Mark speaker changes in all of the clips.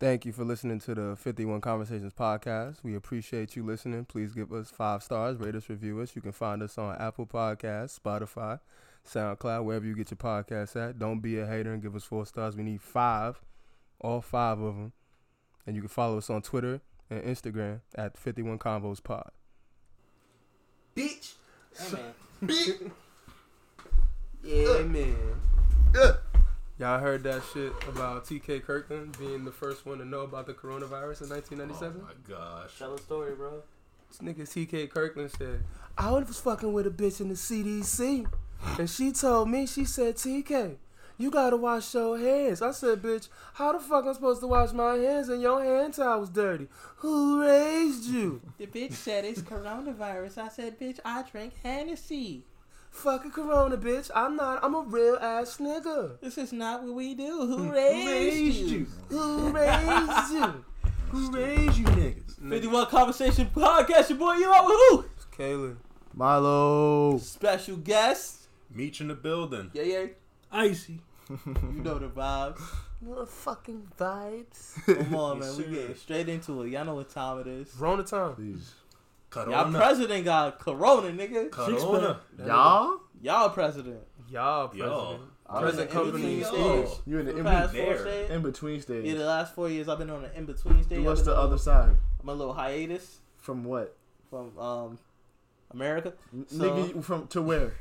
Speaker 1: Thank you for listening to the 51 Conversations podcast. We appreciate you listening. Please give us five stars, rate us, review us. You can find us on Apple Podcasts, Spotify, SoundCloud, wherever you get your podcasts at. Don't be a hater and give us four stars. We need five, all five of them. And you can follow us on Twitter and Instagram at 51 Convos Pod.
Speaker 2: Bitch.
Speaker 3: Hey, man.
Speaker 2: Bitch.
Speaker 1: Yeah, man. Y'all heard that shit about TK Kirkland being the first one to know about the coronavirus in
Speaker 2: Oh
Speaker 1: 1997?
Speaker 2: my gosh.
Speaker 3: Tell a story, bro.
Speaker 1: This nigga TK Kirkland said, I was fucking with a bitch in the CDC. And she told me, she said, TK, you gotta wash your hands. I said, bitch, how the fuck I'm supposed to wash my hands and your hand towel was dirty? Who raised you?
Speaker 3: The bitch said it's coronavirus. I said, bitch, I drink Hennessy.
Speaker 1: Fucking corona, bitch. I'm not, I'm a real ass nigga.
Speaker 3: This is not what we do. Who
Speaker 1: Who raised you?
Speaker 2: Who raised you niggas?
Speaker 3: 51 Conversation Podcast, your boy, you know who?
Speaker 1: It's Kalen.
Speaker 4: Milo.
Speaker 3: Special guest.
Speaker 2: Meet you in the building.
Speaker 3: Yeah, yeah.
Speaker 2: Icy.
Speaker 3: You know the vibes.
Speaker 1: Motherfucking vibes.
Speaker 3: Come on,
Speaker 2: Yes,
Speaker 3: man. We
Speaker 2: sir.
Speaker 3: getting straight into it. Y'all know what time it is.
Speaker 1: Rona time.
Speaker 4: Please.
Speaker 3: Y'all
Speaker 2: Corona.
Speaker 3: president got corona, nigga.
Speaker 2: Corona.
Speaker 4: Y'all?
Speaker 3: Y'all president.
Speaker 1: Y'all,
Speaker 2: Yo.
Speaker 1: president.
Speaker 4: I'm
Speaker 1: President
Speaker 3: in the in-between
Speaker 1: company.
Speaker 2: Yo.
Speaker 3: stage.
Speaker 4: You in
Speaker 3: The
Speaker 4: the in,
Speaker 3: past four
Speaker 2: there.
Speaker 3: stage.
Speaker 4: in between stage.
Speaker 3: Yeah, the last four years I've been on an in between stage.
Speaker 4: What's
Speaker 3: I've been
Speaker 4: the
Speaker 3: on a-
Speaker 4: other side?
Speaker 3: I'm a little hiatus
Speaker 4: From what?
Speaker 3: from um America.
Speaker 4: N-
Speaker 3: So-
Speaker 4: Nigga, you from to where?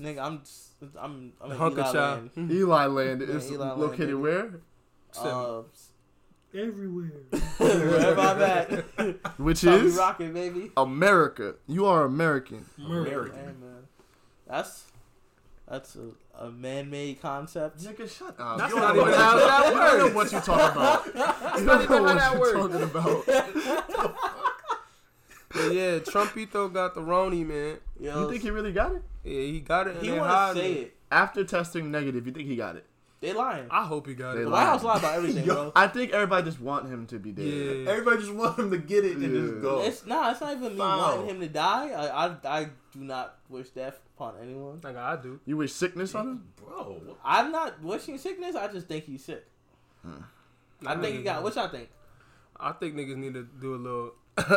Speaker 3: Nigga, I'm just, I'm I'm in
Speaker 1: Hunker
Speaker 3: Eli
Speaker 1: child.
Speaker 3: Land.
Speaker 4: Eli Land is
Speaker 3: Yeah, Eli Land,
Speaker 4: located
Speaker 3: baby.
Speaker 4: where?
Speaker 3: Uh,
Speaker 2: Everywhere.
Speaker 3: wherever I'm at, I'll
Speaker 4: Which
Speaker 3: be
Speaker 4: is
Speaker 3: rocking, baby.
Speaker 4: America. You are American.
Speaker 3: Oh, Hey,
Speaker 2: American.
Speaker 3: man. That's that's a, a man-made concept.
Speaker 4: Nigga, shut up.
Speaker 1: That's
Speaker 4: you
Speaker 1: not
Speaker 4: don't know
Speaker 1: even
Speaker 4: what-
Speaker 1: how that
Speaker 4: you don't know what you're talking about. You
Speaker 1: not
Speaker 4: don't know
Speaker 1: even how
Speaker 4: what
Speaker 1: that
Speaker 4: you're
Speaker 1: works.
Speaker 4: talking about.
Speaker 1: But yeah, Trumpito got the Roni, man.
Speaker 3: Yo,
Speaker 4: You think he really got it?
Speaker 1: Yeah, he got it. and
Speaker 3: he
Speaker 1: they
Speaker 3: want
Speaker 1: hiding
Speaker 3: to say it?
Speaker 4: After testing negative, you think he got it?
Speaker 3: They lying.
Speaker 1: I hope he got
Speaker 4: They
Speaker 1: it.
Speaker 3: The
Speaker 4: lying.
Speaker 3: White House lie about everything,
Speaker 2: Yo.
Speaker 3: bro.
Speaker 4: I think everybody just want him to be dead.
Speaker 1: Yeah.
Speaker 2: Everybody just want him to get it and
Speaker 4: Yeah.
Speaker 2: just go.
Speaker 3: It's nah. It's not even me
Speaker 2: Foul.
Speaker 3: wanting him to die. I, I I do not wish death upon anyone.
Speaker 1: Like I do.
Speaker 4: You wish sickness on him?
Speaker 2: Bro, what?
Speaker 3: I'm not wishing sickness. I just think he's sick. I
Speaker 1: Nah,
Speaker 3: think he
Speaker 1: nigga.
Speaker 3: got. What y'all think?
Speaker 1: I think niggas need to do a little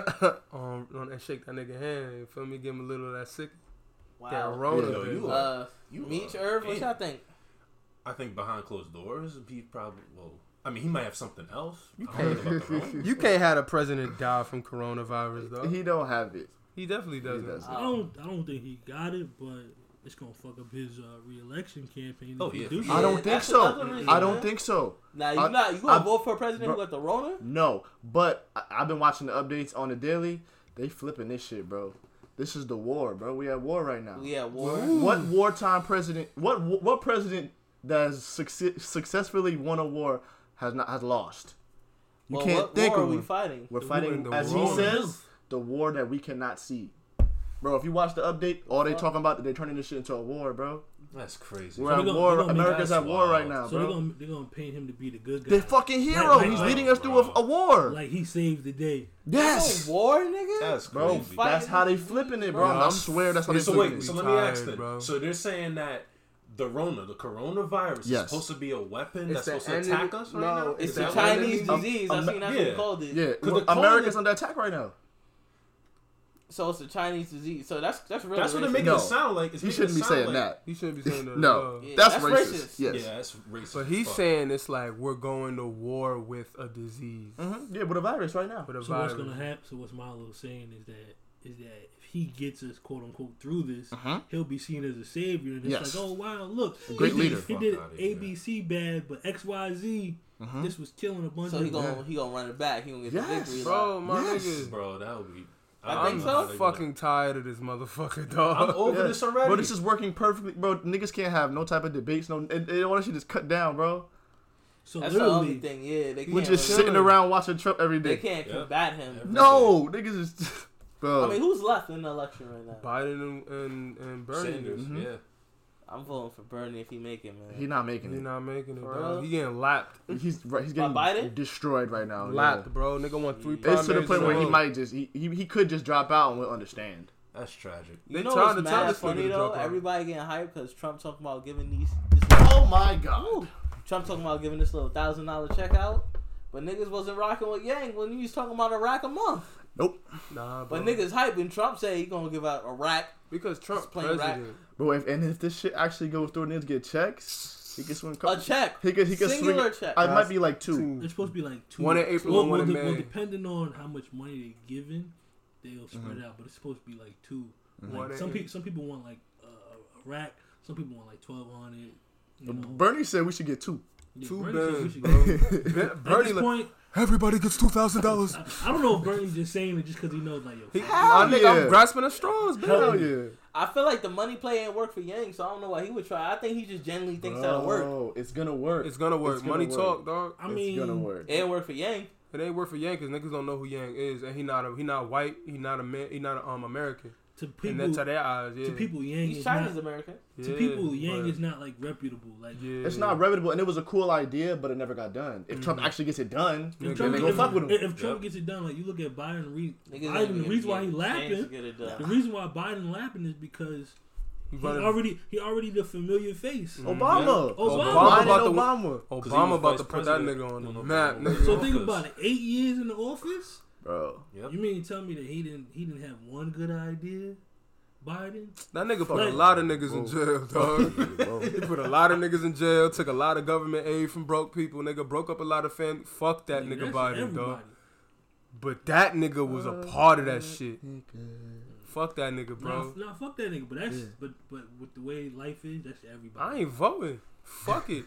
Speaker 1: um on that shake that nigga hand. You feel me? Give him a little of that sick that Rona.
Speaker 4: Yeah.
Speaker 2: Yo, you
Speaker 1: bitch.
Speaker 2: are-
Speaker 3: Uh,
Speaker 2: You
Speaker 3: Meech
Speaker 2: are-
Speaker 3: Irv. What
Speaker 2: damn.
Speaker 3: y'all think?
Speaker 2: I think behind closed doors, he probably well. I mean, he might have something else. I don't know about the Rona.
Speaker 1: you can't have a president die from coronavirus though. He,
Speaker 4: He don't have it.
Speaker 1: definitely doesn't.
Speaker 4: doesn't.
Speaker 5: I don't. I don't think he got it, but it's gonna fuck up his uh, reelection campaign. If
Speaker 2: Oh,
Speaker 5: he
Speaker 2: yeah,
Speaker 5: do
Speaker 2: for
Speaker 5: get
Speaker 2: sure.
Speaker 4: I
Speaker 5: it.
Speaker 4: don't
Speaker 3: Yeah,
Speaker 4: think
Speaker 3: that's
Speaker 4: so.
Speaker 3: another reason,
Speaker 4: I don't
Speaker 3: man.
Speaker 4: think so.
Speaker 3: Now you
Speaker 4: I-
Speaker 3: not you gonna
Speaker 4: I-
Speaker 3: vote for a president who
Speaker 4: bro-
Speaker 3: got the Rona?
Speaker 4: No, but I, I've been watching the updates on the daily. They flipping this shit, bro. This is the war, bro. We at war right now.
Speaker 3: We at war.
Speaker 4: What wartime president? What what president that has succe- successfully won a war has not has lost? You
Speaker 3: Well,
Speaker 4: can't
Speaker 3: what
Speaker 4: think
Speaker 3: war
Speaker 4: of
Speaker 3: are we
Speaker 4: one.
Speaker 3: fighting?
Speaker 4: We're
Speaker 1: The
Speaker 4: fighting,
Speaker 1: war- the
Speaker 4: as
Speaker 1: war.
Speaker 4: he says, the war that we cannot see. Bro, if you watch the update, all they talking about they turning this shit into a war, bro.
Speaker 2: That's crazy.
Speaker 4: We're
Speaker 5: they
Speaker 4: at
Speaker 5: gonna-
Speaker 4: war.
Speaker 5: they gonna make
Speaker 4: America's
Speaker 2: us
Speaker 4: at war right
Speaker 2: wild.
Speaker 4: now,
Speaker 5: So
Speaker 4: bro.
Speaker 5: they're gonna they're gonna paint him to be the good guy.
Speaker 4: They're fucking hero.
Speaker 5: Right,
Speaker 4: He's
Speaker 5: right,
Speaker 4: leading us through a, a war.
Speaker 5: like he saved the day.
Speaker 4: yes.
Speaker 3: Oh, war, nigga.
Speaker 2: That's
Speaker 4: Bro,
Speaker 2: crazy.
Speaker 3: fight-
Speaker 4: that's how they flipping it, bro.
Speaker 1: Bro,
Speaker 4: I
Speaker 1: I'm-
Speaker 4: swear that's how they
Speaker 1: It's
Speaker 2: so
Speaker 1: a
Speaker 4: flipping
Speaker 2: wait,
Speaker 4: it.
Speaker 2: so let me ask
Speaker 1: Tired,
Speaker 2: them.
Speaker 1: bro.
Speaker 2: So they're saying that the Rona, the coronavirus,
Speaker 4: Yes.
Speaker 2: is supposed to be a weapon
Speaker 1: It's
Speaker 2: that's supposed
Speaker 1: the
Speaker 2: to
Speaker 1: enemy-
Speaker 2: attack us right
Speaker 1: no,
Speaker 2: now.
Speaker 1: it's
Speaker 2: Is
Speaker 1: the
Speaker 2: that what it
Speaker 3: Chinese
Speaker 2: is?
Speaker 1: Um,
Speaker 3: disease.
Speaker 4: um,
Speaker 3: I think that's what they
Speaker 2: yeah.
Speaker 3: called it.
Speaker 4: Yeah,
Speaker 2: the
Speaker 4: well,
Speaker 2: colon-
Speaker 4: America's under attack right now.
Speaker 3: So it's the Chinese disease. So that's that's really
Speaker 2: That's what it
Speaker 3: racist.
Speaker 2: makes
Speaker 4: No.
Speaker 2: it sound like. It's
Speaker 4: He
Speaker 2: making
Speaker 4: shouldn't
Speaker 2: it
Speaker 4: be
Speaker 2: sound
Speaker 4: saying
Speaker 2: like-
Speaker 4: that.
Speaker 1: He shouldn't be saying that.
Speaker 4: No,
Speaker 1: uh,
Speaker 3: Yeah,
Speaker 4: that's,
Speaker 3: that's
Speaker 4: racist.
Speaker 3: racist.
Speaker 4: Yes.
Speaker 2: Yeah, that's racist.
Speaker 1: But he's
Speaker 2: fuck.
Speaker 1: saying it's like we're going to war with a disease,
Speaker 4: Mhm. Yeah, with a virus right now.
Speaker 1: with a
Speaker 5: So
Speaker 1: virus.
Speaker 5: what's gonna happen? So what's Milo saying is that is that if he gets us quote unquote through this, he'll be seen as a savior, and it's
Speaker 4: Uh-huh. Yes.
Speaker 5: like, oh wow, look,
Speaker 4: great
Speaker 5: he did-
Speaker 4: leader.
Speaker 5: He
Speaker 2: Fuck
Speaker 5: did
Speaker 2: outta here.
Speaker 5: A B C bad, but X Y Z,
Speaker 4: Uh-huh.
Speaker 5: this was killing a bunch
Speaker 3: So
Speaker 5: of.
Speaker 3: he gonna he gonna run it back. He gonna get the
Speaker 4: Yes,
Speaker 3: victory.
Speaker 1: Bro, my
Speaker 4: Yes.
Speaker 1: nigga,
Speaker 2: bro, that would be.
Speaker 3: I
Speaker 2: don't know
Speaker 3: think
Speaker 2: how
Speaker 3: so.
Speaker 2: they do that.
Speaker 1: fucking tired of this motherfucker,
Speaker 2: I'm
Speaker 1: dog.
Speaker 2: over
Speaker 4: Yeah.
Speaker 2: this already.
Speaker 4: Bro, this is working perfectly. Bro, niggas can't have no type of debates. No, and, and all that shit is cut down, bro.
Speaker 5: So
Speaker 3: That's the only
Speaker 5: literally,
Speaker 3: thing. Yeah, they can't.
Speaker 4: We're just
Speaker 3: really-
Speaker 1: sure.
Speaker 4: sitting around watching Trump every
Speaker 3: they
Speaker 4: day.
Speaker 3: can't
Speaker 2: Yeah.
Speaker 3: combat him.
Speaker 2: Yeah.
Speaker 4: No, niggas is. Bro,
Speaker 3: I mean, who's left in the election right now?
Speaker 1: Biden and, and, and Bernie,
Speaker 2: Sanders,
Speaker 4: Mhm.
Speaker 2: yeah.
Speaker 3: I'm voting for Bernie if he make it, man.
Speaker 4: he not
Speaker 1: he
Speaker 4: making it.
Speaker 1: not making it,
Speaker 3: For
Speaker 1: dog.
Speaker 3: real?
Speaker 1: He getting lapped,
Speaker 4: He's right. He's getting
Speaker 3: By Biden?
Speaker 4: destroyed right now.
Speaker 1: lapped,
Speaker 4: Oh, yeah.
Speaker 1: bro. Nigga won three primaries.
Speaker 4: It's to the point
Speaker 1: in a
Speaker 4: where he
Speaker 1: row.
Speaker 4: might just he, he, he could just drop out and we'll understand.
Speaker 2: That's tragic.
Speaker 3: you
Speaker 1: They
Speaker 3: know
Speaker 1: trying
Speaker 3: what's
Speaker 1: to tell
Speaker 3: mad
Speaker 1: this nigga
Speaker 3: funny
Speaker 1: to
Speaker 3: though?
Speaker 1: drop out.
Speaker 3: Everybody getting hyped because Trump talking about giving these. This
Speaker 4: Oh my god!
Speaker 3: Ooh. Trump talking about giving this little thousand dollar check out. But niggas wasn't rocking with Yang when he was talking about a rack a month.
Speaker 1: Nah, bro.
Speaker 4: Oh.
Speaker 3: But niggas hype when Trump say he gonna give out a rack.
Speaker 1: because Trump's
Speaker 3: Just plain
Speaker 1: president.
Speaker 3: rap.
Speaker 4: Bro, if, and if this shit actually goes through and niggas get checks, he gets one
Speaker 3: A
Speaker 4: couple.
Speaker 3: check.
Speaker 4: He could he could swing.
Speaker 3: Singular
Speaker 4: it-
Speaker 3: check.
Speaker 4: I might be like two.
Speaker 1: Two.
Speaker 5: It's supposed to be like two.
Speaker 1: One in April
Speaker 5: well,
Speaker 1: and one
Speaker 5: well,
Speaker 1: in
Speaker 5: de- well,
Speaker 1: May.
Speaker 5: depending on how much money they giving, they'll spread it out. But it's supposed to be like 2
Speaker 1: Mm-hmm. One
Speaker 5: Like
Speaker 1: in
Speaker 5: some
Speaker 1: April.
Speaker 5: people, some people want like uh, a rack. Some people want like twelve hundred. You know,
Speaker 4: Bernie said we should get two.
Speaker 5: Yeah,
Speaker 1: Two
Speaker 5: Bernie said we
Speaker 1: bands,
Speaker 5: should
Speaker 1: bro.
Speaker 5: go.
Speaker 1: Be-
Speaker 5: At
Speaker 1: Bernie,
Speaker 5: this
Speaker 1: like,
Speaker 5: point,
Speaker 1: everybody gets two thousand dollars.
Speaker 5: I, I don't know if Bernie's just saying it just because he knows like yo.
Speaker 1: He,
Speaker 4: Hell
Speaker 1: I think I'm
Speaker 4: yeah.
Speaker 1: grasping at straws, man.
Speaker 4: Hell yeah.
Speaker 3: I feel like the money play ain't work for Yang, so I don't know why he would try. I think he just generally thinks that'll work.
Speaker 4: Bro, It's gonna work.
Speaker 1: It's gonna work.
Speaker 4: It's gonna
Speaker 1: Money
Speaker 4: work.
Speaker 1: talk, dog.
Speaker 5: I
Speaker 4: it's
Speaker 5: mean,
Speaker 4: gonna work.
Speaker 3: It ain't work for Yang.
Speaker 1: It ain't work for Yankees. Niggas don't know who Yang is, and he not a, he not white. He not a man. He not a, um American.
Speaker 5: to
Speaker 1: and
Speaker 5: people,
Speaker 1: that's to their eyes. Yeah.
Speaker 5: to people, Yang
Speaker 3: He's
Speaker 5: is not,
Speaker 3: Chinese American.
Speaker 5: to people, Yang is not like reputable. Like
Speaker 1: Yeah.
Speaker 4: It's not reputable, and it was a cool idea, but it never got done. If Trump actually gets it done,
Speaker 1: Yeah, then
Speaker 5: If Trump,
Speaker 1: they
Speaker 4: go
Speaker 5: if-
Speaker 4: fuck with him.
Speaker 5: if Trump
Speaker 2: Yep.
Speaker 5: gets it done, like you look at Biden, re-
Speaker 3: Niggas ain't
Speaker 5: Biden, the
Speaker 3: even
Speaker 5: reason why he
Speaker 3: getting a chance to
Speaker 5: laughing,
Speaker 3: get it done.
Speaker 5: the reason why Biden laughing is because
Speaker 1: He
Speaker 5: he's
Speaker 1: running-
Speaker 5: already he already the familiar face.
Speaker 4: Mm. Mm-hmm. Obama.
Speaker 5: Obama.
Speaker 4: Obama.
Speaker 1: about the-
Speaker 4: Obama.
Speaker 2: he
Speaker 1: Obama
Speaker 2: was
Speaker 1: about to put
Speaker 2: vice
Speaker 1: that
Speaker 2: president
Speaker 1: nigga on the
Speaker 2: when
Speaker 1: map.
Speaker 2: Obama was
Speaker 1: Nigga.
Speaker 5: So think
Speaker 2: Office.
Speaker 5: about it. Eight years in the office.
Speaker 4: Bro.
Speaker 2: Yep.
Speaker 5: You mean tell me that he didn't he didn't have one good idea, Biden?
Speaker 1: That nigga put a
Speaker 5: Like-
Speaker 1: lot of niggas in
Speaker 4: Whoa.
Speaker 1: jail, dog. he put a lot of niggas in jail. Took a lot of government aid from broke people. Nigga broke up a lot of fam. Fuck that
Speaker 5: Nigga,
Speaker 1: nigga
Speaker 5: that's
Speaker 1: Biden, dog.
Speaker 5: everybody.
Speaker 1: But that nigga was a part of that shit. Fuck that nigga,
Speaker 5: Nah,
Speaker 1: bro.
Speaker 5: f- nah, fuck that nigga. But that's
Speaker 4: Yeah.
Speaker 5: but but with the way life is, that's everybody.
Speaker 1: I ain't voting. Fuck it.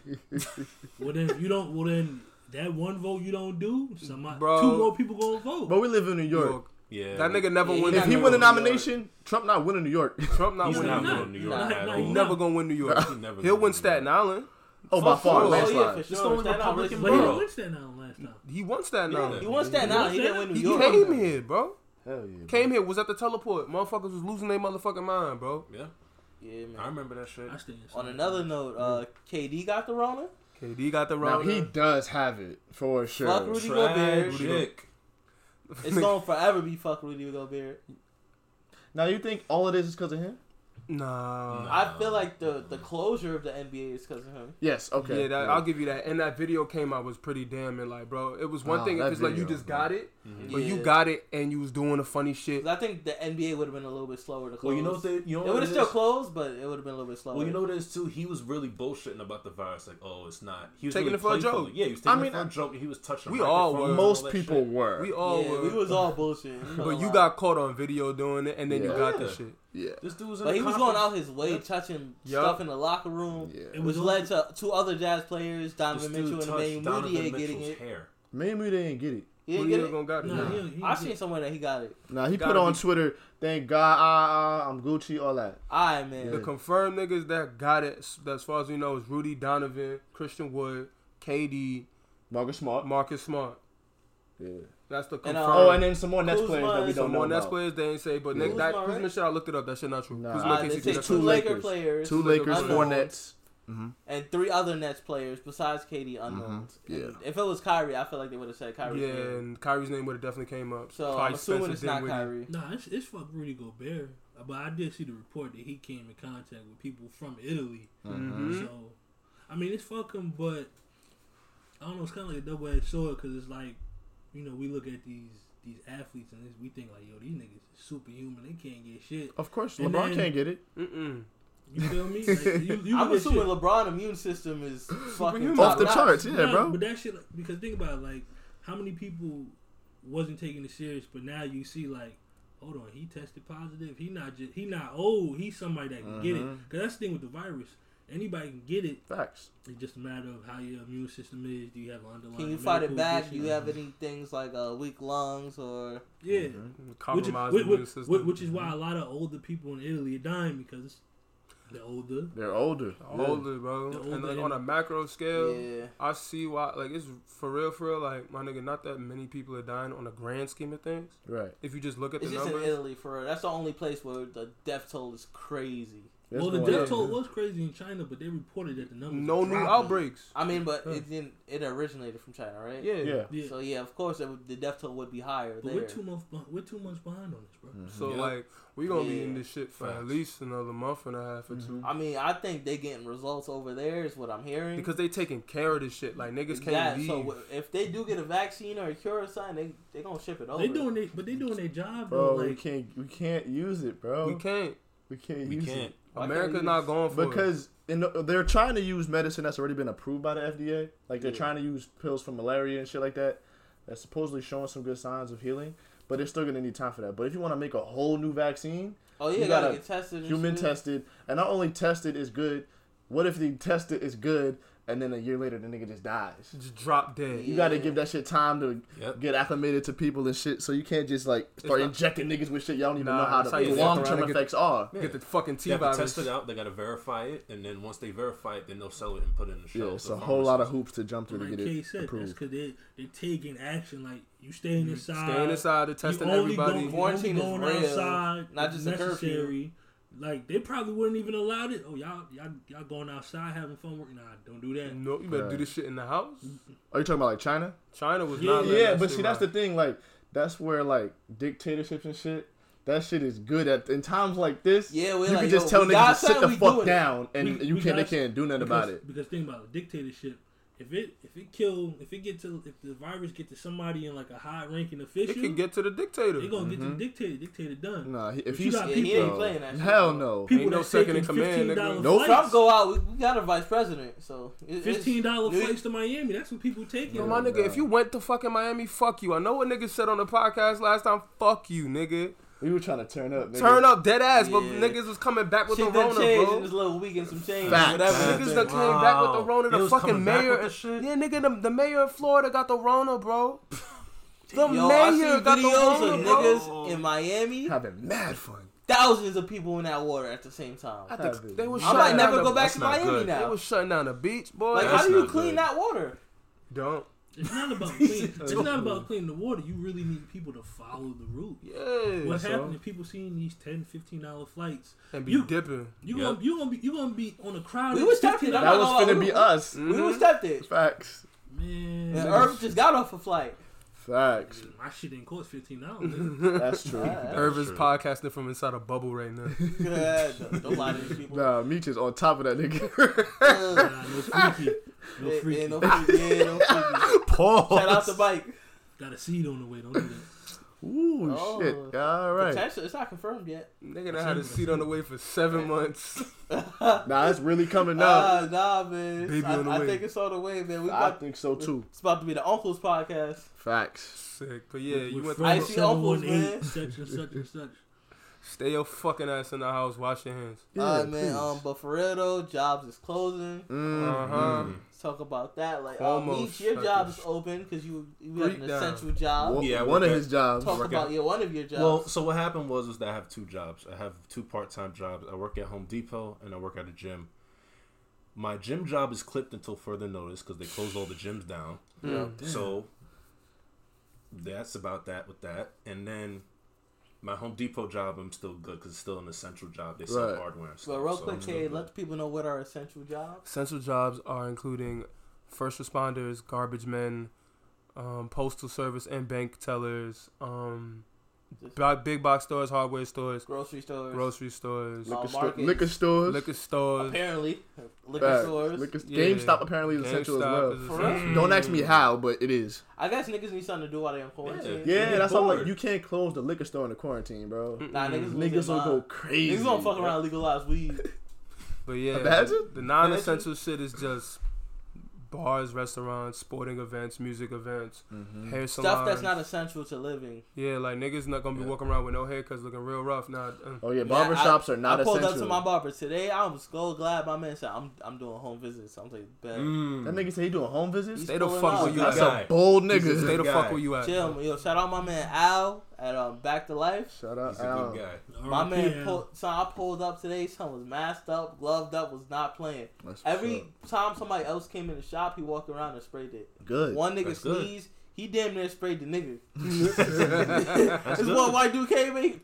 Speaker 5: Well then, if you don't. Well then, that one vote you don't do, somebody,
Speaker 1: Bro.
Speaker 5: two more people gonna vote.
Speaker 4: But we live in New York.
Speaker 1: Look,
Speaker 2: Yeah.
Speaker 1: That nigga never
Speaker 3: Yeah, he
Speaker 1: win.
Speaker 4: If
Speaker 3: not gonna
Speaker 4: he
Speaker 3: win
Speaker 4: win a
Speaker 3: New York.
Speaker 4: nomination, Trump not winning New York.
Speaker 1: Trump not
Speaker 2: He's
Speaker 1: winning.
Speaker 2: not
Speaker 1: New York.
Speaker 2: winning New York
Speaker 3: Nah,
Speaker 2: at
Speaker 5: nah,
Speaker 2: all.
Speaker 5: he
Speaker 1: never gonna win New York.
Speaker 2: He never
Speaker 1: He'll
Speaker 2: gonna
Speaker 1: win Staten Island.
Speaker 4: Oh, by far,
Speaker 1: sure.
Speaker 3: Oh, yeah,
Speaker 4: landslide.
Speaker 3: for
Speaker 2: Just
Speaker 3: sure.
Speaker 2: don't
Speaker 3: Staten Island
Speaker 2: Republican
Speaker 5: But
Speaker 3: really-
Speaker 5: he
Speaker 2: Bro.
Speaker 5: didn't win Staten Island last time.
Speaker 1: He won Staten
Speaker 2: Yeah.
Speaker 1: Island.
Speaker 3: He won Staten
Speaker 5: You
Speaker 3: Island. He
Speaker 5: want
Speaker 3: didn't win
Speaker 5: Staten
Speaker 1: He
Speaker 3: New York.
Speaker 1: came here, bro.
Speaker 4: Hell yeah.
Speaker 1: Came here. Was at the teleport. Motherfuckers was losing their motherfucking mind, bro.
Speaker 2: Yeah.
Speaker 3: Yeah,
Speaker 2: I
Speaker 3: man.
Speaker 2: remember that shit.
Speaker 5: I stay inside.
Speaker 3: On another note, uh, KD got the Rona.
Speaker 1: KD got the
Speaker 4: Now,
Speaker 1: wrong.
Speaker 4: he does have it, for sure.
Speaker 3: Fuck Rudy Gobert.
Speaker 2: Tragic.
Speaker 3: It's gonna forever be fuck Rudy Gobert.
Speaker 4: Now, you think all of this is because of him?
Speaker 1: Nah.
Speaker 3: I feel like the the closure of the NBA is because of him.
Speaker 4: Yes, okay.
Speaker 1: Yeah, that, I'll give you that. And that video came out was pretty damn and like, bro, it was one
Speaker 4: Wow,
Speaker 1: thing if
Speaker 4: that
Speaker 1: it's like you
Speaker 4: video,
Speaker 1: just
Speaker 4: bro.
Speaker 1: got it,
Speaker 2: Mhm.
Speaker 1: but you
Speaker 3: Yeah.
Speaker 1: got it and you was doing the funny shit.
Speaker 3: 'Cause I think the NBA would have been a little bit slower to close.
Speaker 6: Well, you know what they, you know
Speaker 3: it
Speaker 6: what
Speaker 3: would
Speaker 6: it
Speaker 3: have still
Speaker 6: is?
Speaker 3: closed, but it would have been a little bit slower.
Speaker 6: Well, you know what it is too. He was really bullshitting about the virus. Like, oh, it's not. He was
Speaker 1: Taking
Speaker 6: really
Speaker 1: it for a
Speaker 6: playful.
Speaker 1: joke.
Speaker 6: Yeah, he was
Speaker 4: I
Speaker 6: taking
Speaker 4: mean,
Speaker 6: it for
Speaker 4: I-
Speaker 6: a joke. and He was touching.
Speaker 1: We
Speaker 6: the
Speaker 1: all
Speaker 6: microphone and
Speaker 1: were.
Speaker 6: all
Speaker 4: Most
Speaker 6: that
Speaker 4: people
Speaker 6: shit.
Speaker 4: were.
Speaker 1: We all
Speaker 3: yeah,
Speaker 1: were.
Speaker 3: we was all bullshit. ain't gonna
Speaker 1: Oh, but you
Speaker 3: lie.
Speaker 1: got caught on video doing it and then you
Speaker 4: Yeah.
Speaker 1: got the
Speaker 2: Yeah.
Speaker 1: shit.
Speaker 4: yeah.
Speaker 6: This dude was. In
Speaker 3: But
Speaker 6: the
Speaker 3: he was
Speaker 6: conference.
Speaker 3: going out his way, touching
Speaker 1: Yup.
Speaker 3: stuff in the locker room,
Speaker 4: Yeah.
Speaker 5: It
Speaker 3: which
Speaker 5: was
Speaker 3: led to two other Jazz players,
Speaker 6: This
Speaker 3: Donovan
Speaker 6: dude
Speaker 3: Mitchell and
Speaker 6: touched
Speaker 3: Emmanuel
Speaker 6: Donovan
Speaker 3: Mudiay,
Speaker 6: Mitchell's
Speaker 3: getting it.
Speaker 6: hair.
Speaker 4: Maybe they didn't get it.
Speaker 3: He didn't
Speaker 1: Who
Speaker 3: get
Speaker 1: you
Speaker 3: it.
Speaker 1: gonna got it?
Speaker 5: Nah,
Speaker 4: Nah.
Speaker 5: he don't- he
Speaker 3: I
Speaker 5: don't
Speaker 3: seen
Speaker 5: get-
Speaker 3: somewhere that he got it.
Speaker 4: Nah, he
Speaker 1: Gotta
Speaker 4: put on
Speaker 1: be-
Speaker 4: Twitter, thank God, I, I, I'm Gucci, all that.
Speaker 3: All right, man.
Speaker 1: The confirmed niggas that got it, s- as far as we know, is Rudy Donovan, Christian Wood, KD,
Speaker 4: Marcus Smart.
Speaker 1: Marcus Smart.
Speaker 4: Yeah.
Speaker 1: That's the
Speaker 3: And,
Speaker 1: confirmed.
Speaker 3: uh,
Speaker 4: Oh, and then some more Nets
Speaker 3: Kuzma
Speaker 4: players that we
Speaker 3: is
Speaker 4: don't
Speaker 1: Some more
Speaker 4: know
Speaker 1: Nets
Speaker 4: about.
Speaker 1: players they ain't say, but
Speaker 4: Yeah.
Speaker 1: Nick, that
Speaker 3: Kuzma,
Speaker 1: Kuzma
Speaker 3: right?
Speaker 1: shit, I looked it up. That shit not true.
Speaker 4: Nah.
Speaker 1: Kuzma,
Speaker 3: All right,
Speaker 1: KCP,
Speaker 3: they
Speaker 1: that's
Speaker 3: said
Speaker 4: two
Speaker 1: not
Speaker 3: two
Speaker 1: true.
Speaker 4: Lakers.
Speaker 3: Laker players
Speaker 4: Two Lakers,
Speaker 3: unknown,
Speaker 4: four Nets.
Speaker 3: and three other Nets players besides Katie unknowns.
Speaker 4: Mhm, yeah.
Speaker 3: And If it was Kyrie, I feel like they would have said Kyrie.
Speaker 1: Mm-hmm. Yeah, and Kyrie's name would have definitely came up.
Speaker 3: So
Speaker 1: Probably
Speaker 3: I'm assuming
Speaker 1: Spencer
Speaker 3: it's not
Speaker 1: Dinwiddie.
Speaker 3: Kyrie.
Speaker 5: Nah, it's, it's fuck Rudy Gobert. But I did see the report that he came in contact with people from Italy.
Speaker 3: Mm-hmm.
Speaker 1: Mhm.
Speaker 5: So, I mean, it's fucking, but I don't know. It's kind of like a double edged sword because it's like, you know, we look at these these athletes and this, we think like, yo, these niggas is superhuman. They can't get shit.
Speaker 4: Of course,
Speaker 5: And
Speaker 4: LeBron
Speaker 5: then-
Speaker 4: can't get it.
Speaker 1: Mm-mm.
Speaker 5: You feel me? Like, you, you
Speaker 3: I'm
Speaker 5: look at
Speaker 3: assuming
Speaker 5: shit-
Speaker 3: LeBron immune system is fucking
Speaker 1: Superhuman.
Speaker 4: Off the
Speaker 3: top-notch.
Speaker 4: charts, yeah,
Speaker 5: Nah,
Speaker 4: bro.
Speaker 5: But that shit, like, because think about it, like how many people wasn't taking it serious, but now you see like, hold on, he tested positive. He not just he not old. He's somebody that can get it.
Speaker 1: Mm-hmm.
Speaker 4: Mhm.
Speaker 5: Cause that's the thing with the virus. Anybody can get it.
Speaker 4: Facts.
Speaker 5: It's just a matter of how your immune system is. Do you have an underlying?
Speaker 3: Can you fight it
Speaker 5: medical
Speaker 3: back? Do
Speaker 5: condition?
Speaker 3: you have any things like uh, weak lungs or
Speaker 5: Yeah.
Speaker 4: Mm-hmm.
Speaker 5: Which is,
Speaker 1: Compromised
Speaker 5: which,
Speaker 1: immune
Speaker 5: which-
Speaker 1: system. Mm-hmm.
Speaker 5: which- which is why a lot of older people in Italy are dying because they're older.
Speaker 4: They're older. Yeah.
Speaker 1: older, bro.
Speaker 5: The
Speaker 1: and
Speaker 5: older
Speaker 1: like
Speaker 5: they
Speaker 1: on a
Speaker 5: are.
Speaker 1: macro scale,
Speaker 3: yeah?
Speaker 1: I see why. Like it's for real, for real. Like my nigga, not that many people are dying on the grand scheme of things.
Speaker 4: Right.
Speaker 1: If you just look at the
Speaker 3: It's just in
Speaker 1: numbers,
Speaker 3: Italy for real. That's the only place where the death toll is crazy.
Speaker 4: That's
Speaker 5: well, the
Speaker 4: going
Speaker 5: death
Speaker 4: up.
Speaker 5: toll was crazy in China, but they reported that the numbers
Speaker 1: No
Speaker 5: were
Speaker 1: new
Speaker 5: dropping.
Speaker 1: outbreaks.
Speaker 3: I mean, but it didn't. It originated from China, right?
Speaker 1: Yeah.
Speaker 4: Yeah.
Speaker 5: Yeah,
Speaker 3: So yeah, of course, it would, the death toll would be higher
Speaker 5: but
Speaker 3: there.
Speaker 5: we're two months beh- we're two months behind on this, bro.
Speaker 1: So
Speaker 2: Yeah.
Speaker 1: like we gonna be in
Speaker 3: Yeah.
Speaker 1: this shit for at
Speaker 2: Facts.
Speaker 1: least another month and a half or
Speaker 4: Mm-hmm.
Speaker 1: two.
Speaker 3: I mean, I think they getting results over there is what I'm hearing.
Speaker 1: Because they taking care of this shit. Like niggas
Speaker 3: That-
Speaker 1: can't leave.
Speaker 3: So w- if they do get a vaccine or a cure or something, they they gonna ship it
Speaker 1: Oh,
Speaker 3: over.
Speaker 5: They doing they, but they doing their job
Speaker 4: Bro,
Speaker 5: though.
Speaker 4: we
Speaker 5: Like,
Speaker 4: can't we can't use it, bro.
Speaker 1: we can't.
Speaker 4: We can't
Speaker 2: We
Speaker 4: use
Speaker 2: can't.
Speaker 4: it
Speaker 3: Why can't
Speaker 1: America's
Speaker 3: we
Speaker 1: not
Speaker 3: use-
Speaker 1: going for it.
Speaker 4: because in the, they're trying to use medicine that's already been approved by the FDA. Like they're
Speaker 3: Yeah.
Speaker 4: trying to use pills for malaria and shit like that. That's supposedly showing some good signs of healing, but they're still gonna need time for that. But if you want to make a whole new vaccine,
Speaker 3: oh yeah,
Speaker 4: you
Speaker 3: gotta,
Speaker 4: gotta
Speaker 3: get tested. and
Speaker 4: human
Speaker 3: shit.
Speaker 4: tested, and not only tested is good. What if the tested is good, and then a year later the nigga just dies?
Speaker 1: Just drop dead.
Speaker 4: You gotta
Speaker 3: Yeah.
Speaker 4: give that shit time to
Speaker 2: Yep.
Speaker 4: get acclimated to people and shit. So you can't just like start
Speaker 1: not-
Speaker 4: injecting niggas with shit y'all don't even
Speaker 1: Nah,
Speaker 4: know how
Speaker 1: that's how you
Speaker 4: the
Speaker 2: fuck around
Speaker 4: long term
Speaker 1: and get-
Speaker 4: effects are.
Speaker 1: Get the fucking T
Speaker 2: They have to
Speaker 1: virus.
Speaker 2: test it out. They got to verify it, and then once they verify it, then they'll sell it and put it in the shelves.
Speaker 4: Yeah, it's
Speaker 2: The
Speaker 4: a whole lot of
Speaker 2: pharmacies.
Speaker 4: hoops to jump through to
Speaker 5: like
Speaker 4: get
Speaker 5: Kay
Speaker 4: it
Speaker 5: said, that's
Speaker 4: approved.
Speaker 5: because they they taking action. Like you staying inside,
Speaker 1: Mm. Staying inside, they're
Speaker 5: you
Speaker 1: testing
Speaker 5: only
Speaker 1: everybody.
Speaker 5: Going,
Speaker 3: Quarantine
Speaker 5: you
Speaker 3: is
Speaker 5: only going
Speaker 3: real,
Speaker 5: outside,
Speaker 3: not
Speaker 5: not
Speaker 3: just
Speaker 5: just
Speaker 3: a curfew.
Speaker 5: necessary. Like they probably wouldn't even allow it. Oh y'all y'all y'all going outside having fun? work- Nah, don't do that.
Speaker 1: no, you better do
Speaker 4: Right.
Speaker 1: this shit in the house.
Speaker 4: Are you talking about like China?
Speaker 1: China was
Speaker 5: Yeah,
Speaker 1: not. letting
Speaker 4: Yeah,
Speaker 1: that
Speaker 4: but
Speaker 1: shit
Speaker 4: see, that's the
Speaker 1: ride.
Speaker 4: thing. Like, that's where like dictatorships and shit. That shit is good at in times like this.
Speaker 3: Yeah, we're
Speaker 4: you
Speaker 3: like,
Speaker 4: can just
Speaker 3: yo,
Speaker 4: tell
Speaker 3: we got
Speaker 4: niggas to sit
Speaker 3: something,
Speaker 4: the
Speaker 3: we
Speaker 4: fuck
Speaker 3: doing it.
Speaker 4: down, and
Speaker 5: We-
Speaker 4: you
Speaker 5: we
Speaker 4: can't. They
Speaker 5: got-
Speaker 4: can't do nothing
Speaker 5: because,
Speaker 4: about it.
Speaker 5: Because think about it, dictatorship. If it if it kill if it get to if the virus get to somebody in like a high ranking official,
Speaker 1: It could get to the dictator.
Speaker 5: they gonna
Speaker 4: Mm-hmm.
Speaker 5: get to the dictator. Dictator done.
Speaker 4: Nah, he, if
Speaker 5: But you
Speaker 4: he's
Speaker 5: got
Speaker 3: Yeah, he
Speaker 5: people-
Speaker 3: ain't playing that. shit,
Speaker 4: hell
Speaker 3: bro.
Speaker 4: no.
Speaker 5: People
Speaker 1: no
Speaker 5: that's
Speaker 1: second in
Speaker 5: taking
Speaker 1: command,
Speaker 5: fifteen
Speaker 1: nigga.
Speaker 5: dollars.
Speaker 4: No
Speaker 3: Trump go out. We, we got a vice president, so it- it's-
Speaker 5: Fifteen dollar
Speaker 3: New-
Speaker 5: flights to Miami. That's what people taking.
Speaker 1: Yo, my nigga, if you went to fucking Miami, fuck you. I know what niggas said on the podcast last time. Fuck you, nigga.
Speaker 4: We were trying to turn up. Nigga.
Speaker 1: Turn up dead ass, but
Speaker 3: Yeah.
Speaker 1: niggas was coming back with
Speaker 3: Shit
Speaker 1: the
Speaker 3: done
Speaker 1: Rona,
Speaker 3: changed
Speaker 1: bro.
Speaker 3: in this little week and some change.
Speaker 4: Facts.
Speaker 1: Whatever.
Speaker 4: Bad
Speaker 1: niggas
Speaker 4: thing.
Speaker 1: that came back with the
Speaker 2: Wow.
Speaker 1: Rona, the
Speaker 2: They was
Speaker 1: fucking
Speaker 2: coming back
Speaker 1: mayor.
Speaker 2: with the shit?
Speaker 1: Yeah, nigga, the, the mayor of Florida got the Rona, bro. The
Speaker 3: Yo, I see
Speaker 1: mayor got the
Speaker 3: videos
Speaker 1: Rona,
Speaker 3: of
Speaker 1: bro.
Speaker 3: niggas in Miami.
Speaker 4: having mad fun.
Speaker 3: Thousands of people in that water at the same time.
Speaker 1: I think they was
Speaker 3: I
Speaker 1: shutting
Speaker 3: might
Speaker 1: down
Speaker 3: never
Speaker 1: the,
Speaker 3: go back
Speaker 2: that's
Speaker 3: to
Speaker 2: not
Speaker 3: Miami
Speaker 2: good.
Speaker 1: They
Speaker 3: now.
Speaker 1: was shutting down the beach, boy.
Speaker 3: Like, how
Speaker 2: That's
Speaker 3: do you
Speaker 2: not
Speaker 3: clean
Speaker 2: good.
Speaker 3: that water?
Speaker 1: Don't.
Speaker 5: It's not about clean. it's not about cleaning the water. You really need people to follow the route.
Speaker 1: Yeah.
Speaker 5: What
Speaker 1: so-
Speaker 5: happened? If people seeing these 10 dollar flights,
Speaker 1: And be
Speaker 5: You-
Speaker 1: dipping.
Speaker 5: you
Speaker 2: Yep.
Speaker 5: gonna you gonna be you gonna be on a crowd.
Speaker 3: We
Speaker 5: of
Speaker 3: was tempted.
Speaker 5: 15
Speaker 3: I'm
Speaker 4: That
Speaker 3: not
Speaker 4: was
Speaker 3: gonna lie,
Speaker 4: finna
Speaker 3: we-
Speaker 4: be us.
Speaker 1: Mm-hmm.
Speaker 3: We was tempted.
Speaker 4: Facts.
Speaker 3: And
Speaker 5: Man,
Speaker 3: Irv just got off a flight.
Speaker 4: Facts.
Speaker 5: my shit didn't cost fifteen dollars.
Speaker 4: That's true.
Speaker 3: Alright.
Speaker 1: Mm-hmm. Irvin's
Speaker 2: true.
Speaker 1: podcasting from inside a bubble right now.
Speaker 3: Yeah, don't, don't lie to these people.
Speaker 4: Nah, Meech is on top of that nigga.
Speaker 3: Uh,
Speaker 5: nah, no freaky, no
Speaker 3: yeah,
Speaker 5: freaky.
Speaker 3: yeah, no freaky. Yeah, no freaky. Shout out to
Speaker 4: Pause.
Speaker 3: Mike.
Speaker 5: Got a seed on the way. Don't do that.
Speaker 4: Ooh,
Speaker 3: Oh.
Speaker 4: shit. All right.
Speaker 3: Potential. It's not confirmed yet.
Speaker 1: Nigga, I had a seat on the way for seven months.
Speaker 4: Nah, it's really coming up.
Speaker 3: Nah, Uh, nah, man.
Speaker 1: Baby
Speaker 3: I,
Speaker 1: on the
Speaker 3: I
Speaker 1: way.
Speaker 3: think it's on the way, man. We
Speaker 4: I
Speaker 3: about,
Speaker 4: think so too.
Speaker 3: it's about to be the Uncle's podcast.
Speaker 4: Facts.
Speaker 1: Sick. But yeah, you went
Speaker 5: With
Speaker 1: through.
Speaker 3: I
Speaker 5: friends,
Speaker 3: see
Speaker 5: 718,
Speaker 3: uncles, man.
Speaker 5: Such and such and such.
Speaker 1: Stay your fucking ass in the house. Wash your hands.
Speaker 3: Yeah, man. Um, but for real though, jobs is closing.
Speaker 1: Uh
Speaker 4: Mm-hmm.
Speaker 1: huh.
Speaker 2: Mm.
Speaker 4: Uh-huh.
Speaker 3: Let's talk about that. Like, um,
Speaker 1: Cuomo
Speaker 3: Meech, your
Speaker 1: shut
Speaker 3: job
Speaker 1: the
Speaker 3: is open because you you had
Speaker 1: freak
Speaker 3: an
Speaker 1: down.
Speaker 3: essential job.
Speaker 4: One,
Speaker 2: Yeah, I
Speaker 4: one
Speaker 2: work
Speaker 4: of
Speaker 2: at-
Speaker 4: his jobs.
Speaker 3: Talk
Speaker 2: work
Speaker 3: about
Speaker 2: out.
Speaker 3: yeah, one of your jobs.
Speaker 2: Well, so what happened was was that I have two jobs. I have two part time jobs. I work at Home Depot and I work at a gym. My gym job is clipped until further notice because they closed all the gyms down. So that's about that with that. And then my Home Depot job, I'm still good because it's still an essential job. They sell
Speaker 4: Right.
Speaker 2: hardware and stuff.
Speaker 3: but real
Speaker 2: so
Speaker 3: quick,
Speaker 2: I'm still
Speaker 3: Kay,
Speaker 2: good.
Speaker 3: let the people know what our essential jobs.
Speaker 1: Essential jobs are including first responders, garbage men, um, postal service, and bank tellers, um, bi- big box stores, hardware stores,
Speaker 3: Grocery stores.
Speaker 1: grocery stores,
Speaker 3: Uh,
Speaker 4: Liquor, sto-
Speaker 3: markets.
Speaker 4: liquor stores.
Speaker 1: liquor stores.
Speaker 3: apparently, liquor
Speaker 4: Facts.
Speaker 3: stores.
Speaker 4: Liquor-
Speaker 1: Yeah.
Speaker 4: GameStop apparently is essential as
Speaker 1: GameStop
Speaker 4: well.
Speaker 1: is
Speaker 3: For real?
Speaker 1: essential.
Speaker 4: Don't ask me how, but it is.
Speaker 3: I guess niggas need something to do while they in quarantine.
Speaker 2: Yeah,
Speaker 4: Yeah,
Speaker 2: get
Speaker 4: that's all. Like
Speaker 2: bored.
Speaker 4: you can't close the liquor store in the quarantine, bro.
Speaker 1: Mm-hmm.
Speaker 3: Nah, niggas
Speaker 4: Niggas will go crazy.
Speaker 3: Niggas gonna fuck around and legalize weed.
Speaker 1: But yeah,
Speaker 4: Imagine?
Speaker 1: the non-essential shit is just bars, restaurants, sporting events, music events,
Speaker 4: Mm-hmm.
Speaker 1: hair salons.
Speaker 3: Mm. Stuff that's not essential to living.
Speaker 1: yeah, like niggas not gonna be
Speaker 2: Yeah.
Speaker 1: walking around with no haircuts, looking real rough. Nah, uh,
Speaker 4: Oh yeah,
Speaker 3: Man,
Speaker 4: barber
Speaker 3: I-
Speaker 4: shops are not
Speaker 3: I pulled
Speaker 4: essential.
Speaker 3: up to my barber today. I was so glad my man said I'm I'm doing home visits. I'm like, bet.
Speaker 2: Mm.
Speaker 4: that nigga said he doing home visits.
Speaker 1: stay the
Speaker 3: pulling
Speaker 1: fuck
Speaker 3: up.
Speaker 1: where you
Speaker 2: That's
Speaker 1: at.
Speaker 2: a-
Speaker 4: Bold
Speaker 1: Stay
Speaker 4: niggas.
Speaker 1: the
Speaker 2: Good
Speaker 1: fuck
Speaker 2: guy.
Speaker 1: where you at.
Speaker 3: Chill, yo. Shout out my man Al at um Back to Life.
Speaker 4: Shut up,
Speaker 2: He's a good
Speaker 4: Uh, Al.
Speaker 2: guy.
Speaker 3: My
Speaker 5: RIP,
Speaker 3: man,
Speaker 5: Al.
Speaker 3: pulled, so I pulled up today. Son was masked up, gloved up, was not playing. Every time somebody else came in the shop, he walked around and sprayed it.
Speaker 4: good.
Speaker 3: One nigga
Speaker 2: That's good.
Speaker 3: sneezed, he damn near sprayed the nigga.
Speaker 2: That's
Speaker 3: this
Speaker 2: good.
Speaker 3: one white dude came in. he-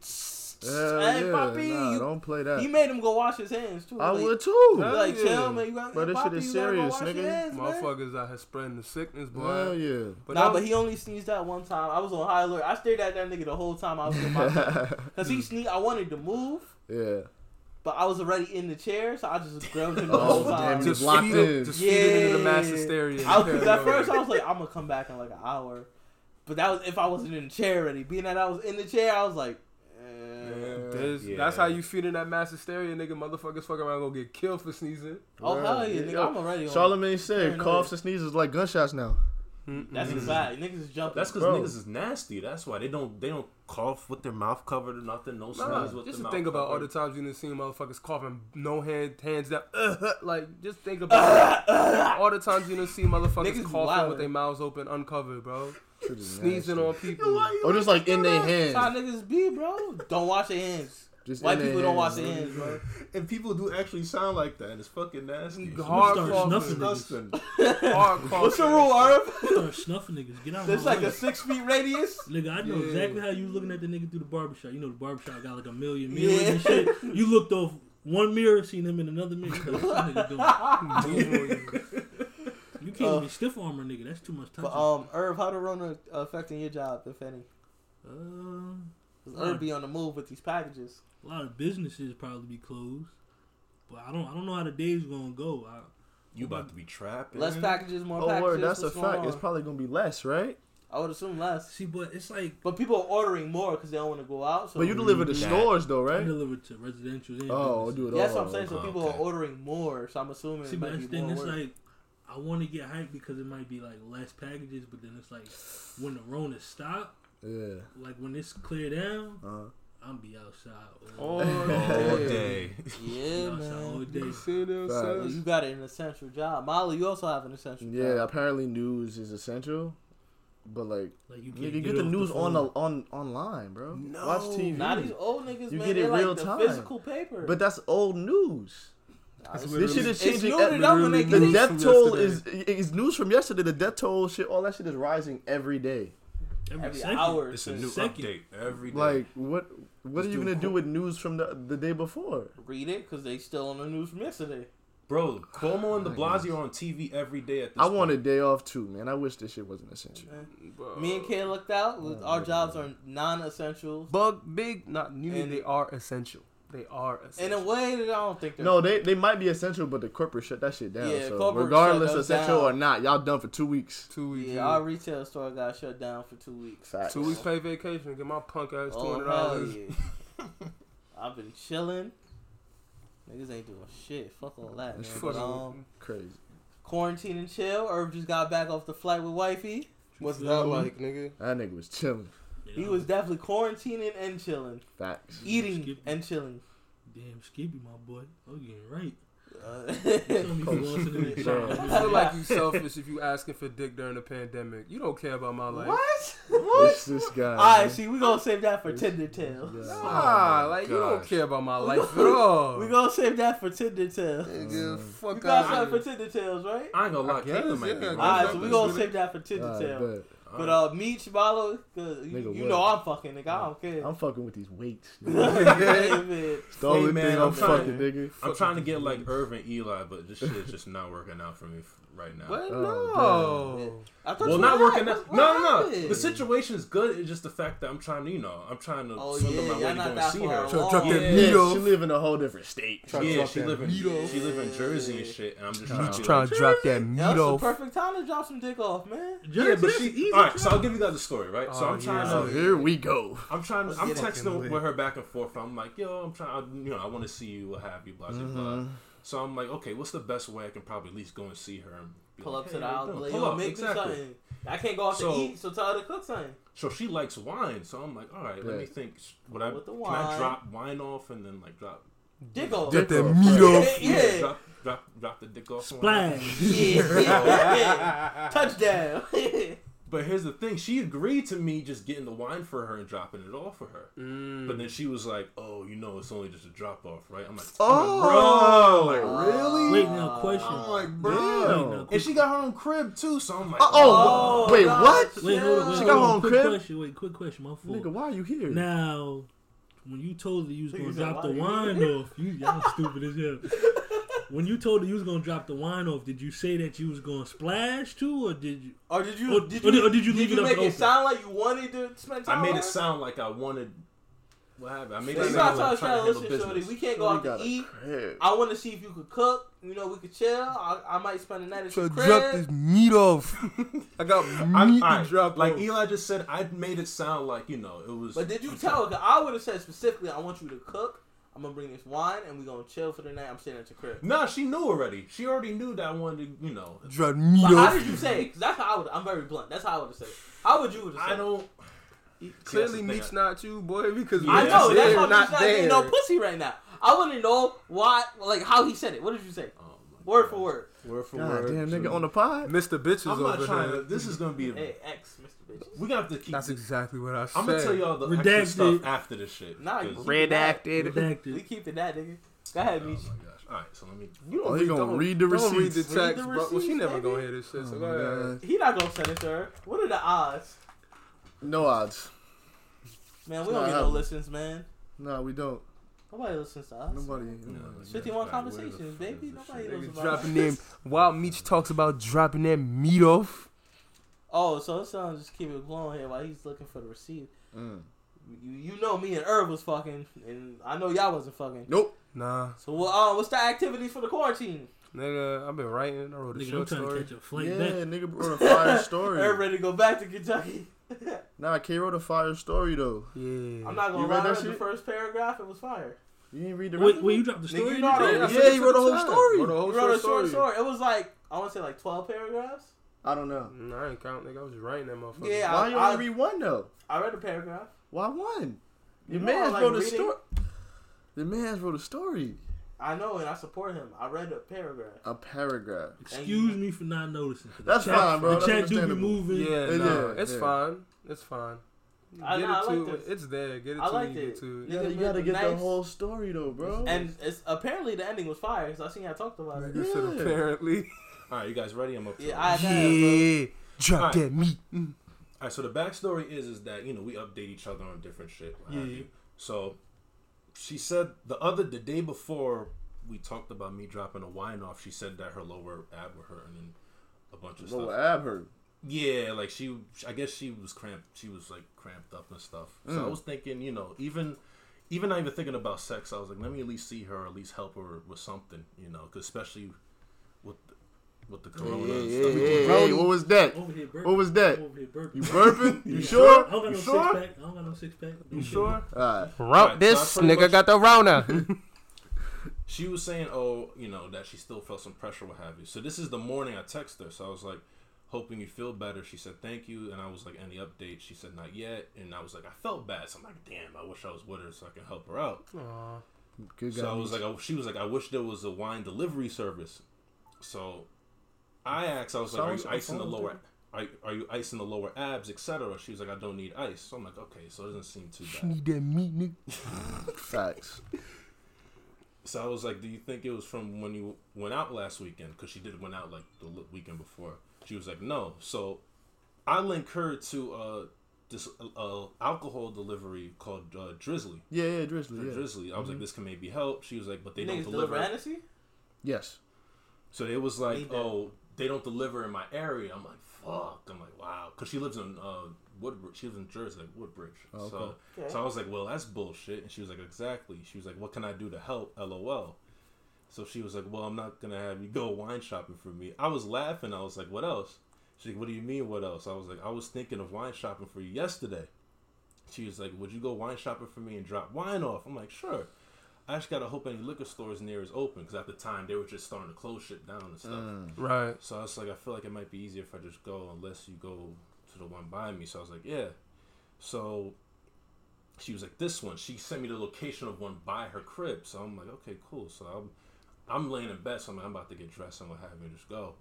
Speaker 4: Hell
Speaker 3: Hey,
Speaker 4: yeah,
Speaker 3: Papi,
Speaker 4: nah,
Speaker 3: you-
Speaker 4: don't play that.
Speaker 3: He made him go wash his hands too.
Speaker 4: I
Speaker 3: like,
Speaker 4: would too.
Speaker 3: he
Speaker 4: Hell
Speaker 3: Like,
Speaker 4: yeah.
Speaker 3: chill, man. You gotta,
Speaker 4: Bro, this
Speaker 3: Papi,
Speaker 4: shit is
Speaker 3: you gotta go
Speaker 4: serious,
Speaker 3: wash your
Speaker 4: nigga.
Speaker 3: hands, man.
Speaker 1: Motherfuckers out here spreading the sickness, boy.
Speaker 4: Hell yeah.
Speaker 1: But
Speaker 3: nah,
Speaker 1: that-
Speaker 3: but he only sneezed that one time. I was on high alert. I stared at that nigga the whole time I was in my because he sneezed. I wanted to move,
Speaker 4: yeah.
Speaker 3: but I was already in the chair, so I just grabbed him the
Speaker 4: Oh,
Speaker 3: whole time.
Speaker 4: damn,
Speaker 1: just
Speaker 4: locked
Speaker 1: feed it,
Speaker 4: in.
Speaker 1: just feed it into the mass
Speaker 3: Yeah.
Speaker 1: hysteria. and
Speaker 3: I was, 'cause at
Speaker 1: paranoia.
Speaker 3: first I was like, I'm gonna come back in like an hour, but that was if I wasn't in the chair already. Being that I was in the chair, I was like, eh.
Speaker 1: There's-
Speaker 2: Yeah.
Speaker 1: That's how you feed in that mass hysteria, nigga. Motherfuckers fuck around gonna get killed for sneezing.
Speaker 3: oh
Speaker 4: Word.
Speaker 3: hell yeah,
Speaker 4: Yo,
Speaker 3: nigga, I'm already on.
Speaker 4: Charlemagne
Speaker 3: Yeah, I
Speaker 4: said
Speaker 3: know
Speaker 4: coughs
Speaker 3: that.
Speaker 4: and sneezes like gunshots now.
Speaker 3: That's
Speaker 1: Mm.
Speaker 3: a fact. Niggas is jumping.
Speaker 2: That's because
Speaker 4: Bro.
Speaker 2: niggas is nasty. That's why they don't they don't cough with their mouth covered or nothing. No sneeze
Speaker 1: Nah,
Speaker 2: with
Speaker 1: just
Speaker 2: their
Speaker 1: to
Speaker 2: mouth
Speaker 1: think about all
Speaker 2: covered.
Speaker 1: the times you done seen motherfuckers coughing, no hand, hands down, like just think about all the times you done seen motherfuckers coughing
Speaker 3: Niggas wildin'.
Speaker 1: with their mouths open, uncovered, bro,
Speaker 4: Shit is
Speaker 1: sneezing
Speaker 4: nasty.
Speaker 1: on people.
Speaker 4: Or Oh, just like in their
Speaker 3: That's how
Speaker 4: hand.
Speaker 3: niggas be, bro. Don't wash your hands.
Speaker 4: Just
Speaker 3: White
Speaker 4: in their
Speaker 3: people don't wash their
Speaker 4: hands, bro.
Speaker 3: hands, bro.
Speaker 2: And people do actually sound like that. and It's fucking nasty.
Speaker 1: Hard
Speaker 5: Start
Speaker 1: coughing,
Speaker 5: snuffing.
Speaker 2: Disgusting.
Speaker 1: hard coughing.
Speaker 3: What's your rule, Irv?
Speaker 5: Start snuffing niggas. Get out
Speaker 3: It's
Speaker 5: of
Speaker 3: like a
Speaker 5: my way.
Speaker 3: six feet radius.
Speaker 5: Nigga, I know
Speaker 1: Yeah.
Speaker 5: exactly how you was looking at the nigga through the barbershop. You know the barbershop got like a million mirrors
Speaker 3: Yeah.
Speaker 5: and shit. You looked off one mirror, seen him in another mirror. You, like, "What this nigga doing?" You can't
Speaker 3: Uh,
Speaker 5: even stiff armor, nigga. That's too much touch.
Speaker 3: But um, Irv, how the Rona affecting your job, if any?
Speaker 5: uh,
Speaker 4: Um,
Speaker 3: 'Cause Irv be on the move with these packages.
Speaker 5: a lot of businesses probably be closed, but I don't. I don't know how the day's gonna go. I,
Speaker 2: You about to be trapping.
Speaker 3: Less packages, more
Speaker 4: Oh,
Speaker 3: packages.
Speaker 4: word, that's a
Speaker 3: What's going
Speaker 4: fact. It's
Speaker 3: on?
Speaker 4: probably gonna be less, right?
Speaker 3: I would assume less.
Speaker 5: see, but it's like
Speaker 3: But people are ordering more because they don't want to go out. So
Speaker 4: But you deliver to
Speaker 2: Nah.
Speaker 4: stores though,
Speaker 5: I
Speaker 4: right?
Speaker 5: deliver to residential. And
Speaker 4: Oh, I'll
Speaker 5: businesses.
Speaker 4: do it all.
Speaker 3: that's what I'm saying. So
Speaker 2: Oh,
Speaker 3: people
Speaker 2: okay.
Speaker 3: are ordering more. So I'm assuming
Speaker 5: See,
Speaker 3: it
Speaker 5: but
Speaker 3: might
Speaker 5: that's
Speaker 3: be
Speaker 5: the thing.
Speaker 3: more
Speaker 5: It's
Speaker 3: work.
Speaker 5: like I want to get hyped because it might be like less packages, but then it's like when the Rona stop,
Speaker 4: Yeah.
Speaker 5: like when it's clear down,
Speaker 4: Uh,
Speaker 5: I'm be outside.
Speaker 1: All
Speaker 3: Oh,
Speaker 5: All
Speaker 2: all
Speaker 1: day.
Speaker 2: day.
Speaker 3: yeah,
Speaker 5: outside all
Speaker 3: man.
Speaker 5: day.
Speaker 1: You see them,
Speaker 4: Facts.
Speaker 3: Well, you
Speaker 1: son?
Speaker 3: got an essential job, Molly. You also have an essential
Speaker 4: yeah.
Speaker 3: job.
Speaker 4: Apparently, news is essential, but like,
Speaker 5: Like you
Speaker 4: nigga,
Speaker 5: can't
Speaker 4: you get the
Speaker 5: off
Speaker 4: news on the
Speaker 5: phone.
Speaker 4: on online, bro. Watch
Speaker 1: No.
Speaker 4: TV.
Speaker 3: Now these old niggas,
Speaker 4: You
Speaker 3: man,
Speaker 4: get
Speaker 3: they
Speaker 4: it
Speaker 3: like
Speaker 4: real
Speaker 3: the
Speaker 4: time.
Speaker 3: physical paper.
Speaker 4: but that's old news.
Speaker 3: Nah, it's-
Speaker 4: This shit is
Speaker 3: it's
Speaker 4: changing.
Speaker 3: loaded
Speaker 4: every-
Speaker 3: up when they
Speaker 4: the
Speaker 3: get
Speaker 1: it.
Speaker 4: death toll is
Speaker 1: Yesterday.
Speaker 4: is news from yesterday. The death toll shit, all that shit is rising every day.
Speaker 5: every,
Speaker 3: every
Speaker 5: second.
Speaker 3: hour.
Speaker 2: It's a
Speaker 3: since-
Speaker 2: new
Speaker 5: Second.
Speaker 2: update every day.
Speaker 4: Like, what what
Speaker 2: Just
Speaker 4: are you
Speaker 2: do
Speaker 4: gonna do
Speaker 2: qu-
Speaker 4: with news from the the day before?
Speaker 3: Read it because they still on the news from yesterday.
Speaker 2: Bro, Cuomo and De Blasio are on TV every day at this
Speaker 4: I want a
Speaker 2: point.
Speaker 4: day off too, man. I wish this shit wasn't essential.
Speaker 1: Bro.
Speaker 3: Me and Kay looked out.
Speaker 4: Oh,
Speaker 3: with- Our jobs are non-essentials.
Speaker 1: Bug Big, not new.
Speaker 3: And-
Speaker 1: They are essential. They are
Speaker 3: In a
Speaker 1: essential.
Speaker 3: way that I don't think they're
Speaker 4: No, they they might be essential, but the corporate shut that shit down.
Speaker 3: Yeah,
Speaker 4: so
Speaker 3: corporate
Speaker 4: regardless,
Speaker 3: shut those
Speaker 4: essential
Speaker 3: down.
Speaker 4: or not, y'all done for two weeks.
Speaker 1: Two weeks.
Speaker 3: Yeah, our retail store got shut down for two weeks.
Speaker 4: Facts.
Speaker 1: Two weeks pay vacation. Get my punk ass two
Speaker 3: Oh,
Speaker 1: hundred
Speaker 3: hell
Speaker 1: dollars.
Speaker 3: yeah. I've been chilling. Niggas ain't doing shit. Fuck all that, man. But, um,
Speaker 4: Crazy.
Speaker 3: quarantine and chill. Irv just got back off the flight with wifey.
Speaker 1: What's
Speaker 5: that
Speaker 1: that
Speaker 5: like,
Speaker 1: like, nigga?
Speaker 4: That nigga was chilling.
Speaker 5: Yeah,
Speaker 3: He was definitely quarantining and chilling,
Speaker 4: Facts.
Speaker 3: eating
Speaker 5: Skip.
Speaker 3: and chilling.
Speaker 5: damn skippy, my boy. Oh, you getting right.
Speaker 3: Uh,
Speaker 5: You told me you was listening to this shit.
Speaker 4: Bro.
Speaker 1: I feel like you selfish if you asking for dick during the pandemic. You don't care about my life.
Speaker 3: what?
Speaker 4: What's this guy?
Speaker 3: All
Speaker 4: man?
Speaker 3: right, see, we gonna save that for Tinder Tales.
Speaker 4: Uh, This guy.
Speaker 1: Nah,
Speaker 2: Oh my
Speaker 1: like you don't
Speaker 2: gosh.
Speaker 1: care about my life at all.
Speaker 3: We gonna save that for Tinder Tales.
Speaker 1: Nigga,
Speaker 3: You
Speaker 1: fuck
Speaker 3: got
Speaker 1: out.
Speaker 3: something for Tinder Tales, right?
Speaker 2: I ain't gonna lie,
Speaker 1: I guess,
Speaker 2: Caitlyn might be
Speaker 1: yeah, I
Speaker 2: wrong.
Speaker 1: guess.
Speaker 3: Alright, so we gonna
Speaker 1: Alright,
Speaker 3: save that for Tinder
Speaker 4: Alright,
Speaker 3: Tales.
Speaker 4: bet.
Speaker 3: But uh, me, Chibalo, cause
Speaker 4: Nigga,
Speaker 3: you, you
Speaker 4: what?
Speaker 3: know I'm fucking nigga. I don't care.
Speaker 4: I'm fucking with these weights. nigga.
Speaker 3: Yeah, man.
Speaker 4: It's the only
Speaker 2: man,
Speaker 4: thing I'm,
Speaker 2: I'm trying-
Speaker 4: fucking, nigga.
Speaker 2: I'm trying to get like Irv and Eli, but this shit is just not working out for me f- right now.
Speaker 1: What?
Speaker 4: Oh,
Speaker 1: no.
Speaker 3: I thought
Speaker 2: Well,
Speaker 3: you
Speaker 2: not
Speaker 3: were
Speaker 2: working
Speaker 3: right.
Speaker 2: out.
Speaker 3: What
Speaker 2: No, no, no.
Speaker 3: happened?
Speaker 2: The situation is good. It's just the fact that I'm trying to, you know, I'm trying to
Speaker 3: Oh,
Speaker 2: swindle
Speaker 3: yeah,
Speaker 2: my
Speaker 3: y'all
Speaker 2: way to go
Speaker 3: not
Speaker 2: and
Speaker 3: that
Speaker 2: see
Speaker 3: far
Speaker 2: her.
Speaker 3: along.
Speaker 1: Drop
Speaker 2: Yeah.
Speaker 1: that
Speaker 4: Yeah,
Speaker 1: meat
Speaker 4: she
Speaker 1: off.
Speaker 4: live in a whole different state.
Speaker 2: Yeah, she live in
Speaker 1: meat off.
Speaker 2: she live in Jersey and shit, and I'm just trying to.
Speaker 1: You
Speaker 2: be
Speaker 1: trying
Speaker 2: like,
Speaker 1: to drop that meat
Speaker 3: That's the
Speaker 1: off.
Speaker 3: perfect time to drop some dick off, man.
Speaker 2: yeah, but
Speaker 5: Jersey,
Speaker 2: she.
Speaker 5: easy
Speaker 2: All right, so
Speaker 5: job.
Speaker 2: I'll give you guys a story, right? So
Speaker 1: Oh,
Speaker 2: I'm trying
Speaker 1: yeah.
Speaker 4: So
Speaker 2: to.
Speaker 4: here we go.
Speaker 2: I'm trying. to. I'm
Speaker 3: Let's get
Speaker 1: it.
Speaker 2: texting with her back and forth. I'm like, yo, I'm trying. I- You know, I want to see you. What have you? Blah blah
Speaker 4: Mm-hmm.
Speaker 2: blah. So I'm like, okay, what's the best way I can probably at least go and see her and be
Speaker 3: Pull
Speaker 2: like,
Speaker 3: up
Speaker 2: hey,
Speaker 3: to the
Speaker 2: how you
Speaker 3: house,
Speaker 2: doing?
Speaker 3: like,
Speaker 2: Pull
Speaker 3: yo,
Speaker 2: up,
Speaker 3: make
Speaker 2: exactly.
Speaker 3: me something. I can't go out
Speaker 2: So-
Speaker 3: to eat, so tell her to cook something.
Speaker 2: So she likes wine, so I'm like, all right, let
Speaker 4: Right.
Speaker 2: me think. Would I
Speaker 3: With the
Speaker 2: can
Speaker 3: wine.
Speaker 2: I drop wine off and then like drop
Speaker 3: Dick off.
Speaker 1: Drop that
Speaker 4: Dick
Speaker 1: meat
Speaker 3: yeah,
Speaker 1: off.
Speaker 3: yeah.
Speaker 2: drop drop drop the dick off? on her?
Speaker 5: Splash.
Speaker 3: yeah, yeah, yeah. Touchdown.
Speaker 2: But here's the thing: she agreed to me just getting the wine for her and dropping it off for her.
Speaker 3: Mm.
Speaker 2: But then she was like, oh, you know, it's only just a drop off, right? I'm like,
Speaker 4: Oh,
Speaker 2: bro, like, really?
Speaker 5: Wait, now question.
Speaker 2: I'm like,
Speaker 4: Damn.
Speaker 2: bro. And she got her own crib too, so I'm like,
Speaker 4: Uh, oh,
Speaker 3: Oh,
Speaker 4: wait,
Speaker 3: God.
Speaker 4: what?
Speaker 5: Wait, hold on. Wait,
Speaker 4: She
Speaker 5: hold
Speaker 4: got
Speaker 5: on.
Speaker 4: her own
Speaker 5: quick
Speaker 4: crib?
Speaker 5: question. Wait, quick question. My fault.
Speaker 4: Nigga, why are you here?
Speaker 5: Now, when you told that you was
Speaker 3: Nigga
Speaker 5: gonna
Speaker 3: said,
Speaker 5: drop the
Speaker 3: "Why you
Speaker 5: wine off, you y'all stupid as hell. When you told that you was gonna drop the wine off, did you say that you was gonna splash too, or did you?
Speaker 3: Or did you?
Speaker 5: Or-
Speaker 3: did
Speaker 5: or
Speaker 3: you,
Speaker 5: did- or did you leave it up
Speaker 3: make
Speaker 5: open?
Speaker 3: it sound like you wanted to spend time?
Speaker 2: I made
Speaker 3: on
Speaker 2: it sound like I wanted. What happened? I made
Speaker 3: You
Speaker 2: it sound
Speaker 3: not trying
Speaker 2: like trying
Speaker 3: to try to
Speaker 2: to handle
Speaker 3: listen, shorty.
Speaker 2: business.
Speaker 3: We can't go
Speaker 4: Shorty
Speaker 3: out to
Speaker 4: got a
Speaker 3: eat.
Speaker 4: crib.
Speaker 3: I want to see if you could cook. You know, we could chill. I, I might spend the night at
Speaker 1: So
Speaker 3: your
Speaker 1: drop
Speaker 3: crib.
Speaker 1: this meat off. I got
Speaker 2: I'm,
Speaker 1: meat
Speaker 2: all
Speaker 1: to
Speaker 2: right,
Speaker 1: drop
Speaker 2: like
Speaker 1: off.
Speaker 2: Eli just said, I made it sound like you know it was.
Speaker 3: But did you tell her? 'Cause I would have said specifically, I want you to cook. I'm gonna bring this wine and we gonna chill for the night. I'm sitting at your crib.
Speaker 2: Nah, she knew already. She already knew that I wanted to, you know.
Speaker 1: drop meat
Speaker 3: But how
Speaker 1: off.
Speaker 3: did you say it? 'Cause that's how I would. I'm very blunt. That's how I would have said it. How would you would have said
Speaker 2: I don't.
Speaker 1: Clearly,
Speaker 2: the
Speaker 1: meat's
Speaker 2: thing.
Speaker 1: not you, boy, because
Speaker 3: it? I
Speaker 2: Yeah,
Speaker 3: know.
Speaker 2: that's
Speaker 3: That's
Speaker 2: it.
Speaker 3: why
Speaker 1: we're
Speaker 3: I'm just
Speaker 1: not
Speaker 3: not getting
Speaker 1: there.
Speaker 3: no pussy right now. I want to know why, like how he said it. What did you say?
Speaker 2: Oh my
Speaker 3: Word
Speaker 2: God.
Speaker 3: for word.
Speaker 1: Word for
Speaker 4: God
Speaker 1: word.
Speaker 4: damn, nigga on the pod.
Speaker 1: Mr. Bitches
Speaker 2: I'm not
Speaker 1: over
Speaker 2: trying
Speaker 1: here.
Speaker 2: to. This is gonna be.
Speaker 3: Hey, X, Mr. Bitch.
Speaker 2: We're gonna have to keep.
Speaker 1: That's exactly what I said.
Speaker 2: I'm gonna tell y'all the
Speaker 5: Redacted.
Speaker 2: extra stuff after this shit.
Speaker 3: Nah,
Speaker 2: 'cause-
Speaker 3: you-
Speaker 2: oh
Speaker 4: Redacted.
Speaker 3: We
Speaker 5: Redacted.
Speaker 3: keeping that nigga. Go ahead,
Speaker 2: my
Speaker 3: Michi.
Speaker 2: gosh! All right, so let me.
Speaker 1: You
Speaker 4: Oh, he gonna read the
Speaker 1: Don't read the
Speaker 4: receipts.
Speaker 1: text,
Speaker 3: Read the
Speaker 1: bro. Well, she
Speaker 3: receipts,
Speaker 1: never gonna
Speaker 3: baby.
Speaker 1: hear this shit. So
Speaker 4: Oh,
Speaker 1: go ahead.
Speaker 4: God.
Speaker 3: He not gonna send it to her. What are the odds?
Speaker 4: No odds.
Speaker 3: Man, we
Speaker 4: Nah,
Speaker 3: don't get
Speaker 4: I-
Speaker 3: no listens, man.
Speaker 4: No, we don't.
Speaker 3: Nobody listens to us.
Speaker 4: Nobody.
Speaker 2: No,
Speaker 4: nobody.
Speaker 2: Alright,
Speaker 3: 51
Speaker 2: where the
Speaker 3: conversations,
Speaker 2: fuck
Speaker 3: baby.
Speaker 2: is this
Speaker 3: Nobody
Speaker 2: shit?
Speaker 3: knows
Speaker 1: Niggas
Speaker 3: about
Speaker 1: dropping
Speaker 3: it.
Speaker 1: them. While Meech talks about dropping that meat off.
Speaker 3: Oh, so it sounds just keep it blowing here while he's looking for the receipt.
Speaker 4: Mm.
Speaker 3: You, you know me and Herb was fucking, and I know y'all wasn't fucking.
Speaker 4: Nope.
Speaker 1: Nah,
Speaker 3: So what? Uh, what's the activities for the quarantine?
Speaker 1: nigga, I've been writing. I wrote a
Speaker 5: Nigga, I'm
Speaker 1: short
Speaker 5: trying
Speaker 1: story.
Speaker 5: to catch a flight
Speaker 4: yeah,
Speaker 5: back.
Speaker 4: nigga wrote a fire
Speaker 3: Herb
Speaker 4: story.
Speaker 3: ready to go back to Kentucky.
Speaker 4: nah, K wrote a fire story though.
Speaker 1: Yeah.
Speaker 3: I'm not gonna
Speaker 4: You read
Speaker 3: lie.
Speaker 4: that
Speaker 3: Herb, The
Speaker 4: shit?
Speaker 3: first paragraph, it was fire.
Speaker 4: You didn't read the.
Speaker 5: Wait, wait, you dropped the
Speaker 3: Nigga, you
Speaker 5: story?
Speaker 3: know I don't-
Speaker 5: Yeah.
Speaker 1: I
Speaker 4: Yeah,
Speaker 1: said it
Speaker 4: he
Speaker 1: for
Speaker 4: wrote
Speaker 1: the
Speaker 4: a whole
Speaker 1: time.
Speaker 4: story.
Speaker 1: Wrote a whole
Speaker 3: You wrote
Speaker 1: Oh,
Speaker 3: a
Speaker 1: short
Speaker 3: short
Speaker 1: story.
Speaker 3: story. It was like I want to say like 12 paragraphs.
Speaker 4: I don't know.
Speaker 1: Mm, I ain't count, nigga. I was just writing that motherfucker.
Speaker 3: Yeah,
Speaker 4: Why
Speaker 3: I,
Speaker 4: you
Speaker 3: I,
Speaker 4: only read one though?
Speaker 3: I read the paragraph.
Speaker 4: Why one? The
Speaker 3: You know I
Speaker 4: man's
Speaker 3: like
Speaker 4: wrote a
Speaker 3: reading.
Speaker 4: story. The man's wrote a story.
Speaker 3: I know, and I support him. I read the paragraph.
Speaker 4: A paragraph.
Speaker 5: Excuse me for not noticing. 'cause the
Speaker 4: That's
Speaker 5: chat-
Speaker 4: fine, bro.
Speaker 5: The
Speaker 4: That's
Speaker 5: chat do be
Speaker 4: understandable.
Speaker 5: moving.
Speaker 1: Yeah,
Speaker 4: It
Speaker 1: nah,
Speaker 4: is,
Speaker 1: it's
Speaker 4: yeah.
Speaker 1: fine. It's fine.
Speaker 3: I-
Speaker 1: get
Speaker 3: nah, I
Speaker 1: it
Speaker 3: like
Speaker 1: to
Speaker 3: this.
Speaker 1: it's there. Get it
Speaker 3: I
Speaker 1: to
Speaker 3: like
Speaker 1: when you get
Speaker 3: it.
Speaker 1: to it.
Speaker 4: Yeah,
Speaker 3: Nigga
Speaker 4: you gotta
Speaker 3: made
Speaker 4: get the
Speaker 3: nice-
Speaker 4: whole story though, bro.
Speaker 3: And it's apparently the ending was fire because I seen y'all talked about it.
Speaker 1: Nigga said
Speaker 4: Yeah.
Speaker 1: apparently.
Speaker 2: All right, you guys ready? I'm up. to
Speaker 3: Yeah,
Speaker 2: it.
Speaker 3: I have, bro.
Speaker 1: Yeah. Drop
Speaker 2: Alright.
Speaker 1: that meat. Mm.
Speaker 2: All right, so the backstory is is that you know we update each other on different shit. what have
Speaker 1: Yeah.
Speaker 2: you. So she said the other the day before we talked about me dropping a wine off, she said that her lower ab were hurting and a bunch of
Speaker 4: Lower
Speaker 2: stuff.
Speaker 4: ab hurt.
Speaker 2: Yeah, like she, I guess she was cramped. She was like cramped up and stuff. So
Speaker 4: Mm.
Speaker 2: I was thinking, you know, even, even not even thinking about sex. I was like, let me at least see her, at least help her with something, you know, 'cause especially with, with the
Speaker 4: Yeah,
Speaker 2: corona
Speaker 4: yeah,
Speaker 2: and
Speaker 4: yeah,
Speaker 2: stuff.
Speaker 4: yeah, Hey, Oh, what was that?
Speaker 5: Over here burping.
Speaker 4: What was that?
Speaker 5: Over here burping.
Speaker 4: You burping? You
Speaker 5: Yeah.
Speaker 4: sure?
Speaker 5: I don't got
Speaker 4: You
Speaker 5: no
Speaker 4: sure?
Speaker 5: six pack. I don't got no six pack.
Speaker 2: You sure?
Speaker 4: Alright.
Speaker 2: Right, this so I pretty nigga much-
Speaker 1: got the Rona.
Speaker 2: she was saying, oh, you know, that she still felt some pressure, what have you. So this is the morning I text her. So I was like, hoping you feel better. She said, thank you. And I was like, any update? She said, not yet. And I was like, I felt bad. So I'm like, damn, I wish I was with her so I can help her out.
Speaker 4: Good
Speaker 2: So I was
Speaker 4: guy.
Speaker 2: like, I, she was like, I wish there was a wine delivery service. So I asked, I was like, are
Speaker 4: Sounds
Speaker 2: you
Speaker 4: like
Speaker 2: icing the
Speaker 4: phones,
Speaker 2: lower? Are, are you icing the lower abs, etc.? She was like, I don't need ice. So I'm like, okay, so it doesn't seem too
Speaker 1: She
Speaker 2: bad.
Speaker 1: need that meat, nigga.
Speaker 4: Facts.
Speaker 2: So I was like, do you think it was from when you went out last weekend? Because she did went out like the l- weekend before. She was like, no. So I linked her to uh, this uh, alcohol delivery called uh, Drizzly.
Speaker 4: Yeah, yeah, Drizzly. Yeah.
Speaker 2: Drizzly. I was like, this can maybe help. She was like, but they don't
Speaker 3: Niggas deliver
Speaker 2: deliver
Speaker 3: Hennessy?
Speaker 4: Yes.
Speaker 2: So it was like,
Speaker 3: Need that.
Speaker 2: oh, they don't deliver in my area. I'm like, fuck. I'm like, wow, because she lives in uh, Woodbridge. She lives in Jersey, like Woodbridge.
Speaker 4: Oh,
Speaker 2: so,
Speaker 4: okay.
Speaker 3: Okay.
Speaker 2: so I was like, well, that's bullshit. And she was like, exactly. She was like, what can I do to help? LOL. So she was like, well, I'm not gonna have you go wine shopping for me. I was laughing. I was like, what else? She's like, what do you mean, what else? I was like, I was thinking of wine shopping for you yesterday. She was like, would you go wine shopping for me and drop wine off? I'm like, sure. I just gotta hope any liquor stores near is open because at the time they were just starting to close shit down and stuff.
Speaker 4: Mm.
Speaker 1: Right.
Speaker 2: So I was like, I feel like it might be easier if I just go unless you go to the one by me. So I was like, yeah. So she was like, this one. She sent me the location of one by her crib. So I'm like, okay, cool. So I'm I'm laying in bed. So I'm like, I'm about to get dressed and what have you, and just go.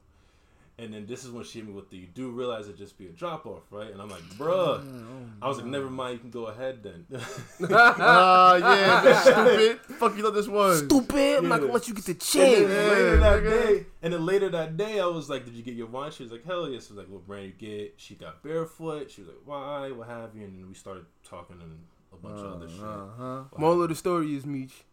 Speaker 2: And then this is when she hit me with the you do realize it'd just be a drop off, right? And I'm like, bruh. I was like, never mind, you can go ahead then.
Speaker 4: Ah, yeah, that's stupid. Fuck you thought this was.
Speaker 1: Stupid. I'm not gonna let you get the
Speaker 2: And
Speaker 1: chance.
Speaker 2: then later that
Speaker 4: nigga.
Speaker 2: day, and then later that day, I was like, "Did you get your wine?" She was like, "Hell yes." I was like, "What brand you get?" She got barefoot. She was like, "Why? What have you?" And we started talking and a bunch of other shit.
Speaker 4: Uh-huh.
Speaker 1: Moral of the story is Meech.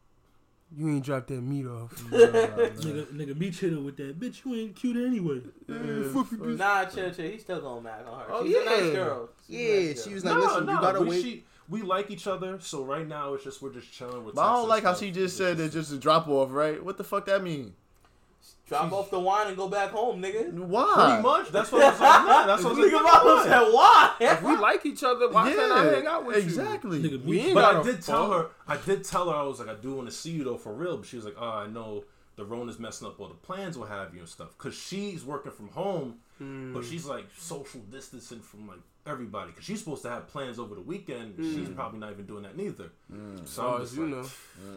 Speaker 1: You ain't dropped that meat off.
Speaker 4: Uh,
Speaker 5: Nigga, nigga, me hit her with that. Bitch, you ain't cute anyway.
Speaker 3: Nah, chill, chill. He's still going mad on her.
Speaker 1: Oh,
Speaker 3: She's a
Speaker 1: yeah.
Speaker 3: nice girl. She's a
Speaker 7: Yeah,
Speaker 3: nice
Speaker 7: she
Speaker 3: girl.
Speaker 7: was like, listen, you gotta
Speaker 2: we,
Speaker 7: wait.
Speaker 2: She, we like each other, so right now it's just we're just chilling. With
Speaker 4: But I don't like how she just said it's just a drop off, right? What the fuck that mean?
Speaker 3: Drop off the wine and go back home, nigga.
Speaker 2: Pretty
Speaker 4: Why?
Speaker 2: much. That's what I'm saying. Yeah, that's what I'm
Speaker 3: Nigga Rob
Speaker 2: saying.
Speaker 3: said, why?
Speaker 1: if we like each other, why can't I hang out with
Speaker 4: exactly.
Speaker 5: Nigga,
Speaker 1: you? We
Speaker 5: Meech-
Speaker 1: ain't
Speaker 2: But
Speaker 1: got
Speaker 2: I
Speaker 1: a
Speaker 2: did tell
Speaker 1: fault.
Speaker 2: her. I did tell her I was like, I do want to see you though for real. But she was like, Oh, I know the Rona's messing up all the plans, what have you and stuff. Cause she's working from home,
Speaker 4: Mm.
Speaker 2: but she's like social distancing from like everybody. Cause she's supposed to have plans over the weekend. She's
Speaker 4: Mm.
Speaker 2: probably not even doing that neither. So
Speaker 1: Oh,
Speaker 2: I'm
Speaker 1: as
Speaker 2: just
Speaker 1: you
Speaker 2: like,
Speaker 1: know.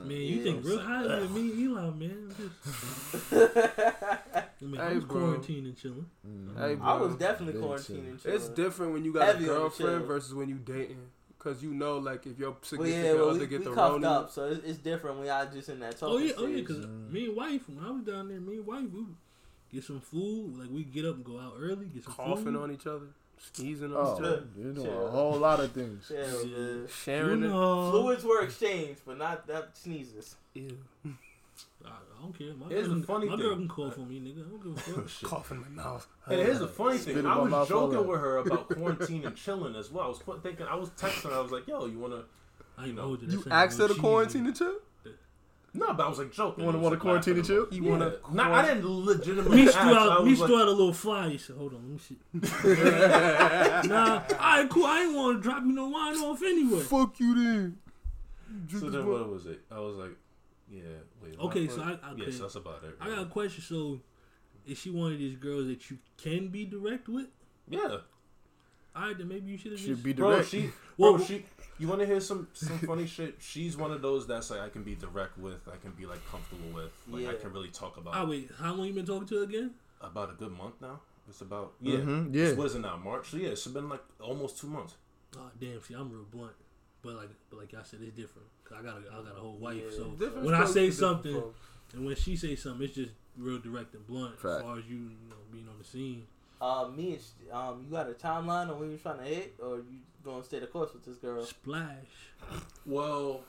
Speaker 5: Man, you think real highly of me and Eli, man. I'm just- I mean,
Speaker 1: Hey,
Speaker 5: I was
Speaker 1: bro.
Speaker 5: quarantined and chilling.
Speaker 4: mm,
Speaker 1: Hey,
Speaker 3: I
Speaker 1: bro.
Speaker 3: was definitely
Speaker 4: Big
Speaker 3: quarantined and
Speaker 1: it's
Speaker 3: chilling.
Speaker 1: different when you got
Speaker 3: Heavy
Speaker 1: a
Speaker 3: on the
Speaker 1: girlfriend
Speaker 3: chill.
Speaker 1: versus when you dating. Cause you know, like, if your
Speaker 3: Well,
Speaker 1: significant
Speaker 3: yeah, well,
Speaker 1: other
Speaker 3: we,
Speaker 1: get
Speaker 3: we
Speaker 1: the
Speaker 3: cuffed
Speaker 1: Rona,
Speaker 3: up, so it's, it's different when y'all just in that talking
Speaker 5: Oh yeah, oh yeah,
Speaker 3: stage.
Speaker 5: because
Speaker 4: Mm.
Speaker 5: me and wife, when I was down there, me and wife, we would get some food. Like we get up and go out early, get some
Speaker 1: coughing
Speaker 5: food.
Speaker 1: on each other, sneezing on each
Speaker 4: Oh,
Speaker 1: other,
Speaker 4: you know
Speaker 3: Chill.
Speaker 4: a whole lot of things.
Speaker 3: Yeah, man.
Speaker 1: sharing
Speaker 5: you
Speaker 1: it.
Speaker 5: know,
Speaker 3: Fluids were exchanged, but not that sneezes.
Speaker 1: Ew.
Speaker 5: I, I don't care. My,
Speaker 2: Here's
Speaker 5: girl,
Speaker 2: the funny
Speaker 5: my girl
Speaker 2: thing.
Speaker 5: can call for me, nigga. I don't give a fuck.
Speaker 1: Coughing in my mouth.
Speaker 2: "Oh, And here's the funny
Speaker 4: Spit
Speaker 2: thing.
Speaker 4: in
Speaker 2: I
Speaker 4: my
Speaker 2: was
Speaker 4: mouth, all
Speaker 2: joking
Speaker 4: that.
Speaker 2: with her about quarantine and chilling as well. I was qu- thinking, I was texting her. I was like, yo, you want to.
Speaker 5: I ain't
Speaker 2: know,
Speaker 5: hold you.
Speaker 1: You
Speaker 5: that sound
Speaker 1: asked her to
Speaker 5: real
Speaker 1: quarantine
Speaker 5: cheesy.
Speaker 1: the chill?
Speaker 2: No, but I was like joking.
Speaker 4: You want to
Speaker 2: It was
Speaker 4: want to
Speaker 2: like
Speaker 4: quarantine and
Speaker 2: laughing.
Speaker 4: chill?
Speaker 1: You
Speaker 2: Yeah.
Speaker 1: wanna?
Speaker 2: Nah, I didn't legitimately
Speaker 5: Meech
Speaker 2: ask.
Speaker 5: threw
Speaker 2: I
Speaker 5: out,
Speaker 2: was
Speaker 5: Meech
Speaker 2: like,
Speaker 5: threw out a little flyer. He said, "Hold on, let me see." nah, all right, cool. I ain't want to drop you no wine off anyway.
Speaker 1: Fuck you then.
Speaker 2: so then what was it? I was like, yeah, wait. what-
Speaker 5: Okay,
Speaker 2: what-
Speaker 5: so I, I,
Speaker 2: yeah,
Speaker 5: can-
Speaker 2: so that's about it.
Speaker 5: I got a
Speaker 2: really.
Speaker 5: question. So, is she one of these girls that you can be direct with?
Speaker 2: yeah,
Speaker 5: All right, then maybe you should have
Speaker 4: Should
Speaker 5: just
Speaker 4: be
Speaker 2: bro.
Speaker 4: direct.
Speaker 2: She,
Speaker 5: Well,
Speaker 2: bro, she. You want to hear some some funny shit? She's one of those that's like I can be direct with, I can be like comfortable with, like I
Speaker 3: Yeah.
Speaker 2: can really talk about
Speaker 5: Ah, wait, how long you been talking to her again?
Speaker 2: about a good month now. It's about yeah, It's-
Speaker 4: Mhm, Oh. yeah.
Speaker 2: What is it now? March. So yeah, it's been like almost two months.
Speaker 5: Oh damn, see, I'm real blunt, but like, but like I said, it's different. 'Cause I got a, I got a whole wife,
Speaker 3: Yeah.
Speaker 5: so
Speaker 1: Different
Speaker 5: when I
Speaker 1: strokes
Speaker 5: say
Speaker 1: for different
Speaker 5: something,
Speaker 1: folks.
Speaker 5: and when she say something, it's just real direct and blunt as
Speaker 4: Fact.
Speaker 5: far as you, you know, being on the scene.
Speaker 3: Uh, me, and sh- um, you got a timeline on when you're trying to hit, or you gonna stay the course with this girl?
Speaker 5: Splash.
Speaker 2: Well,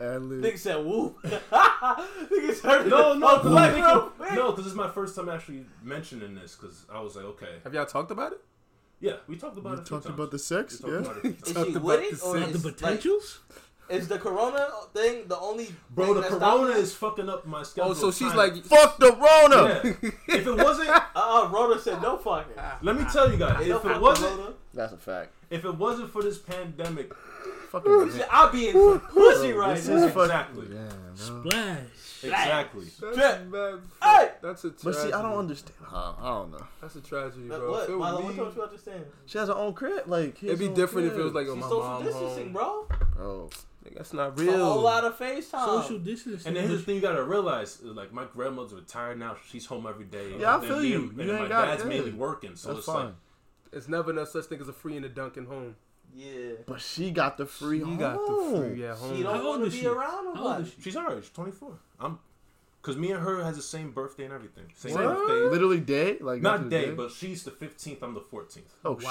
Speaker 4: Ad-lib.
Speaker 3: Nigga said, "Woo." Niggas heard it.
Speaker 2: no, no,
Speaker 3: Oh, black
Speaker 2: no,
Speaker 3: girl.
Speaker 2: because it's my first time actually mentioning this. Because I was like, okay,
Speaker 1: Have y'all talked about it?
Speaker 2: yeah, we talked about
Speaker 4: You
Speaker 2: it. a few
Speaker 4: talked
Speaker 2: times.
Speaker 4: about the
Speaker 2: We
Speaker 4: sex,
Speaker 2: talked
Speaker 4: yeah?
Speaker 2: about it a few times.
Speaker 3: Is
Speaker 1: Talked
Speaker 3: she
Speaker 1: about
Speaker 3: with
Speaker 1: the
Speaker 3: it, or
Speaker 1: sex.
Speaker 5: The
Speaker 3: is, like,
Speaker 5: potentials?
Speaker 3: is the corona thing the only
Speaker 2: Bro,
Speaker 3: thing
Speaker 2: the
Speaker 3: that's
Speaker 2: corona
Speaker 3: stopping it?
Speaker 2: is fucking up my schedule.
Speaker 1: Oh, so she's
Speaker 2: Fine.
Speaker 1: like,
Speaker 4: Fuck the Rona.
Speaker 2: yeah. if it wasn't,
Speaker 3: Uh, uh Rhoda said no fucking.
Speaker 2: let me tell you guys,
Speaker 3: No
Speaker 2: Ah. if it
Speaker 3: fucking
Speaker 2: wasn't,
Speaker 3: Rhoda.
Speaker 4: That's a fact.
Speaker 2: if it wasn't for this pandemic,
Speaker 4: Fucking
Speaker 3: She said, I'll be in some pussy
Speaker 4: Bro,
Speaker 3: right
Speaker 4: this
Speaker 3: now.
Speaker 4: is- fuck-
Speaker 2: exactly,
Speaker 4: yeah, bro.
Speaker 5: Splash.
Speaker 2: exactly.
Speaker 1: that's
Speaker 3: Drip.
Speaker 1: bad.
Speaker 3: Hey!
Speaker 1: That's a tragedy.
Speaker 4: But see, I don't understand. Uh, I don't know.
Speaker 1: That's a tragedy,
Speaker 3: Like,
Speaker 1: bro. If
Speaker 3: what?
Speaker 1: it was
Speaker 3: Milo,
Speaker 1: me,
Speaker 3: what don't you understand?
Speaker 4: She has her own crib. Like his
Speaker 1: It'd be
Speaker 4: own
Speaker 1: different if it
Speaker 4: crib.
Speaker 1: was like, oh,
Speaker 3: She's
Speaker 1: my
Speaker 3: social
Speaker 1: mom
Speaker 3: distancing,
Speaker 1: home.
Speaker 3: bro.
Speaker 4: bro.
Speaker 1: Like, That's not
Speaker 3: It's a whole lot
Speaker 1: real.
Speaker 3: of FaceTime.
Speaker 5: Social distancing.
Speaker 2: And then here's the
Speaker 5: was-
Speaker 2: thing you gotta realize, is, like my grandmother's retired now, she's home every day.
Speaker 4: Yeah, I
Speaker 2: And
Speaker 4: feel
Speaker 2: me
Speaker 4: you.
Speaker 2: and-
Speaker 4: You
Speaker 2: and
Speaker 4: ain't
Speaker 2: my
Speaker 4: got-
Speaker 2: dad's
Speaker 4: yeah.
Speaker 2: mainly working, so
Speaker 4: That's
Speaker 2: it's
Speaker 4: fine.
Speaker 2: like
Speaker 1: It's never no such thing as a free and a dunking home.
Speaker 3: Yeah.
Speaker 4: but she got the free.
Speaker 1: You got the free at
Speaker 3: She
Speaker 1: home.
Speaker 5: How
Speaker 3: don't
Speaker 5: old
Speaker 3: want to
Speaker 5: is
Speaker 3: be
Speaker 5: she?
Speaker 3: around
Speaker 5: How old
Speaker 3: nobody.
Speaker 5: is she?
Speaker 2: she's our age, 24. I'm, cause me and her has the same birthday and everything. Same
Speaker 4: What?
Speaker 2: birthday,
Speaker 4: Literally day, like
Speaker 2: not
Speaker 4: nothing
Speaker 2: day, but she's the 15th, I'm the 14th.
Speaker 4: oh
Speaker 1: Wow.
Speaker 4: shit!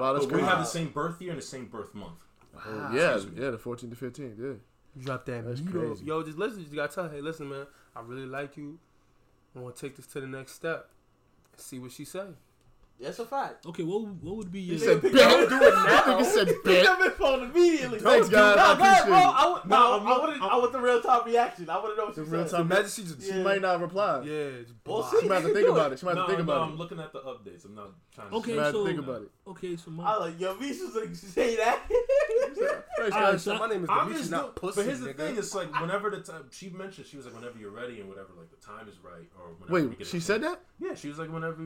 Speaker 4: Wow, that's
Speaker 2: But we
Speaker 4: crazy.
Speaker 2: have the same birth year and the same birth month.
Speaker 4: Oh, yeah, yeah, the 14th to 15th. Yeah,
Speaker 1: Drop that
Speaker 4: That's
Speaker 1: meat off.
Speaker 4: crazy.
Speaker 1: Yo, just listen. You just gotta tell her, hey, listen, man, I really like you. I want to take this to the next step. See what she say.
Speaker 3: That's a fact.
Speaker 5: Okay, what what would be your?
Speaker 4: said bet.
Speaker 1: do it
Speaker 4: That nigga said
Speaker 3: Pick
Speaker 4: bet.
Speaker 3: up his phone immediately.
Speaker 4: Thanks,
Speaker 3: No,
Speaker 4: guys. I
Speaker 3: go ahead,
Speaker 4: appreciate
Speaker 3: bro.
Speaker 4: it.
Speaker 3: I, w-
Speaker 2: No,
Speaker 3: no,
Speaker 2: I'm
Speaker 3: I,
Speaker 2: not-
Speaker 3: wanted, I want the real time reaction. I want to know what
Speaker 4: The
Speaker 3: you
Speaker 4: real
Speaker 3: said.
Speaker 4: time.
Speaker 1: Imagine she just.
Speaker 4: She might not reply.
Speaker 1: Yeah. just
Speaker 3: Well,
Speaker 1: block.
Speaker 3: see,
Speaker 4: She might have to
Speaker 3: you
Speaker 4: think
Speaker 3: do
Speaker 4: about
Speaker 3: it.
Speaker 4: it. She might have
Speaker 2: no,
Speaker 4: to think
Speaker 2: no,
Speaker 4: about
Speaker 2: I'm
Speaker 4: it.
Speaker 2: looking at the updates. I'm not trying to.
Speaker 5: Okay,
Speaker 4: She might have
Speaker 5: so-
Speaker 4: to think about it.
Speaker 5: Okay, so
Speaker 3: I
Speaker 5: my
Speaker 3: like yo, Misha's like say that.
Speaker 4: Right, she
Speaker 5: All
Speaker 4: gotta-
Speaker 5: right, so
Speaker 1: My name is
Speaker 2: I'm
Speaker 1: Demetrius,
Speaker 2: just
Speaker 1: not
Speaker 2: doing-
Speaker 1: pussy.
Speaker 2: But here's the
Speaker 1: nigga.
Speaker 2: thing: it's like whenever the time she mentioned, she was like, "Whenever you're ready and whatever, like the time is right." Or whenever we
Speaker 4: Wait,
Speaker 2: get a
Speaker 4: she
Speaker 2: chance.
Speaker 4: said that?
Speaker 2: Yeah, she was like, "Whenever."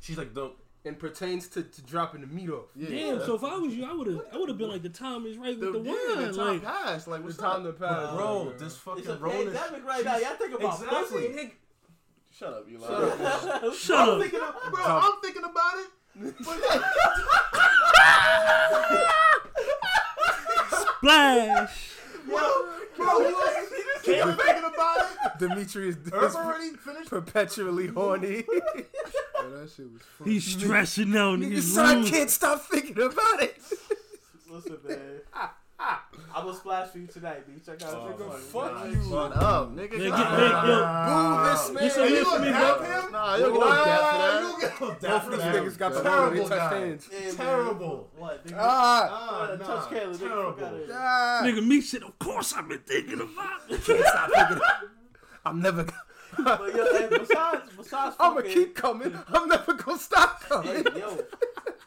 Speaker 2: She's like, "Don't."
Speaker 1: and pertains to, to dropping the meat off.
Speaker 5: damn. So if I was you, I would have I would have been like the time is right with the, wine.
Speaker 4: yeah, the time
Speaker 5: like,
Speaker 4: passed. Like
Speaker 1: It's
Speaker 4: what's
Speaker 1: time
Speaker 4: time?
Speaker 1: to pass.
Speaker 2: Bro,
Speaker 1: nigga.
Speaker 2: this
Speaker 4: Oh,
Speaker 3: it's a
Speaker 2: fucking Rona.
Speaker 3: pandemic right now. Y'all think about
Speaker 2: Exactly.
Speaker 3: pussy.
Speaker 4: Shut up, Eli.
Speaker 5: shut up.
Speaker 4: Thinking of- bro, I'm thinking about it.
Speaker 5: Splash.
Speaker 4: Bro, you ain't even thinking about it.
Speaker 1: Demetrius is
Speaker 4: I'm already finished.
Speaker 1: perpetually horny.
Speaker 4: that shit was funny.
Speaker 5: He's stressing out.
Speaker 1: Your
Speaker 5: He's
Speaker 1: son can't stop thinking about it.
Speaker 3: Listen, man. flash for you tonight, B. Check out
Speaker 2: Oh,
Speaker 3: Nigga,
Speaker 2: my
Speaker 3: fuck
Speaker 1: God.
Speaker 3: you.
Speaker 4: Shut up, nigga.
Speaker 5: Nigga,
Speaker 4: Nah.
Speaker 5: nigga, yo,
Speaker 1: Boo this man.
Speaker 5: said
Speaker 1: Uh, You
Speaker 5: this
Speaker 1: gonna
Speaker 5: to me,
Speaker 1: dap
Speaker 5: bro.
Speaker 1: him?
Speaker 4: Nah, you gonna
Speaker 2: Ah,
Speaker 4: dap for that.
Speaker 2: you go
Speaker 1: Both of these
Speaker 2: down.
Speaker 1: niggas got the
Speaker 4: Terrible
Speaker 1: ball. They touched
Speaker 4: guy.
Speaker 1: hands.
Speaker 3: Yeah, man.
Speaker 2: Terrible.
Speaker 3: What? Nigga?
Speaker 1: Ah,
Speaker 2: Ah,
Speaker 3: Touch
Speaker 2: nah,
Speaker 3: Caleb, nigga, fuck outta
Speaker 2: terrible.
Speaker 3: here.
Speaker 1: ah.
Speaker 5: nigga, me shit. Of course, I've been thinking about. it.
Speaker 1: I'm never.
Speaker 3: But yo, and besides, besides,
Speaker 1: I'm gonna
Speaker 3: fucking-
Speaker 1: keep coming. I'm never gonna stop
Speaker 3: Hey,
Speaker 1: coming.
Speaker 3: yo,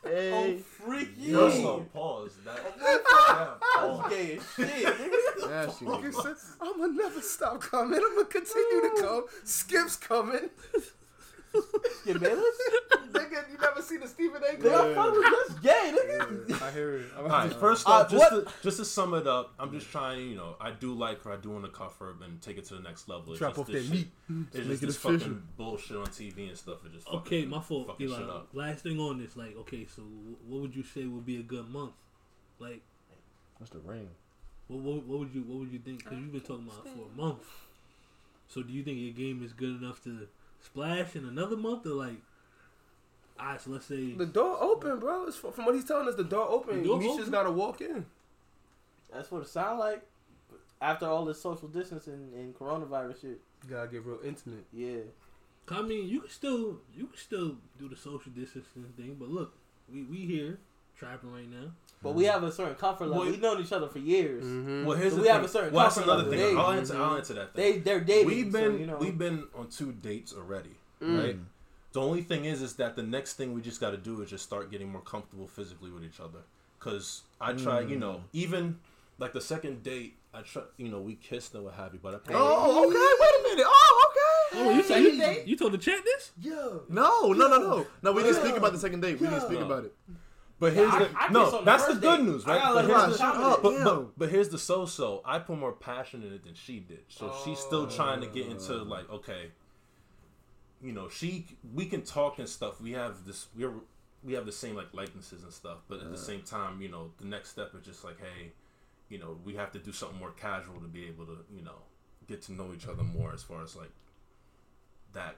Speaker 4: Hey,
Speaker 3: oh freaky.
Speaker 2: Yo, so pause. That, yeah,
Speaker 3: That's
Speaker 2: pause.
Speaker 3: gay as shit, nigga.
Speaker 4: nasty.
Speaker 1: He said, I'm gonna never stop coming. I'm gonna continue to come. Skip's coming.
Speaker 3: Get malice?
Speaker 1: Nigga, you never seen the Stephen A.
Speaker 3: Nigga, I
Speaker 1: clip?
Speaker 3: fuck with that's gay, nigga.
Speaker 1: I hear it. I'm
Speaker 2: All right, first
Speaker 3: Uh,
Speaker 2: off, just, to, just to sum it up, I'm just trying, you know, I do like her, I do want to cuff her and take it to the next level. It's
Speaker 1: drop
Speaker 2: just
Speaker 1: off
Speaker 2: this
Speaker 1: that
Speaker 2: shit-
Speaker 1: meat.
Speaker 2: It's
Speaker 4: Make
Speaker 2: just
Speaker 4: it
Speaker 2: this
Speaker 4: official.
Speaker 2: fucking bullshit on TV and stuff. It just fucking,
Speaker 5: Okay, my fault.
Speaker 2: Fucking
Speaker 5: Eli,
Speaker 2: shit up.
Speaker 5: last thing on this, like, okay, so wh- what would you say would be a good month? Like,
Speaker 4: What's the ring?
Speaker 5: what what, what would you what would you think? Because you've been talking about it for a month. So do you think your game is good enough to splash in another month, or like, all right, so let's say
Speaker 1: The door open, bro. It's fr- from what he's telling us, the door open.
Speaker 5: The door
Speaker 1: Misha's
Speaker 5: open?
Speaker 1: gotta walk in.
Speaker 3: That's what it sound like. After all this social distancing and coronavirus shit.
Speaker 1: You gotta get real intimate.
Speaker 3: Yeah.
Speaker 5: I mean, you can still you can still do the social distancing thing, but look, we we here trapping right now.
Speaker 3: But
Speaker 2: Mm.
Speaker 3: we have a certain comfort level.
Speaker 2: Well,
Speaker 3: We've known each other for years.
Speaker 2: Mm.
Speaker 1: Mm-hmm.
Speaker 2: Well, here's
Speaker 3: So
Speaker 2: the
Speaker 3: we
Speaker 2: thing.
Speaker 3: have a certain
Speaker 2: well, that's
Speaker 3: comfort
Speaker 2: another
Speaker 3: level.
Speaker 2: thing.
Speaker 3: They-
Speaker 2: I'll answer, I'll answer that. Thing.
Speaker 3: They they're dating.
Speaker 2: we've
Speaker 3: so,
Speaker 2: been
Speaker 3: you know,
Speaker 2: we've been on two dates already,
Speaker 1: Mm.
Speaker 2: right? The only thing is, is that the next thing we just got to do is just start getting more comfortable physically with each other. Cause I try, you know, even like the second date, I try, you know, we kissed and what have you, but I probably,
Speaker 4: Oh, okay. Wait a minute. Oh, okay.
Speaker 5: Oh, you told
Speaker 3: Second
Speaker 5: you,
Speaker 3: date?
Speaker 5: you told the chat this?
Speaker 1: Yeah.
Speaker 4: No, no, no, no. No, we didn't speak
Speaker 1: Yeah.
Speaker 4: about the second date. We didn't speak
Speaker 2: Yeah.
Speaker 4: about it.
Speaker 2: But here's
Speaker 3: I-
Speaker 2: the
Speaker 3: I kiss on
Speaker 2: no.
Speaker 3: the
Speaker 2: That's the
Speaker 3: first
Speaker 2: good
Speaker 3: date.
Speaker 2: news,
Speaker 3: I
Speaker 2: right?
Speaker 3: gotta
Speaker 2: But
Speaker 3: let
Speaker 2: here's
Speaker 4: her
Speaker 2: the,
Speaker 4: shut
Speaker 2: but,
Speaker 4: up, yo.
Speaker 2: but, but here's the so-so. I put more passion in it than she did, so she's still trying to get into like okay, you know, she we can talk and stuff. We have this we're we have the same like likenesses and stuff, but at the same time, you know, the next step is just like hey, you know, we have to do something more casual to be able to you know get to know each other more as far as like that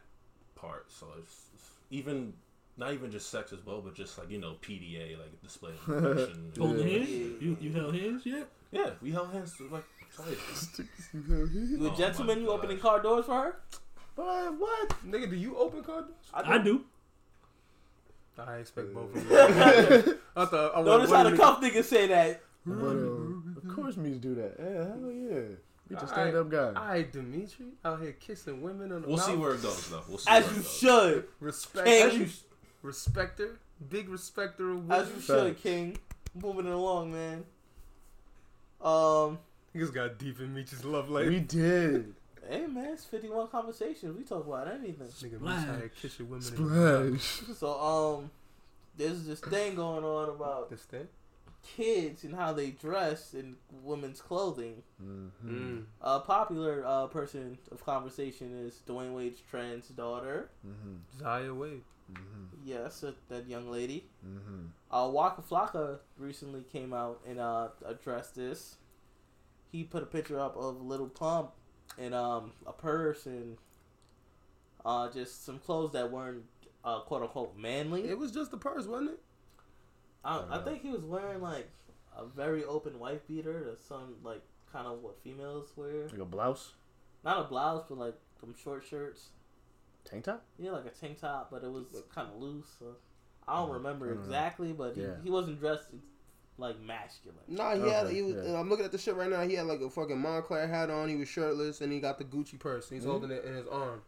Speaker 2: part. So it's, it's even not even just sex as well, but just like you know PDA, like display of affection.
Speaker 5: Holding
Speaker 2: yeah.
Speaker 5: hands? You you held hands yet?
Speaker 2: we held hands to, like twice.
Speaker 3: you
Speaker 2: Oh
Speaker 3: a
Speaker 2: my
Speaker 3: gentleman, you
Speaker 2: God.
Speaker 3: opening car doors for her?
Speaker 1: But what? Nigga, do you open car doors?
Speaker 5: I do.
Speaker 1: I expect both of you. I thought, I
Speaker 3: Notice
Speaker 1: wait a
Speaker 3: how the
Speaker 1: minute.
Speaker 3: cuff niggas say that.
Speaker 4: But, uh, of course, me do that. Yeah, hell yeah. You just
Speaker 1: Alright.
Speaker 4: stand up guy.
Speaker 1: I, Dimitri, out here kissing women on the
Speaker 2: We'll
Speaker 1: mouth.
Speaker 2: see where it goes though. We'll see
Speaker 3: As
Speaker 2: where
Speaker 3: you
Speaker 2: it goes.
Speaker 3: should.
Speaker 1: Respect,
Speaker 3: King.
Speaker 1: as you, respecter, big respecter of
Speaker 3: As you
Speaker 1: women.
Speaker 3: should, King. Moving it along, man. Um,
Speaker 1: Niggas got deep in Meech's love life.
Speaker 4: We did.
Speaker 3: hey man, it's fifty-one conversations. We talk about anything.
Speaker 1: Nigga, Meech
Speaker 5: Splash.
Speaker 1: out here kissing women. in the mouth.
Speaker 4: Splash.
Speaker 3: So um, there's this thing going on about
Speaker 1: This thing.
Speaker 3: kids and how they dress in women's clothing.
Speaker 4: Mm-hmm.
Speaker 1: Mm.
Speaker 3: A popular uh, person of conversation is Dwayne Wade's trans daughter.
Speaker 4: Mm-hmm.
Speaker 1: Zaya Wade.
Speaker 3: Yes, that, that young lady.
Speaker 4: Mm-hmm.
Speaker 3: Uh, Waka Flocka recently came out and uh, addressed this. He put a picture up of Little Pump and um, a purse and uh, just some clothes that weren't uh, quote unquote manly.
Speaker 1: It was just the purse, wasn't it?
Speaker 3: I, I think he was wearing like a very open wife beater or some like kind of what females wear.
Speaker 4: Like a blouse,
Speaker 3: Not a blouse, but like some short shirts.
Speaker 4: tank top.
Speaker 3: Yeah, like a tank top, but it was kind of loose. So. I don't remember
Speaker 4: I don't know.
Speaker 3: exactly, but he,
Speaker 4: Yeah.
Speaker 3: he wasn't dressed like masculine.
Speaker 1: Nah, he
Speaker 4: Okay,
Speaker 1: had. He was,
Speaker 4: yeah.
Speaker 1: I'm looking at the shit right now. He had like a fucking Montclair hat on. He was shirtless, and he got the Gucci purse. He's
Speaker 4: Mhm.
Speaker 1: holding it in his arm.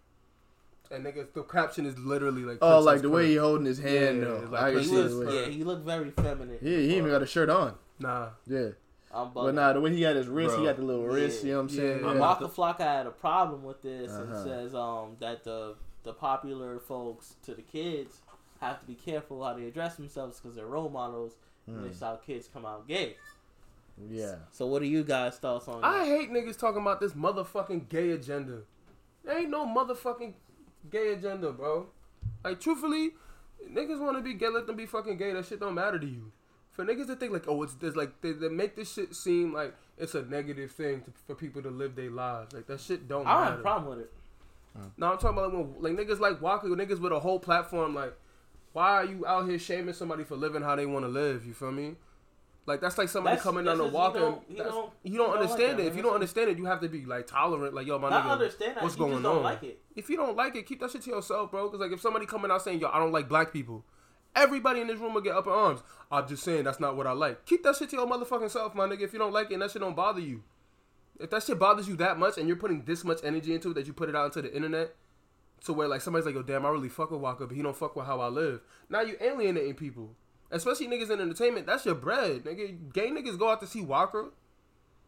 Speaker 1: And nigga, the caption is literally like.
Speaker 4: Oh,
Speaker 1: Princess
Speaker 4: like the way
Speaker 1: Pearl.
Speaker 4: he holding his hand.
Speaker 1: Yeah,
Speaker 4: though.
Speaker 1: like
Speaker 4: I can
Speaker 1: Prince
Speaker 3: He
Speaker 4: see
Speaker 1: Prince
Speaker 4: the
Speaker 3: was,
Speaker 4: way.
Speaker 3: yeah, he looked very feminine.
Speaker 4: Yeah, he even got a shirt on.
Speaker 1: Nah.
Speaker 4: Yeah,
Speaker 3: I'm
Speaker 4: but
Speaker 3: bugging.
Speaker 4: nah, the way he had his wrist, he
Speaker 2: Bro.
Speaker 4: got the little wrist. You know what I'm
Speaker 1: Yeah.
Speaker 4: saying?
Speaker 1: I'm
Speaker 4: Yeah.
Speaker 3: Waka Flocka had a problem with this
Speaker 4: Uh-huh.
Speaker 3: and says um that the the popular folks to the kids have to be careful how they address themselves because they're role models
Speaker 4: Hmm.
Speaker 3: and they saw kids come out gay.
Speaker 4: yeah.
Speaker 3: So what are you guys thoughts on
Speaker 1: I
Speaker 3: that?
Speaker 1: hate niggas talking about this motherfucking gay agenda. There ain't no motherfucking gay agenda, bro. Like, truthfully, niggas want to be gay, let them be fucking gay. That shit don't matter to you. For niggas to think like, oh, it's this, like, they, they make this shit seem like it's a negative thing to, for people to live their lives. Like, that shit don't
Speaker 3: I don't
Speaker 1: matter.
Speaker 3: have a problem with it.
Speaker 1: No, I'm talking about like, when, like niggas like Walker, niggas with a whole platform. Like, why are you out here shaming somebody for living how they want to live? You feel me? Like that's like somebody
Speaker 3: That's-
Speaker 1: coming
Speaker 3: that's
Speaker 1: down the
Speaker 3: just- you
Speaker 1: walk and
Speaker 3: don't- you
Speaker 1: that's-
Speaker 3: don't-
Speaker 1: you
Speaker 3: you
Speaker 1: don't
Speaker 3: don't like
Speaker 1: understand
Speaker 3: that.
Speaker 1: it. If you don't understand it, you have to be like tolerant. Like yo, my
Speaker 3: I
Speaker 1: nigga,
Speaker 3: understand that.
Speaker 1: what's
Speaker 3: you
Speaker 1: going
Speaker 3: just don't
Speaker 1: on?
Speaker 3: like it.
Speaker 1: If you don't like it, keep that shit to yourself, bro. Because like if somebody coming out saying yo, I don't like black people, everybody in this room will get up in arms. I'm just saying that's not what I like. Keep that shit to your motherfucking self, my nigga. If you don't like it, and that shit don't bother you. If that shit bothers you that much, and you're putting this much energy into it that you put it out into the internet, to where like somebody's like, "Yo, damn, I really fuck with Walker, but he don't fuck with how I live." Now you alienating people, especially niggas in entertainment. That's your bread, nigga. Gay niggas go out to see Walker.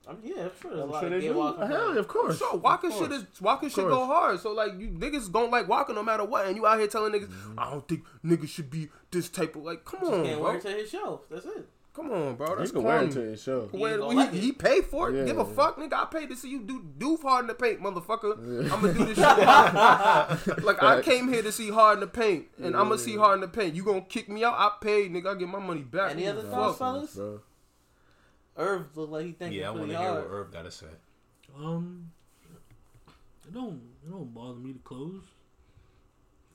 Speaker 3: I'm, yeah, I'm sure there's a
Speaker 4: I'm
Speaker 3: lot
Speaker 4: sure
Speaker 3: of
Speaker 4: they
Speaker 3: gay
Speaker 4: do.
Speaker 3: walking
Speaker 4: Hell,
Speaker 3: around.
Speaker 4: of course.
Speaker 1: Sure, Walker
Speaker 4: Of
Speaker 1: shit
Speaker 4: course.
Speaker 1: is Walker shit go
Speaker 4: course.
Speaker 1: hard. So like you niggas don't like Walker no matter what, and you out here telling niggas,
Speaker 4: Mm-hmm.
Speaker 1: "I don't think niggas should be this type of like." Come on,
Speaker 3: Can't wear
Speaker 1: bro.
Speaker 3: it to his show. That's it.
Speaker 1: Come on, bro.
Speaker 4: You
Speaker 1: That's
Speaker 4: can wear it
Speaker 1: corny.
Speaker 4: to your show.
Speaker 3: He
Speaker 1: Where
Speaker 3: ain't
Speaker 1: he,
Speaker 3: gonna like it.
Speaker 1: he paid for it.
Speaker 4: Yeah,
Speaker 1: Give a
Speaker 4: yeah.
Speaker 1: fuck, nigga. I paid to see you do do hard in the paint, motherfucker. I'm gonna do this shit. like I
Speaker 4: Facts.
Speaker 1: came here to see hard in the paint, and I'm gonna see hard in the paint. You gonna kick me out? I paid, nigga. I get my money back.
Speaker 3: Any
Speaker 1: Who
Speaker 3: other
Speaker 1: the fuck?
Speaker 3: thoughts, fellas?
Speaker 4: Bro.
Speaker 3: Irv look like he thinking
Speaker 2: Yeah, I want
Speaker 3: pretty
Speaker 2: to hear what
Speaker 3: hard.
Speaker 2: Irv got to say.
Speaker 5: Um, it don't it don't bother me to close.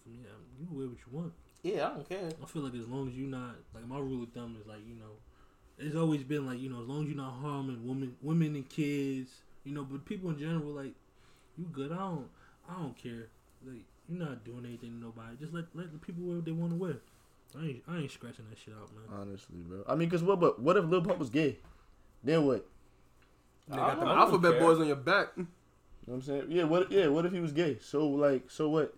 Speaker 5: Yeah, you wear what you want.
Speaker 3: Yeah, I don't care.
Speaker 5: I feel like as long as you're not like my rule of thumb is like you know, it's always been like you know as long as you're not harming women, women and kids, you know, but people in general like you good. I don't I don't care. Like you're not doing anything to nobody. Just let let the people wear what they want to wear. I ain't I ain't scratching that shit out, man.
Speaker 4: Honestly, bro. I mean, cause what? But what if Lil Pump was gay? Then what?
Speaker 1: They got them
Speaker 2: I don't
Speaker 1: alphabet
Speaker 2: care.
Speaker 1: boys on your back.
Speaker 4: You know what I'm saying? Yeah, what yeah, what if he was gay? So like so what?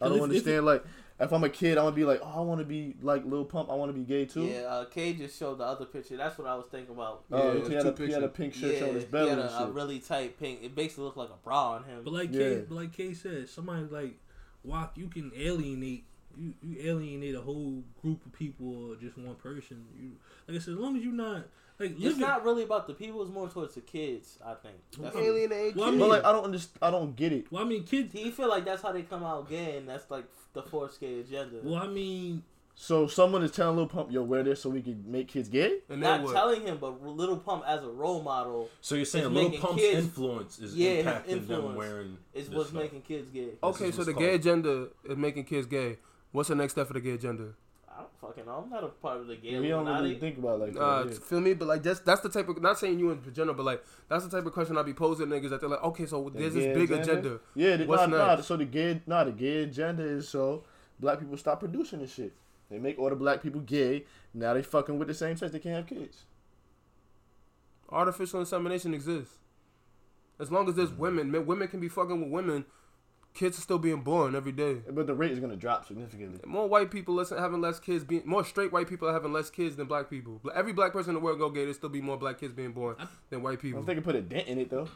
Speaker 4: I
Speaker 5: If-
Speaker 4: don't
Speaker 5: if-
Speaker 4: understand like if I'm a kid, I wanna be like, Oh, I wanna be like Lil Pump, I wanna be gay too.
Speaker 3: Yeah, uh, K just showed the other picture. That's what I was thinking about.
Speaker 4: Oh,
Speaker 1: Yeah,
Speaker 4: he, had
Speaker 1: two
Speaker 4: a, he had a
Speaker 1: pictures.
Speaker 4: pink shirt
Speaker 3: yeah,
Speaker 4: showing his
Speaker 3: he
Speaker 4: belly
Speaker 3: had
Speaker 4: and
Speaker 3: a, a
Speaker 4: shit.
Speaker 3: really tight pink. It basically looked like a bra on him.
Speaker 5: But like
Speaker 4: Yeah.
Speaker 5: Kay, but like Kay said, somebody like Walk, you can alienate you, you alienate a whole group of people or just one person. You like I said, as long as you're not like
Speaker 3: it's
Speaker 5: living.
Speaker 3: not really about the people. It's more towards the kids. I think. That's what-
Speaker 1: Alienate
Speaker 5: Well, I
Speaker 1: kids.
Speaker 4: but like I don't understand I don't get it.
Speaker 5: well, I mean, kids.
Speaker 3: Do you feel like that's how they come out gay, and that's like the fourth gay agenda?
Speaker 5: Well, I mean,
Speaker 4: So someone is telling Lil Pump, yo, wear this so we can make kids gay?
Speaker 1: and then
Speaker 3: Not
Speaker 1: what?
Speaker 3: telling him, but Little Pump as a role model
Speaker 2: So you're saying
Speaker 3: It's
Speaker 2: Lil
Speaker 3: making
Speaker 2: Pump's
Speaker 3: kids-
Speaker 2: influence is
Speaker 3: Yeah, his
Speaker 2: impacting them
Speaker 3: influence
Speaker 2: wearing
Speaker 3: is
Speaker 2: this
Speaker 3: what's
Speaker 2: stuff.
Speaker 3: making kids gay.
Speaker 1: okay,
Speaker 2: is
Speaker 1: so
Speaker 2: what's
Speaker 1: the
Speaker 2: called.
Speaker 1: gay agenda is making kids gay. What's the next step for the gay agenda?
Speaker 3: I don't fucking know. I'm not a part of the gay e-,
Speaker 4: we don't
Speaker 3: Illuminati.
Speaker 4: really think about it like that.
Speaker 1: Uh,
Speaker 4: yeah.
Speaker 1: feel me? But like that's that's the type of not saying you in general, but like that's the type of question I be posing niggas that they're like, okay, so
Speaker 4: The
Speaker 1: there's
Speaker 4: gay
Speaker 1: this big agenda.
Speaker 4: Yeah, the,
Speaker 1: What's
Speaker 4: nah, nah,
Speaker 1: next?
Speaker 4: so the gay nah the gay agenda is so black people stop producing this shit. They make all the black people gay. Now they fucking with the same sex. They can't have kids.
Speaker 1: Artificial insemination exists. As long as there's
Speaker 4: Mm.
Speaker 1: women, men, women can be fucking with women. Kids are still being born every day.
Speaker 4: But the rate is gonna drop significantly.
Speaker 1: More white people less having less kids. Being more straight white people are having less kids than black people. But Every black person in the world go gay. There still be more black kids being born
Speaker 5: I-
Speaker 1: than white
Speaker 4: I
Speaker 1: people.
Speaker 4: think they could put a dent in it though.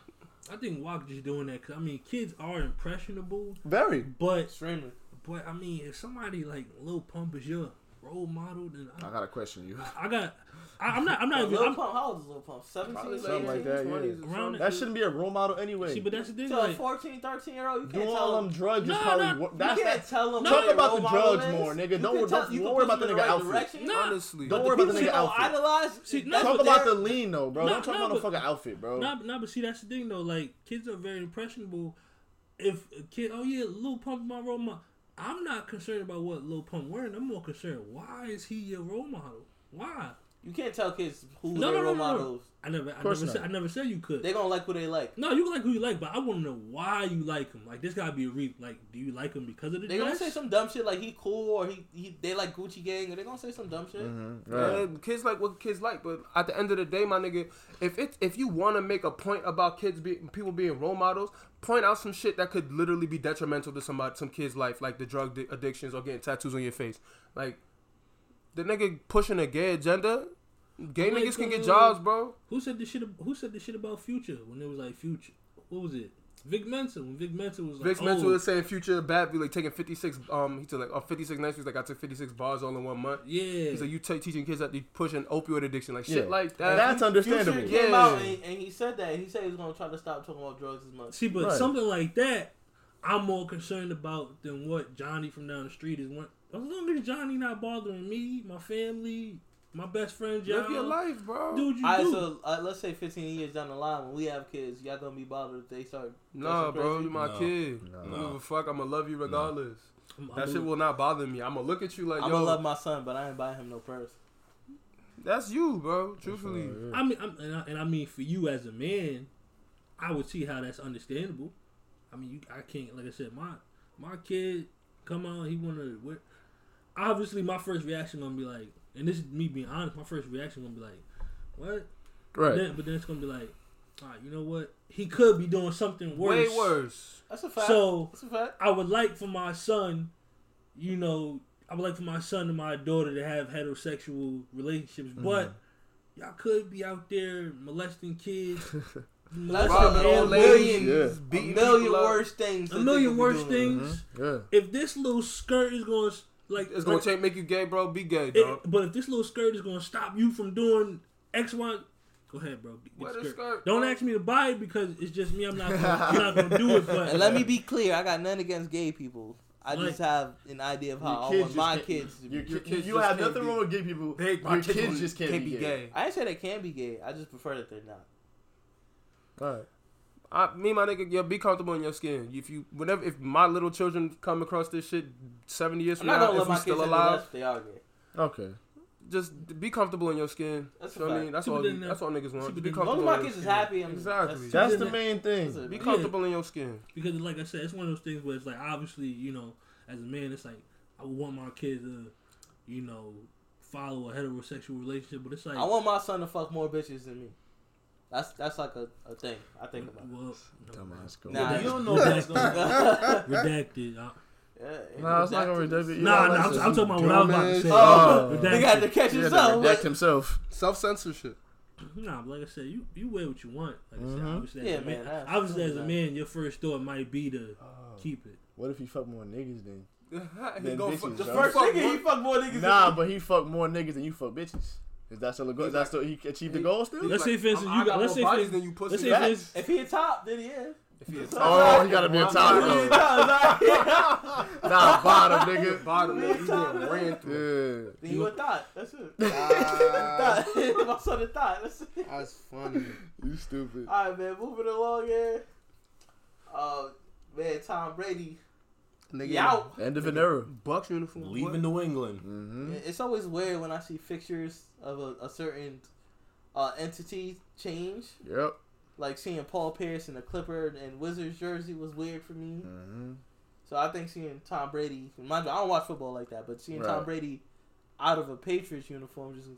Speaker 5: I think Walk just doing that because I mean, kids are impressionable.
Speaker 4: Very.
Speaker 5: But
Speaker 3: Extremely.
Speaker 5: but I mean, if somebody like Lil Pump is your role model, then
Speaker 4: I
Speaker 5: I,
Speaker 4: gotta question you.
Speaker 5: I got. I, I'm not. I'm not.
Speaker 3: Lil
Speaker 5: Even, I'm,
Speaker 3: Pump, how old is Lil Pump? 17,
Speaker 1: Probably
Speaker 4: Something like
Speaker 3: 18?
Speaker 4: that,
Speaker 1: 20s
Speaker 4: yeah.
Speaker 1: or
Speaker 5: Around
Speaker 1: something.
Speaker 4: That shouldn't be a role model anyway.
Speaker 5: see, but that's the thing.
Speaker 3: To a
Speaker 5: Like,
Speaker 3: 14, 13 year old, you
Speaker 4: doing
Speaker 3: can't
Speaker 4: all
Speaker 3: tell
Speaker 4: them
Speaker 3: him.
Speaker 4: drugs is
Speaker 5: No,
Speaker 4: probably
Speaker 5: no,
Speaker 4: wor-
Speaker 3: You
Speaker 4: that's
Speaker 3: can't
Speaker 4: that.
Speaker 3: tell him.
Speaker 5: No.
Speaker 3: what
Speaker 5: Talk
Speaker 3: their
Speaker 4: about
Speaker 3: role
Speaker 4: the
Speaker 3: model
Speaker 4: drugs
Speaker 3: is.
Speaker 4: more, nigga.
Speaker 3: You can
Speaker 4: Don't- don't-
Speaker 3: tell- you
Speaker 4: don't
Speaker 3: can
Speaker 4: worry
Speaker 3: put
Speaker 4: about
Speaker 3: them
Speaker 4: the
Speaker 3: in
Speaker 4: nigga
Speaker 3: right
Speaker 4: outfit.
Speaker 3: direction.
Speaker 5: Nah.
Speaker 1: Honestly,
Speaker 4: Don't
Speaker 3: The
Speaker 4: worry about the
Speaker 3: people
Speaker 4: nigga
Speaker 3: that don't
Speaker 4: outfit.
Speaker 3: Idolize.
Speaker 5: See,
Speaker 3: that's
Speaker 5: no,
Speaker 4: Talk
Speaker 3: what
Speaker 4: about the
Speaker 3: they're-
Speaker 4: lean though, bro.
Speaker 5: No,
Speaker 4: Don't talk
Speaker 5: no,
Speaker 4: about no
Speaker 5: but-
Speaker 4: fucking outfit, bro.
Speaker 5: Nah, nah, but see, that's the thing though. Like, kids are very impressionable. If a kid, oh yeah, Lil Pump my role model. I'm not concerned about what Lil Pump wearing. I'm more concerned why is he your role model? Why?
Speaker 3: You can't tell kids who
Speaker 5: No,
Speaker 3: their
Speaker 5: no, no,
Speaker 3: role
Speaker 5: no, no.
Speaker 3: models.
Speaker 5: I never, I never,
Speaker 4: course
Speaker 5: said,
Speaker 4: not.
Speaker 5: I never said you could.
Speaker 3: They gonna like who they like.
Speaker 5: no, you can like who you like, but I want to know why you like him. Like, this gotta be a re. Like, do you like him because of the
Speaker 3: They gonna
Speaker 5: dress?
Speaker 3: say some dumb shit like he cool or he, he they like Gucci Gang or they gonna say some dumb shit.
Speaker 4: Mm-hmm.
Speaker 3: uh,
Speaker 1: Yeah, kids like what kids like, but at the end of the day, my nigga, if it if you want to make a point about kids being people being role models, point out some shit that could literally be detrimental to somebody some kids' life, like the drug di- addictions or getting tattoos on your face. Like the nigga pushing a gay agenda, gay
Speaker 5: Like,
Speaker 1: niggas can get
Speaker 5: uh,
Speaker 1: jobs, bro.
Speaker 5: Who said this shit? ab- Who said this shit about Future when it was like Future? What was it? Vic Mensa. When Vic Mensa was like,
Speaker 1: Vic
Speaker 5: oh,
Speaker 1: Mental was saying future bad, be like taking fifty six. Um, he took like on fifty six nights. He's like I took fifty six bars all in one month.
Speaker 5: yeah.
Speaker 1: He's like you t- teaching kids that they pushing opioid addiction, like shit
Speaker 4: Yeah.
Speaker 1: like that.
Speaker 4: That's understandable.
Speaker 3: Future came
Speaker 1: Yeah.
Speaker 3: out and, and he said that and he said he was gonna try to stop talking about drugs as much.
Speaker 5: See, but
Speaker 4: Right.
Speaker 5: something like that, I'm more concerned about than what Johnny from down the street is. Want. As long as Johnny not bothering me, my family, my best friend, John,
Speaker 1: Live your life, bro.
Speaker 5: dude, you
Speaker 3: Alright,
Speaker 5: do.
Speaker 3: so uh, let's say 15 years down the line when we have kids, y'all gonna be bothered if they start.
Speaker 1: Nah,
Speaker 3: dressing crazy?
Speaker 1: bro, you my
Speaker 2: No.
Speaker 1: kid.
Speaker 4: No.
Speaker 1: I don't give a fuck. I'ma love you regardless.
Speaker 5: I'm- I'm
Speaker 1: That shit
Speaker 5: a-
Speaker 1: will not bother me. I'ma look at you like,
Speaker 3: I'm
Speaker 1: yo,
Speaker 3: gonna love my son, but I ain't buy him no purse.
Speaker 1: That's you, bro. Truthfully,
Speaker 4: Mm-hmm.
Speaker 5: I mean, I'm, and, I, and I mean for you as a man, I would see how that's understandable. I mean, you, I can't. Like I said, my my kid come out. He wanna wear. Obviously, my first reaction gonna be like, and this is me being honest. My first reaction gonna be like, what?
Speaker 4: Right.
Speaker 5: Then, but then it's gonna be like, all right, you know what? He could be doing something worse.
Speaker 1: way worse.
Speaker 3: That's a fact.
Speaker 5: So-
Speaker 3: that's a fact.
Speaker 5: I would like for my son, you know, I would like for my son and my daughter to have heterosexual relationships,
Speaker 1: Mm-hmm.
Speaker 5: but y'all could be out there molesting kids,
Speaker 3: That's
Speaker 5: molesting
Speaker 3: a
Speaker 1: Robbing
Speaker 5: animals,
Speaker 1: old
Speaker 3: million,
Speaker 1: ladies,
Speaker 4: Yeah.
Speaker 3: a
Speaker 1: beating
Speaker 3: million
Speaker 1: people up.
Speaker 3: worse things.
Speaker 5: a
Speaker 3: that they
Speaker 5: million
Speaker 3: could be
Speaker 5: worse
Speaker 3: doing.
Speaker 5: things.
Speaker 4: Mm-hmm. Yeah.
Speaker 5: If this little skirt is going to like,
Speaker 1: Mm-hmm. It's gonna
Speaker 5: like,
Speaker 1: take, make you gay, bro. Be gay,
Speaker 5: it-
Speaker 1: dog.
Speaker 5: but if this little skirt is going to stop you from doing X, Y, go ahead, bro. Get
Speaker 1: Wear
Speaker 5: the
Speaker 1: the skirt,
Speaker 5: Don't
Speaker 1: bro.
Speaker 5: ask me to buy it because it's just me. I'm not. Gonna, I'm not going to do it. But
Speaker 3: And let me be clear, I got nothing against gay people. I
Speaker 5: Like-
Speaker 3: just have an idea of how I
Speaker 4: kids
Speaker 3: want
Speaker 4: just
Speaker 3: my
Speaker 4: can't-
Speaker 3: kids to be.
Speaker 4: Your,
Speaker 1: Your
Speaker 4: ki-
Speaker 1: kids
Speaker 4: you
Speaker 1: just
Speaker 4: have
Speaker 1: can't
Speaker 4: nothing
Speaker 1: be-
Speaker 4: wrong with gay people.
Speaker 1: They- my
Speaker 4: your kids,
Speaker 1: won't-
Speaker 4: just can't, be gay.
Speaker 3: I didn't say they can be gay. I just prefer that they're not.
Speaker 4: All right.
Speaker 1: I, me, and my nigga, yeah, be comfortable in your skin. If you, whenever, if my little children come across this shit seventy years from
Speaker 3: I'm not
Speaker 1: now,
Speaker 3: gonna let
Speaker 1: if we
Speaker 3: my kids
Speaker 1: still
Speaker 3: know
Speaker 1: alive,
Speaker 3: that they are gay.
Speaker 4: Okay.
Speaker 1: just be comfortable in your skin.
Speaker 3: That's
Speaker 1: You know
Speaker 3: a
Speaker 1: what I
Speaker 3: fact.
Speaker 1: mean? That's
Speaker 5: See, but
Speaker 1: all.
Speaker 5: then, uh,
Speaker 1: That's all niggas
Speaker 5: see,
Speaker 1: want.
Speaker 5: but
Speaker 1: Be
Speaker 5: then-
Speaker 3: As long
Speaker 1: comfortable.
Speaker 3: as
Speaker 1: in
Speaker 3: my
Speaker 1: your
Speaker 3: kids is
Speaker 1: skin.
Speaker 3: happy, I'm
Speaker 1: Exactly.
Speaker 4: That's
Speaker 5: Isn't
Speaker 4: the
Speaker 5: it-
Speaker 4: main
Speaker 3: that's
Speaker 4: thing.
Speaker 3: a-
Speaker 1: Be
Speaker 5: Yeah.
Speaker 1: comfortable in your skin.
Speaker 5: because like I said, it's one of those things where it's like obviously you know as a man it's like I would want my kid to you know follow a heterosexual relationship, but it's like
Speaker 3: I want my son to fuck more bitches than me. That's that's like a, a thing I think about.
Speaker 5: well, no,
Speaker 4: Dumbass. go.
Speaker 3: Nah,
Speaker 5: Redacted.
Speaker 2: You don't know that's gonna go.
Speaker 5: redacted. I,
Speaker 3: Yeah,
Speaker 4: Nah, it's not gonna
Speaker 3: exactly.
Speaker 4: redact it.
Speaker 5: nah, nah,
Speaker 4: like
Speaker 5: I'm,
Speaker 4: some
Speaker 5: I'm talking about what I was about to say.
Speaker 4: Oh.
Speaker 5: Redacted.
Speaker 3: They got to catch
Speaker 4: Yeah,
Speaker 3: himself.
Speaker 4: redact
Speaker 3: but-
Speaker 4: himself.
Speaker 1: Self censorship.
Speaker 5: Nah, but like I said, you, you wear what you want. Like I said,
Speaker 4: Mhm.
Speaker 5: obviously,
Speaker 3: Yeah,
Speaker 5: as a man,
Speaker 3: man, that's-
Speaker 5: obviously as a
Speaker 3: that's-
Speaker 5: man, your first thought might be to
Speaker 4: Oh.
Speaker 5: keep it.
Speaker 4: What if he fuck more niggas then?
Speaker 1: he
Speaker 4: Then
Speaker 1: go
Speaker 4: bitches,
Speaker 1: fuck, the first
Speaker 4: bro.
Speaker 3: First
Speaker 1: fuck
Speaker 3: nigga, he
Speaker 1: one-
Speaker 3: fuck more niggas.
Speaker 4: Nah,
Speaker 3: than
Speaker 4: but he fuck more niggas than you fuck bitches. Is that still a goal? Is that still he achieved the goal still?
Speaker 1: He's
Speaker 5: Let's say, for instance,
Speaker 1: I'm-
Speaker 5: you
Speaker 1: "Oh, I
Speaker 5: got- let's
Speaker 1: more
Speaker 5: say, for
Speaker 1: bodies than
Speaker 5: instance-
Speaker 1: you pussy.
Speaker 5: Let's say
Speaker 4: Facts.
Speaker 5: this.
Speaker 3: if he a top, then he is.
Speaker 1: If he a
Speaker 4: Oh, he gotta be a top
Speaker 3: If he a
Speaker 4: though.
Speaker 3: top, it's all right.
Speaker 4: Nah, bottom nigga.
Speaker 1: bottom,
Speaker 3: Yeah.
Speaker 1: nigga, he getting ran through.
Speaker 4: Yeah.
Speaker 3: Then you a thought. That's it.
Speaker 1: Ah,
Speaker 3: Thought. My son a thought. That's it.
Speaker 1: that's funny.
Speaker 4: You stupid.
Speaker 3: All right, man. Moving along here. Uh, man, Tom Brady.
Speaker 1: Nigga,
Speaker 3: Yeah.
Speaker 4: End of an era.
Speaker 1: Bucks uniform.
Speaker 2: Leaving New England.
Speaker 4: Mm-hmm.
Speaker 3: It's always weird when I see pictures of a, a certain uh, entity change.
Speaker 4: Yep.
Speaker 3: Like seeing Paul Pierce in a Clipper and Wizards jersey was weird for me.
Speaker 4: Mm-hmm.
Speaker 3: So I think seeing Tom Brady, mind you, I don't watch football like that, but seeing Tom
Speaker 4: Right.
Speaker 3: Brady out of a Patriots uniform just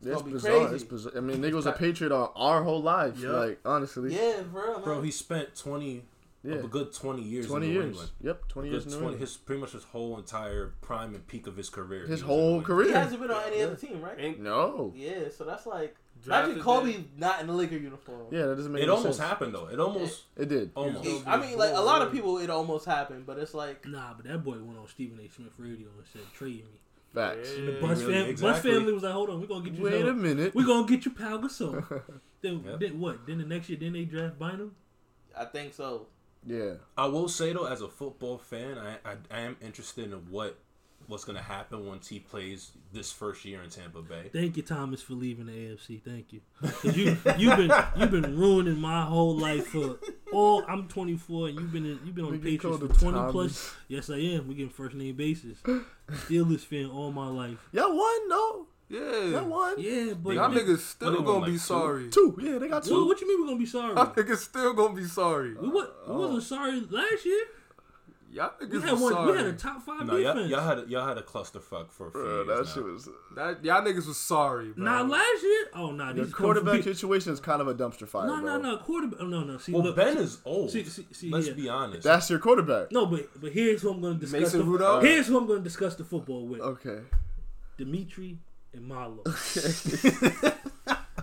Speaker 4: It's
Speaker 3: gonna be
Speaker 4: bizarre.
Speaker 3: crazy.
Speaker 4: It's bizarre. I mean, nigga was a patriot our, our whole life.
Speaker 1: Yep.
Speaker 4: Like honestly.
Speaker 3: yeah, for real,
Speaker 2: Bro,
Speaker 3: man.
Speaker 2: he spent 20,
Speaker 4: Yeah.
Speaker 2: a good 20 years
Speaker 4: 20
Speaker 2: in New
Speaker 4: years.
Speaker 2: England.
Speaker 4: Yep, 20
Speaker 2: Good
Speaker 4: years in New
Speaker 2: 20
Speaker 4: England.
Speaker 2: his pretty much his whole entire prime and peak of his career.
Speaker 4: His
Speaker 2: he was in New
Speaker 4: whole
Speaker 2: England.
Speaker 3: he
Speaker 4: career.
Speaker 3: hasn't been on any other team, right?
Speaker 4: No.
Speaker 3: Yeah, so that's like imagine
Speaker 1: Drafted
Speaker 3: Kobe
Speaker 1: there.
Speaker 3: not in the Laker uniform.
Speaker 4: Yeah, that doesn't make
Speaker 2: It
Speaker 4: any
Speaker 2: almost
Speaker 4: sense.
Speaker 2: happened though. It almost
Speaker 4: It did.
Speaker 2: almost.
Speaker 3: He- I mean, like a lot of people, it almost happened, but it's like
Speaker 5: Nah, but that boy went on Stephen A. Smith radio and said, "Trade me."
Speaker 4: Facts.
Speaker 5: The Bus,
Speaker 2: really,
Speaker 5: fam- Bus
Speaker 2: exactly.
Speaker 5: family was like, "Hold on, we're gonna get you."
Speaker 4: Wait
Speaker 5: some-
Speaker 4: a minute.
Speaker 5: We're gonna get you Pal Gasol. then,
Speaker 2: Yep.
Speaker 5: then what? Then the next year, then they draft Bynum.
Speaker 3: I think so.
Speaker 4: Yeah.
Speaker 2: I will say though, as a football fan, I, I, I am interested in what what's gonna happen once he plays this first year in Tampa Bay.
Speaker 5: Thank you, Thomas, for leaving the AFC. Thank you. 'Cause You you've been you've been ruining my whole life for all. I'm 24 and you've been in, you've been on
Speaker 4: We
Speaker 5: the
Speaker 4: get
Speaker 5: Patriots
Speaker 4: called
Speaker 5: for
Speaker 4: the
Speaker 5: 20 plus.
Speaker 4: Thomas.
Speaker 5: Yes, I am. We getting first name basis. Steelers fan all my life.
Speaker 4: Y'all won, no?
Speaker 1: Yeah.
Speaker 4: Y'all won?
Speaker 5: Yeah, but
Speaker 1: Y'all
Speaker 5: what,
Speaker 1: niggas still
Speaker 2: What they
Speaker 1: gonna
Speaker 2: want,
Speaker 1: be
Speaker 2: like, two?
Speaker 1: sorry.
Speaker 4: Two. Yeah, they got two.
Speaker 5: what you mean we're gonna be sorry?
Speaker 1: Y'all niggas still gonna be sorry.
Speaker 5: we, wa- we wasn't sorry last year.
Speaker 1: Y'all
Speaker 5: We
Speaker 1: niggas
Speaker 5: had
Speaker 1: was
Speaker 5: one.
Speaker 1: sorry.
Speaker 5: We had a top five
Speaker 2: No, y'all,
Speaker 5: defense.
Speaker 2: y'all had y'all had a clusterfuck for a few
Speaker 4: Bro, that
Speaker 2: years
Speaker 4: shit
Speaker 2: now.
Speaker 4: was.
Speaker 1: that, y'all niggas was sorry, bro.
Speaker 5: Not last year. Oh, nah.
Speaker 4: The
Speaker 5: These
Speaker 4: quarterback
Speaker 5: No,
Speaker 4: situation is kind of a dumpster fire.
Speaker 5: no,
Speaker 4: bro.
Speaker 5: no. Quarterback. Oh, no, no. See,
Speaker 2: Well,
Speaker 5: look,
Speaker 2: Ben is old.
Speaker 5: see- see- see,
Speaker 2: Let's
Speaker 5: yeah.
Speaker 2: be honest.
Speaker 4: That's your quarterback.
Speaker 5: No, but but here's who I'm going to discuss.
Speaker 1: Mason
Speaker 5: the, uh,
Speaker 1: Rudolph?
Speaker 5: Here's who I'm going to discuss the football with:
Speaker 4: Okay.
Speaker 5: Dimitri and Milo.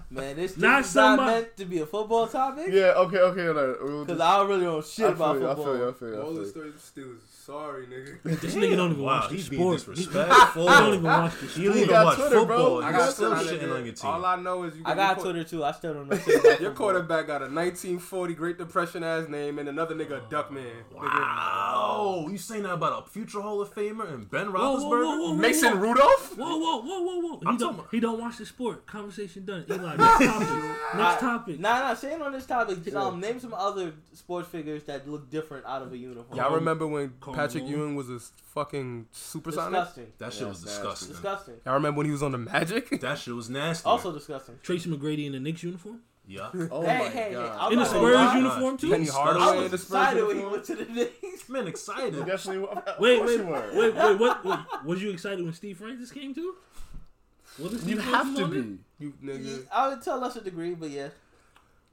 Speaker 3: Man, this
Speaker 5: Not
Speaker 3: not is
Speaker 5: somebody-
Speaker 3: not meant to be a football topic.
Speaker 4: Yeah, okay, okay. alright. We'll
Speaker 3: Cause
Speaker 4: just-
Speaker 3: I don't really know
Speaker 4: I
Speaker 3: shit about
Speaker 4: feel you, I
Speaker 3: football.
Speaker 4: feel you, I feel you, I
Speaker 1: All
Speaker 4: feel
Speaker 1: the
Speaker 4: you.
Speaker 1: stories still was sorry, nigga.
Speaker 5: this nigga don't even
Speaker 2: wow,
Speaker 5: watch the
Speaker 2: he's being
Speaker 5: sport. He, he
Speaker 2: disrespectful.
Speaker 5: don't even watch
Speaker 2: You
Speaker 5: the
Speaker 2: don't
Speaker 5: sport.
Speaker 2: even
Speaker 4: got
Speaker 2: watch
Speaker 4: Twitter, bro.
Speaker 2: football.
Speaker 4: I
Speaker 2: You're
Speaker 4: got
Speaker 2: still
Speaker 1: Twitter,
Speaker 2: shitting
Speaker 1: nigga.
Speaker 2: on your team.
Speaker 1: All I know is you.
Speaker 3: I
Speaker 1: your
Speaker 3: got
Speaker 1: quar-
Speaker 3: Twitter too. I still don't know. Shit about
Speaker 1: Your
Speaker 3: football.
Speaker 1: quarterback got a 1940 Great Depression ass name and another nigga a Duckman. Nigga.
Speaker 2: Wow, you saying that about a future Hall of Famer and Ben
Speaker 5: Whoa, whoa, whoa, whoa,
Speaker 2: Roethlisberger?
Speaker 5: whoa,
Speaker 1: Mason Rudolph?
Speaker 5: Whoa, whoa, whoa, whoa, whoa! He
Speaker 2: I'm
Speaker 5: don't,
Speaker 2: talking-
Speaker 5: he don't watch the sport. Conversation done. Eli, topic. Next topic.
Speaker 3: Nah, nah. Staying on this topic, um, name some other sports figures that look different out of a uniform.
Speaker 1: Y'all remember when
Speaker 5: Carl
Speaker 1: Patrick
Speaker 5: Malone.
Speaker 1: Ewing was a s- fucking supersonic?
Speaker 3: disgusting.
Speaker 2: That shit was
Speaker 6: that's
Speaker 2: disgusting.
Speaker 3: Disgusting.
Speaker 1: Y'all remember when he was on the Magic?
Speaker 2: That shit was nasty.
Speaker 3: Also disgusting.
Speaker 5: Tracy McGrady in the Knicks uniform?
Speaker 2: yeah.
Speaker 4: Oh
Speaker 3: Hey, hey,
Speaker 4: my
Speaker 3: hey,
Speaker 4: god.
Speaker 3: I'm
Speaker 5: In the
Speaker 3: not gonna
Speaker 5: Spurs
Speaker 3: lie.
Speaker 5: uniform too?
Speaker 1: Penny
Speaker 5: Wait,
Speaker 1: Hardaway
Speaker 3: I
Speaker 1: in
Speaker 3: was
Speaker 1: the Spurs
Speaker 3: excited when he
Speaker 1: uniform?
Speaker 3: went to the Knicks.
Speaker 2: Man, excited.
Speaker 4: Definitely. Of course
Speaker 5: wait,
Speaker 4: you were.
Speaker 5: wait, wait, wait, what? Wait, was you excited when Steve Francis came too? Was it
Speaker 4: You
Speaker 5: Steve
Speaker 4: have
Speaker 5: Francis
Speaker 4: to
Speaker 5: on
Speaker 4: be.
Speaker 1: You nigga.
Speaker 3: I would tell lesser degree, but yeah.
Speaker 5: it?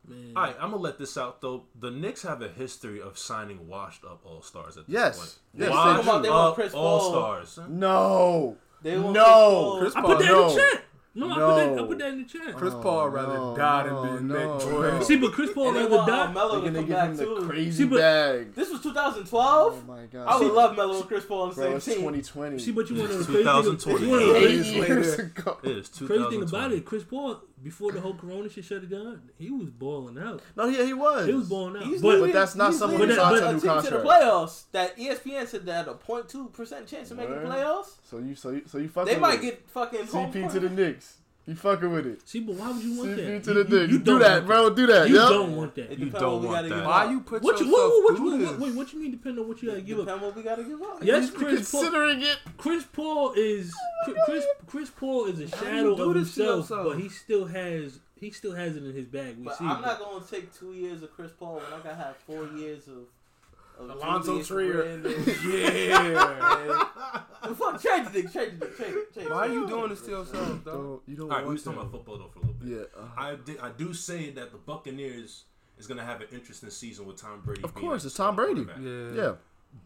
Speaker 5: Man,
Speaker 2: All right, I'm gonna let this out though. The Knicks have a history of signing washed up all stars at this
Speaker 4: Yes.
Speaker 2: point.
Speaker 4: Yes, they
Speaker 2: washed
Speaker 4: do. Come
Speaker 3: on, they want
Speaker 2: up
Speaker 3: Chris
Speaker 2: all
Speaker 3: Paul.
Speaker 2: stars.
Speaker 4: No.
Speaker 3: They won't
Speaker 4: No,
Speaker 3: get sold.
Speaker 1: Chris
Speaker 5: I
Speaker 1: Paul,
Speaker 5: put that
Speaker 4: Oh, no.
Speaker 5: in the chat. No, I put that.
Speaker 4: No.
Speaker 5: I put that in the chat.
Speaker 1: Chris Paul rather died
Speaker 4: no,
Speaker 1: than be a
Speaker 4: no,
Speaker 1: Nick, boy.
Speaker 4: no.
Speaker 5: See, but Chris Paul
Speaker 3: And they
Speaker 5: rather
Speaker 3: want uh,
Speaker 5: die.
Speaker 4: They're
Speaker 3: Melo to
Speaker 4: gonna
Speaker 3: come
Speaker 4: give him
Speaker 3: back
Speaker 4: the
Speaker 3: too.
Speaker 4: crazy
Speaker 5: See, but-
Speaker 4: bag.
Speaker 3: This was
Speaker 4: Oh
Speaker 3: 2012.
Speaker 4: my god.
Speaker 3: I would love Melo and Chris Paul on
Speaker 4: Bro,
Speaker 3: the
Speaker 4: it's
Speaker 3: same team.
Speaker 4: 2020.
Speaker 5: See, but you want to know the crazy thing?
Speaker 2: 2020.
Speaker 5: You want to know the
Speaker 1: Eight
Speaker 5: crazy-
Speaker 1: years later.
Speaker 4: ago.
Speaker 2: It is 2020.
Speaker 5: crazy thing about it? Chris Paul, before the whole Corona shit shut it down, he was balling out.
Speaker 4: No, yeah, he was.
Speaker 5: He was balling out.
Speaker 3: He's
Speaker 5: But
Speaker 3: leading-
Speaker 4: But that's not
Speaker 3: he's
Speaker 4: someone
Speaker 5: who
Speaker 3: leading
Speaker 5: signs
Speaker 3: a
Speaker 5: a
Speaker 4: new
Speaker 3: team to the
Speaker 4: contract.
Speaker 3: playoffs. That E ESPN said that a 0.2% chance of making the
Speaker 4: Word.
Speaker 3: playoffs.
Speaker 4: So you, so you, so you fucking.
Speaker 3: They might
Speaker 4: with it.
Speaker 3: get fucking home
Speaker 4: CP
Speaker 3: court.
Speaker 4: to the Knicks. You fucking with it.
Speaker 5: see, but why would you want
Speaker 4: CP
Speaker 5: that?
Speaker 4: to the Knicks. You, do
Speaker 5: don't
Speaker 4: that,
Speaker 5: want
Speaker 4: bro. Do that.
Speaker 5: You
Speaker 4: yep.
Speaker 5: don't want
Speaker 3: It
Speaker 5: that.
Speaker 3: depends
Speaker 2: don't
Speaker 3: what we
Speaker 2: want
Speaker 3: gotta
Speaker 2: that.
Speaker 3: give
Speaker 1: Why
Speaker 3: up.
Speaker 1: you put
Speaker 5: What you,
Speaker 1: yourself
Speaker 5: whoa, whoa, what,
Speaker 1: through
Speaker 5: you,
Speaker 1: this?
Speaker 5: wait, wait, what you mean? Depend on what you gotta give up.
Speaker 3: Depend what we gotta give up.
Speaker 5: Yes, Chris Paul.
Speaker 4: Considering it.
Speaker 5: Chris Paul is Chris. Chris Paul is a shadow
Speaker 1: do
Speaker 5: of
Speaker 1: this to
Speaker 5: himself,
Speaker 1: yourself?
Speaker 5: but he still has he still has it in his bag. We
Speaker 3: But
Speaker 5: see.
Speaker 3: I'm
Speaker 5: it.
Speaker 3: not gonna take two years of Chris Paul when I gotta have four years of. of
Speaker 7: Alonzo
Speaker 3: Julius
Speaker 7: Trier.
Speaker 3: Randle.
Speaker 1: Yeah.
Speaker 3: The fuck, change the nigga, change the nigga, change the nigga.
Speaker 1: Why are you doing this to yourself, though?
Speaker 4: you don't
Speaker 2: All right, we
Speaker 4: want
Speaker 2: was talking about football though for a little bit.
Speaker 4: Yeah. uh,
Speaker 2: I did, I do say that the Buccaneers is gonna have an interesting season with Tom Brady.
Speaker 4: Of
Speaker 2: being
Speaker 4: course,
Speaker 2: the
Speaker 4: it's Tom Brady.
Speaker 2: quarterback.
Speaker 1: Yeah.
Speaker 4: yeah.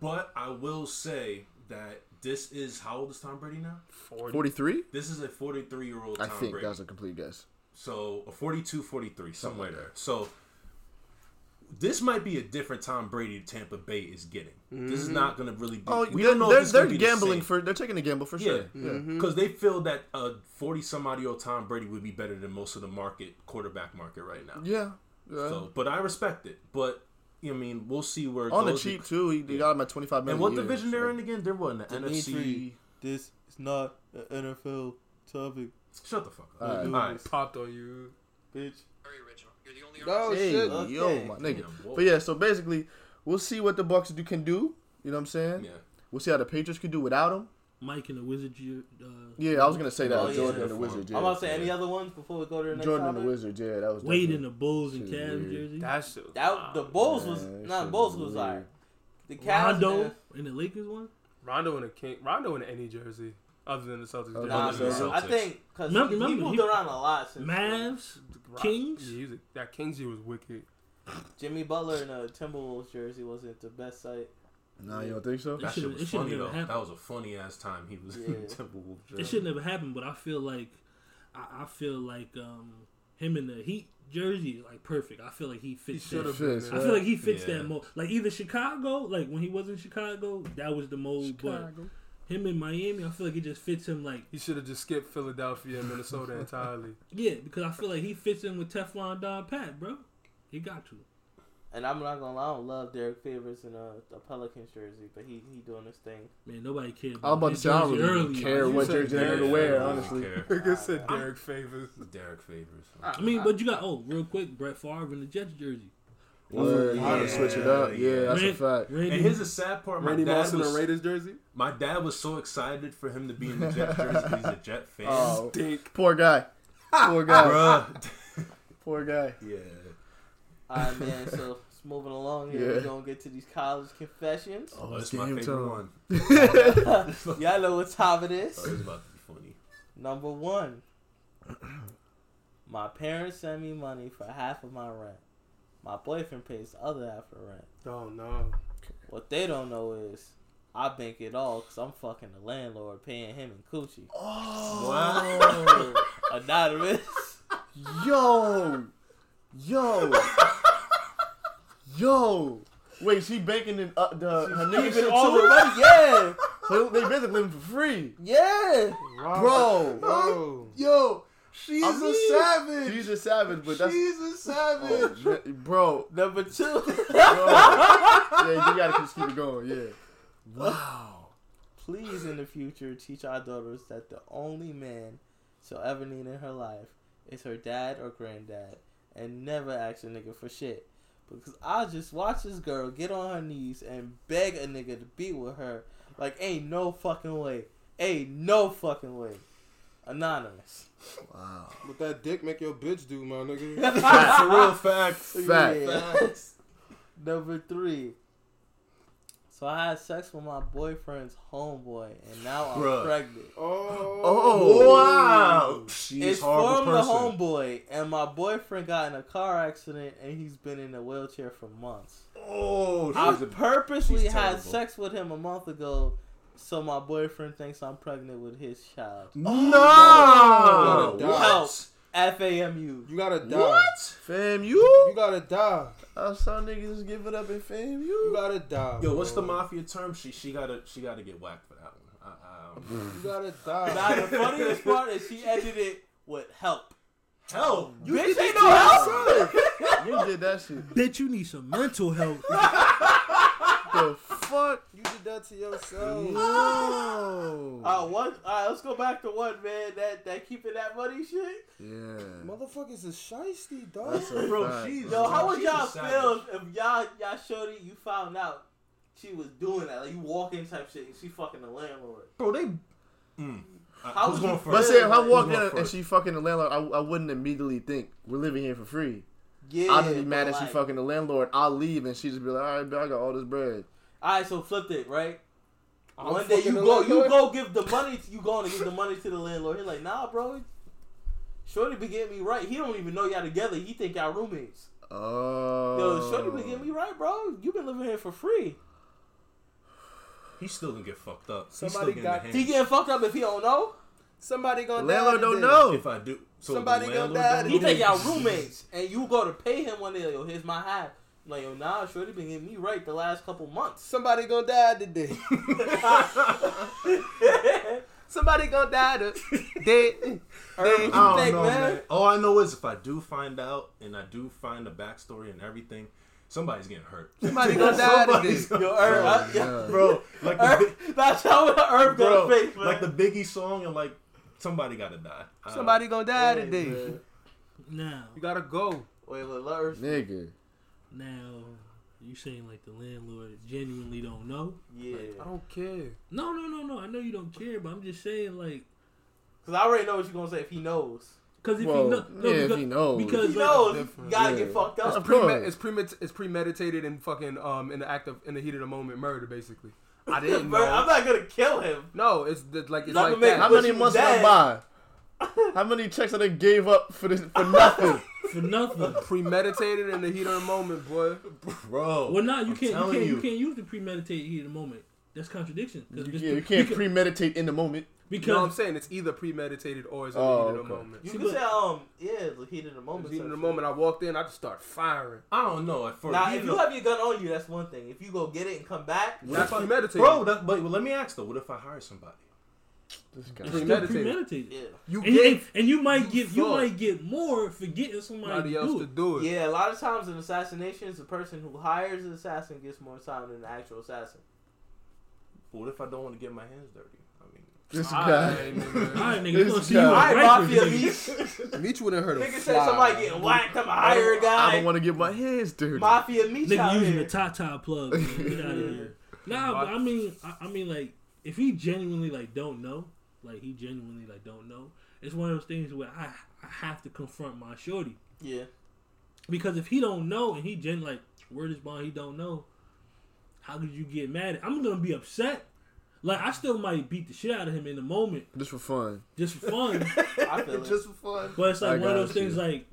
Speaker 2: But I will say that this is how old is Tom Brady now?
Speaker 4: 43?
Speaker 2: This is a 43 year old
Speaker 4: I
Speaker 2: Tom
Speaker 4: think
Speaker 2: Brady.
Speaker 4: that's a complete guess.
Speaker 2: So a 42, 43, somewhere there. So this might be a different Tom Brady Tampa Bay is getting. This is not going to really be.
Speaker 4: Oh,
Speaker 2: we
Speaker 4: they're,
Speaker 2: don't know.
Speaker 4: They're,
Speaker 2: if it's gonna
Speaker 4: they're
Speaker 2: be the
Speaker 4: gambling
Speaker 2: same.
Speaker 4: for. They're taking a gamble for
Speaker 2: Yeah, Mm-hmm.
Speaker 4: sure. Yeah.
Speaker 7: Mm-hmm.
Speaker 2: because they feel that a forty somebody old Tom Brady would be better than most of the market quarterback market right now.
Speaker 4: Yeah. yeah.
Speaker 2: So, but I respect it. But I mean, we'll see where it
Speaker 4: On the
Speaker 2: goes.
Speaker 4: cheap too, he, they got him at twenty five
Speaker 2: And
Speaker 4: million.
Speaker 2: what
Speaker 4: a year,
Speaker 2: division
Speaker 4: so.
Speaker 2: they're in again? They're what in the
Speaker 3: Dimitri.
Speaker 2: NFC?
Speaker 3: This is not an NFL topic,
Speaker 2: Shut the fuck up.
Speaker 4: All right.
Speaker 2: All right.
Speaker 1: Popped on you.
Speaker 3: bitch.
Speaker 7: Very original. You're the only
Speaker 1: Oh,
Speaker 4: Hey,
Speaker 1: shit.
Speaker 3: Okay.
Speaker 4: yo, my nigga.
Speaker 2: Yeah, whoa.
Speaker 4: but yeah, so basically, we'll see what the Bucks do can do. You know what I'm saying?
Speaker 2: Yeah.
Speaker 4: We'll see how the Patriots can do without him.
Speaker 5: Mike and the Wizard. Uh,
Speaker 4: Yeah, I was gonna say that
Speaker 3: Oh, yeah.
Speaker 4: Jordan and the Wizards. Yeah.
Speaker 3: I'm about to say any other ones before we go to the next
Speaker 4: Jordan and
Speaker 3: topic.
Speaker 4: the Wizards. Yeah, that was
Speaker 5: Wade in
Speaker 4: definitely-
Speaker 5: the Bulls and
Speaker 4: Shit,
Speaker 5: Cavs
Speaker 4: weird.
Speaker 5: jersey.
Speaker 1: That shit. was
Speaker 3: That the Bulls was
Speaker 4: Yeah, that
Speaker 3: not
Speaker 4: shit
Speaker 3: Bulls
Speaker 4: was
Speaker 3: was
Speaker 4: weird.
Speaker 3: alright. The Cavs
Speaker 5: Rondo
Speaker 3: and
Speaker 5: in the Lakers one.
Speaker 1: Rondo in a king. Rondo in any jersey other than the Celtics.
Speaker 4: Other
Speaker 3: the,
Speaker 1: They're
Speaker 3: nah,
Speaker 1: both
Speaker 4: than the
Speaker 1: in
Speaker 3: bro,
Speaker 1: the
Speaker 3: I
Speaker 2: Celtics.
Speaker 3: think because
Speaker 5: Remember-
Speaker 3: he,
Speaker 5: remember,
Speaker 3: moved
Speaker 5: he-
Speaker 3: around a lot since
Speaker 5: Mavs.
Speaker 1: Rock-
Speaker 5: Kings?
Speaker 1: Yeah, he was- that Kings year was wicked.
Speaker 3: Jimmy Butler in a Timberwolves jersey wasn't the best sight.
Speaker 4: Nah, you don't think so?
Speaker 5: That
Speaker 2: That
Speaker 5: should've-
Speaker 2: shit
Speaker 5: it
Speaker 2: was
Speaker 5: should've
Speaker 2: funny
Speaker 5: never
Speaker 2: though.
Speaker 5: happened.
Speaker 2: That was a funny ass time he was in
Speaker 3: Yeah.
Speaker 2: Timberwolves.
Speaker 5: It
Speaker 2: jersey.
Speaker 5: should never happen, but I feel like I, I feel like um, him in the Heat jersey is like perfect. I feel like he
Speaker 1: He
Speaker 5: fits.
Speaker 1: should
Speaker 5: that.
Speaker 1: have been.
Speaker 4: Fits,
Speaker 5: I
Speaker 1: there.
Speaker 5: feel like he fits
Speaker 2: Yeah.
Speaker 5: that mold. Like either Chicago, like when he was in Chicago, that was the mold. But him in Miami, I feel like it just fits him. Like
Speaker 1: He should have just skipped Philadelphia and Minnesota entirely.
Speaker 5: yeah, because I feel like he fits in with Teflon Don Pat, bro. He got to.
Speaker 3: And I'm not gonna lie, I don't love Derek Favors in a, a Pelicans jersey, but he he doing his thing.
Speaker 5: Man, nobody cared.
Speaker 4: I'm about to
Speaker 5: his
Speaker 4: say I don't
Speaker 5: jersey
Speaker 4: really
Speaker 5: earlier.
Speaker 4: care
Speaker 1: You
Speaker 4: what
Speaker 1: said
Speaker 4: jersey
Speaker 1: Derek
Speaker 4: they're gonna
Speaker 1: Favors.
Speaker 4: wear.
Speaker 1: I don't
Speaker 4: Honestly,
Speaker 1: Nigga said Derek Favors.
Speaker 2: Derek Favors.
Speaker 5: I mean, but you got oh, real quick, Brett Favre in the Jets jersey.
Speaker 4: Word, you gotta
Speaker 2: Yeah.
Speaker 4: switch it up. Yeah, that's a
Speaker 5: Ran-
Speaker 4: fact.
Speaker 5: Randy,
Speaker 2: And here's the sad part. My
Speaker 1: Randy
Speaker 2: dad,
Speaker 1: Moss in a
Speaker 2: was,
Speaker 1: Raiders jersey.
Speaker 2: my dad was so excited for him to be in the Jet jersey. 'cause He's a Jet fan.
Speaker 4: Oh,
Speaker 1: Dink.
Speaker 4: poor guy. Poor guy.
Speaker 2: Bruh. Oh,
Speaker 4: Poor guy.
Speaker 2: yeah.
Speaker 3: Alright man, so it's moving along here.
Speaker 4: Yeah.
Speaker 3: We're gonna get to these college confessions.
Speaker 4: Oh,
Speaker 2: Oh,
Speaker 4: it's
Speaker 2: it's my
Speaker 4: game
Speaker 2: favorite
Speaker 4: time.
Speaker 2: one.
Speaker 3: Y'all know what time it is.
Speaker 2: Oh, it's about to be funny.
Speaker 3: Number one. My parents send me money for half of my rent. My boyfriend pays the other half of rent.
Speaker 1: Oh no.
Speaker 3: What they don't know is I bank it all because I'm fucking the landlord paying him and Coochie.
Speaker 4: Oh.
Speaker 2: Wow.
Speaker 3: Anonymous.
Speaker 4: Yo, yo, yo. Wait, she banking in uh, the her niggas
Speaker 3: Even
Speaker 4: all
Speaker 3: all the
Speaker 4: the money.
Speaker 3: money. Yeah.
Speaker 4: So they basically living for free,
Speaker 3: Yeah.
Speaker 4: bro.
Speaker 1: Bro.
Speaker 4: Yo,
Speaker 2: She's
Speaker 4: I'm a
Speaker 2: savage.
Speaker 4: she's a savage, but that's
Speaker 2: a savage.
Speaker 4: oh, j- bro.
Speaker 3: Number two.
Speaker 4: bro. yeah, you gotta just keep it going. Yeah. Wow.
Speaker 3: Please, in the future, teach our daughters that the only man she'll ever need in her life is her dad or granddad, and never ask a nigga for shit. Because I just watch this girl get on her knees and beg a nigga to be with her. Like, ain't no fucking way. Ain't no fucking way. Anonymous.
Speaker 4: Wow.
Speaker 1: What that dick make your bitch do, my nigga?
Speaker 2: That's a real fact.
Speaker 4: Fact.
Speaker 2: Facts.
Speaker 3: Number three. So I had sex with my boyfriend's homeboy, and now I'm
Speaker 4: Bruh.
Speaker 3: pregnant.
Speaker 1: Oh,
Speaker 4: Oh,
Speaker 2: Wow. She's
Speaker 3: It's
Speaker 2: horrible
Speaker 3: from
Speaker 2: person.
Speaker 3: the homeboy, and my boyfriend got in a car accident, and he's been in a wheelchair for months.
Speaker 2: Oh,
Speaker 3: I
Speaker 2: she's a-
Speaker 3: purposely
Speaker 2: she's
Speaker 3: had
Speaker 2: terrible.
Speaker 3: sex with him a month ago, so my boyfriend thinks I'm pregnant with his child.
Speaker 1: no.
Speaker 3: Oh,
Speaker 4: No.
Speaker 1: Wow.
Speaker 2: What?
Speaker 3: FAMU.
Speaker 1: you gotta die.
Speaker 2: What?
Speaker 4: Fam,
Speaker 1: You
Speaker 4: you?
Speaker 1: gotta die.
Speaker 4: I saw niggas just give it up and fam,
Speaker 1: You
Speaker 4: you?
Speaker 1: gotta die.
Speaker 2: Yo, what's the
Speaker 1: bro.
Speaker 2: mafia term? She she gotta she gotta get whacked for that one. I, I don't
Speaker 1: You gotta die.
Speaker 3: Now the funniest part is she edited it with help.
Speaker 2: Hell,
Speaker 4: You
Speaker 3: Bitch,
Speaker 4: did
Speaker 3: ain't no
Speaker 4: that
Speaker 3: help.
Speaker 4: shit. You did that shit.
Speaker 5: Bitch, you need some mental help.
Speaker 4: The fuck?
Speaker 1: you did that to yourself.
Speaker 4: No.
Speaker 3: Uh, one, all right, let's go back to one, man. That that keeping that money shit.
Speaker 4: Yeah.
Speaker 1: Motherfuckers is shiesty, dog.
Speaker 4: That's a
Speaker 2: Bro,
Speaker 4: fact,
Speaker 2: she's-
Speaker 4: bro.
Speaker 3: Yo, how would
Speaker 2: She's
Speaker 3: y'all
Speaker 2: a savage.
Speaker 3: feel if, if y'all y'all showed it, you found out she was doing that, like you walk in type shit, and she fucking the landlord.
Speaker 2: bro, they. Mm. Uh,
Speaker 3: How
Speaker 2: who's
Speaker 3: would
Speaker 2: going
Speaker 3: you
Speaker 4: But
Speaker 2: first?
Speaker 3: feel?
Speaker 4: see, if I walk
Speaker 2: Who's going
Speaker 4: in and
Speaker 2: first?
Speaker 4: she fucking the landlord, I, I wouldn't immediately think we're living here for free.
Speaker 3: Yeah,
Speaker 4: I'll just be mad
Speaker 3: but
Speaker 4: that she
Speaker 3: like-
Speaker 4: fucking the landlord. I'll leave and she just be like, all right, bro, I got all this bread.
Speaker 3: All right, so flipped it, right?
Speaker 1: I'm
Speaker 3: One day you
Speaker 1: fucking the
Speaker 3: go, you
Speaker 1: landlord.
Speaker 3: go give the money. To, you going to give the money to the landlord? He's like, nah, bro. Shorty be getting me right. He don't even know y'all together. He think y'all roommates.
Speaker 4: Oh.
Speaker 3: Yo, Shorty be getting me right, bro. You been living here for free.
Speaker 2: He's still gonna get fucked up. He's
Speaker 1: Somebody
Speaker 2: still getting
Speaker 1: got-
Speaker 2: the hand.
Speaker 3: He getting fucked up if he don't know.
Speaker 1: Somebody
Speaker 4: The
Speaker 1: gonna
Speaker 4: landlord
Speaker 1: die
Speaker 4: don't
Speaker 1: today.
Speaker 4: know.
Speaker 2: If I do, so
Speaker 1: Somebody
Speaker 2: the
Speaker 1: gonna
Speaker 2: landlord
Speaker 1: die
Speaker 2: don't
Speaker 3: He
Speaker 2: know?
Speaker 3: think y'all roommates, and you go to pay him one day. Yo, here's my half. Like, yo, nah, Shorty been getting me right the last couple months.
Speaker 1: Somebody gonna die today. Somebody gonna die today.
Speaker 3: Irv,
Speaker 1: I
Speaker 3: what
Speaker 2: I
Speaker 3: you
Speaker 2: don't
Speaker 3: think,
Speaker 2: know,
Speaker 3: man?
Speaker 2: man. All I know is if I do find out and I do find the backstory and everything, somebody's getting hurt.
Speaker 1: Somebody gonna die today.
Speaker 2: Somebody's gonna-
Speaker 3: Yo, Irv, I- er,
Speaker 4: yeah.
Speaker 2: bro, like the,
Speaker 3: Irv, that's how Irv
Speaker 2: bro,
Speaker 3: got face, man.
Speaker 2: like the Biggie song and like somebody gotta die. I-
Speaker 1: Somebody gonna die
Speaker 3: Hey,
Speaker 1: today.
Speaker 3: man.
Speaker 5: now,
Speaker 1: You gotta go.
Speaker 3: Wait, look, let Irv.
Speaker 4: Nigga.
Speaker 5: now, you saying like the landlord genuinely don't know?
Speaker 3: Yeah.
Speaker 1: I don't care.
Speaker 5: No, no, no, no. I know you don't care, but I'm just saying like,
Speaker 3: Cause I already know what you're gonna say if he knows.
Speaker 5: cause if
Speaker 4: Well,
Speaker 5: he know, no,
Speaker 4: yeah,
Speaker 5: because,
Speaker 4: if he knows.
Speaker 5: because
Speaker 3: He
Speaker 5: like,
Speaker 3: knows. You
Speaker 1: different.
Speaker 3: gotta
Speaker 4: Yeah.
Speaker 3: get fucked
Speaker 4: That's
Speaker 1: It's,
Speaker 3: up.
Speaker 4: Of course.
Speaker 1: premed- it's, premed- it's premeditated and fucking um in the act of in the heat of the moment murder basically. I didn't
Speaker 3: Bro,
Speaker 1: know.
Speaker 3: I'm not gonna kill him.
Speaker 1: No, it's the, like it's
Speaker 3: Not
Speaker 1: like
Speaker 3: gonna make
Speaker 1: that.
Speaker 4: How
Speaker 3: But
Speaker 4: many
Speaker 3: you
Speaker 4: months
Speaker 3: dead.
Speaker 4: went by? How many checks I they gave up for this for nothing?
Speaker 5: for nothing.
Speaker 1: premeditated in the heat of the moment, boy.
Speaker 2: bro.
Speaker 5: Well, no, you
Speaker 2: I'm
Speaker 5: can't. You
Speaker 2: telling
Speaker 5: can't, you.
Speaker 2: you.
Speaker 5: can't use the premeditate heat of the moment. That's contradiction. 'cause
Speaker 4: You-
Speaker 5: it's
Speaker 4: yeah, you
Speaker 5: pre-
Speaker 4: can't
Speaker 5: beca-
Speaker 4: premeditate in the moment.
Speaker 1: You know what I'm
Speaker 5: because
Speaker 1: saying? It's either premeditated or it's in
Speaker 4: Oh,
Speaker 1: the heat of
Speaker 4: okay.
Speaker 1: the moment.
Speaker 3: You
Speaker 5: See,
Speaker 3: can
Speaker 5: but-
Speaker 3: say, um, yeah, the heat of the
Speaker 1: It
Speaker 3: moment.
Speaker 1: was heat of
Speaker 3: type
Speaker 1: the
Speaker 3: shit.
Speaker 1: moment I walked in, I just started firing.
Speaker 2: I don't know. For
Speaker 3: Now,
Speaker 2: me,
Speaker 3: if
Speaker 2: no-
Speaker 3: you have your gun on you, that's one thing. If you go get it and come back,
Speaker 2: What
Speaker 1: That's
Speaker 2: if I-
Speaker 1: premeditated.
Speaker 2: bro. That, but let me ask though. What if I hire somebody?
Speaker 4: This guy.
Speaker 5: it's still
Speaker 1: premeditated.
Speaker 5: premeditated.
Speaker 3: yeah,
Speaker 1: You
Speaker 5: And, and,
Speaker 1: get
Speaker 5: and you might
Speaker 1: you
Speaker 5: get you
Speaker 1: thought.
Speaker 5: might get more for getting somebody
Speaker 1: somebody
Speaker 5: to
Speaker 1: else
Speaker 5: do
Speaker 1: to
Speaker 5: it.
Speaker 1: do it.
Speaker 3: yeah. A lot of times in assassinations, the person who hires the assassin gets more time than the actual assassin.
Speaker 2: But what if I don't want to get my hands dirty? I mean,
Speaker 4: This
Speaker 1: All
Speaker 4: guy.
Speaker 1: right, nigga.
Speaker 5: All right, nigga,
Speaker 4: This
Speaker 5: we gonna see
Speaker 4: guy.
Speaker 5: you
Speaker 4: All
Speaker 5: in
Speaker 3: I
Speaker 4: right,
Speaker 5: Rikers,
Speaker 3: mafia
Speaker 5: nigga.
Speaker 3: beast.
Speaker 1: Meet you in her.
Speaker 3: Nigga said somebody getting whacked. I'm a hired
Speaker 4: I
Speaker 3: guy.
Speaker 4: don't want to get my hands dirty.
Speaker 3: Mafia meat
Speaker 5: Nigga
Speaker 3: out
Speaker 5: using
Speaker 3: here.
Speaker 5: the Tata plug. Man. Get out of here. Nah, but I mean, I, I mean, like, if he genuinely like don't know, like he genuinely like don't know, it's one of those things where I I have to confront my shorty
Speaker 3: yeah,
Speaker 5: because if he don't know and he gen like where this bond he don't know, how could you get mad? at I'm gonna be upset. Like I still might beat the shit out of him in the moment
Speaker 4: Just for fun.
Speaker 5: just for fun,
Speaker 3: I feel it.
Speaker 1: for fun.
Speaker 5: but it's
Speaker 4: I
Speaker 5: like one
Speaker 4: got
Speaker 5: of those
Speaker 4: you.
Speaker 5: things like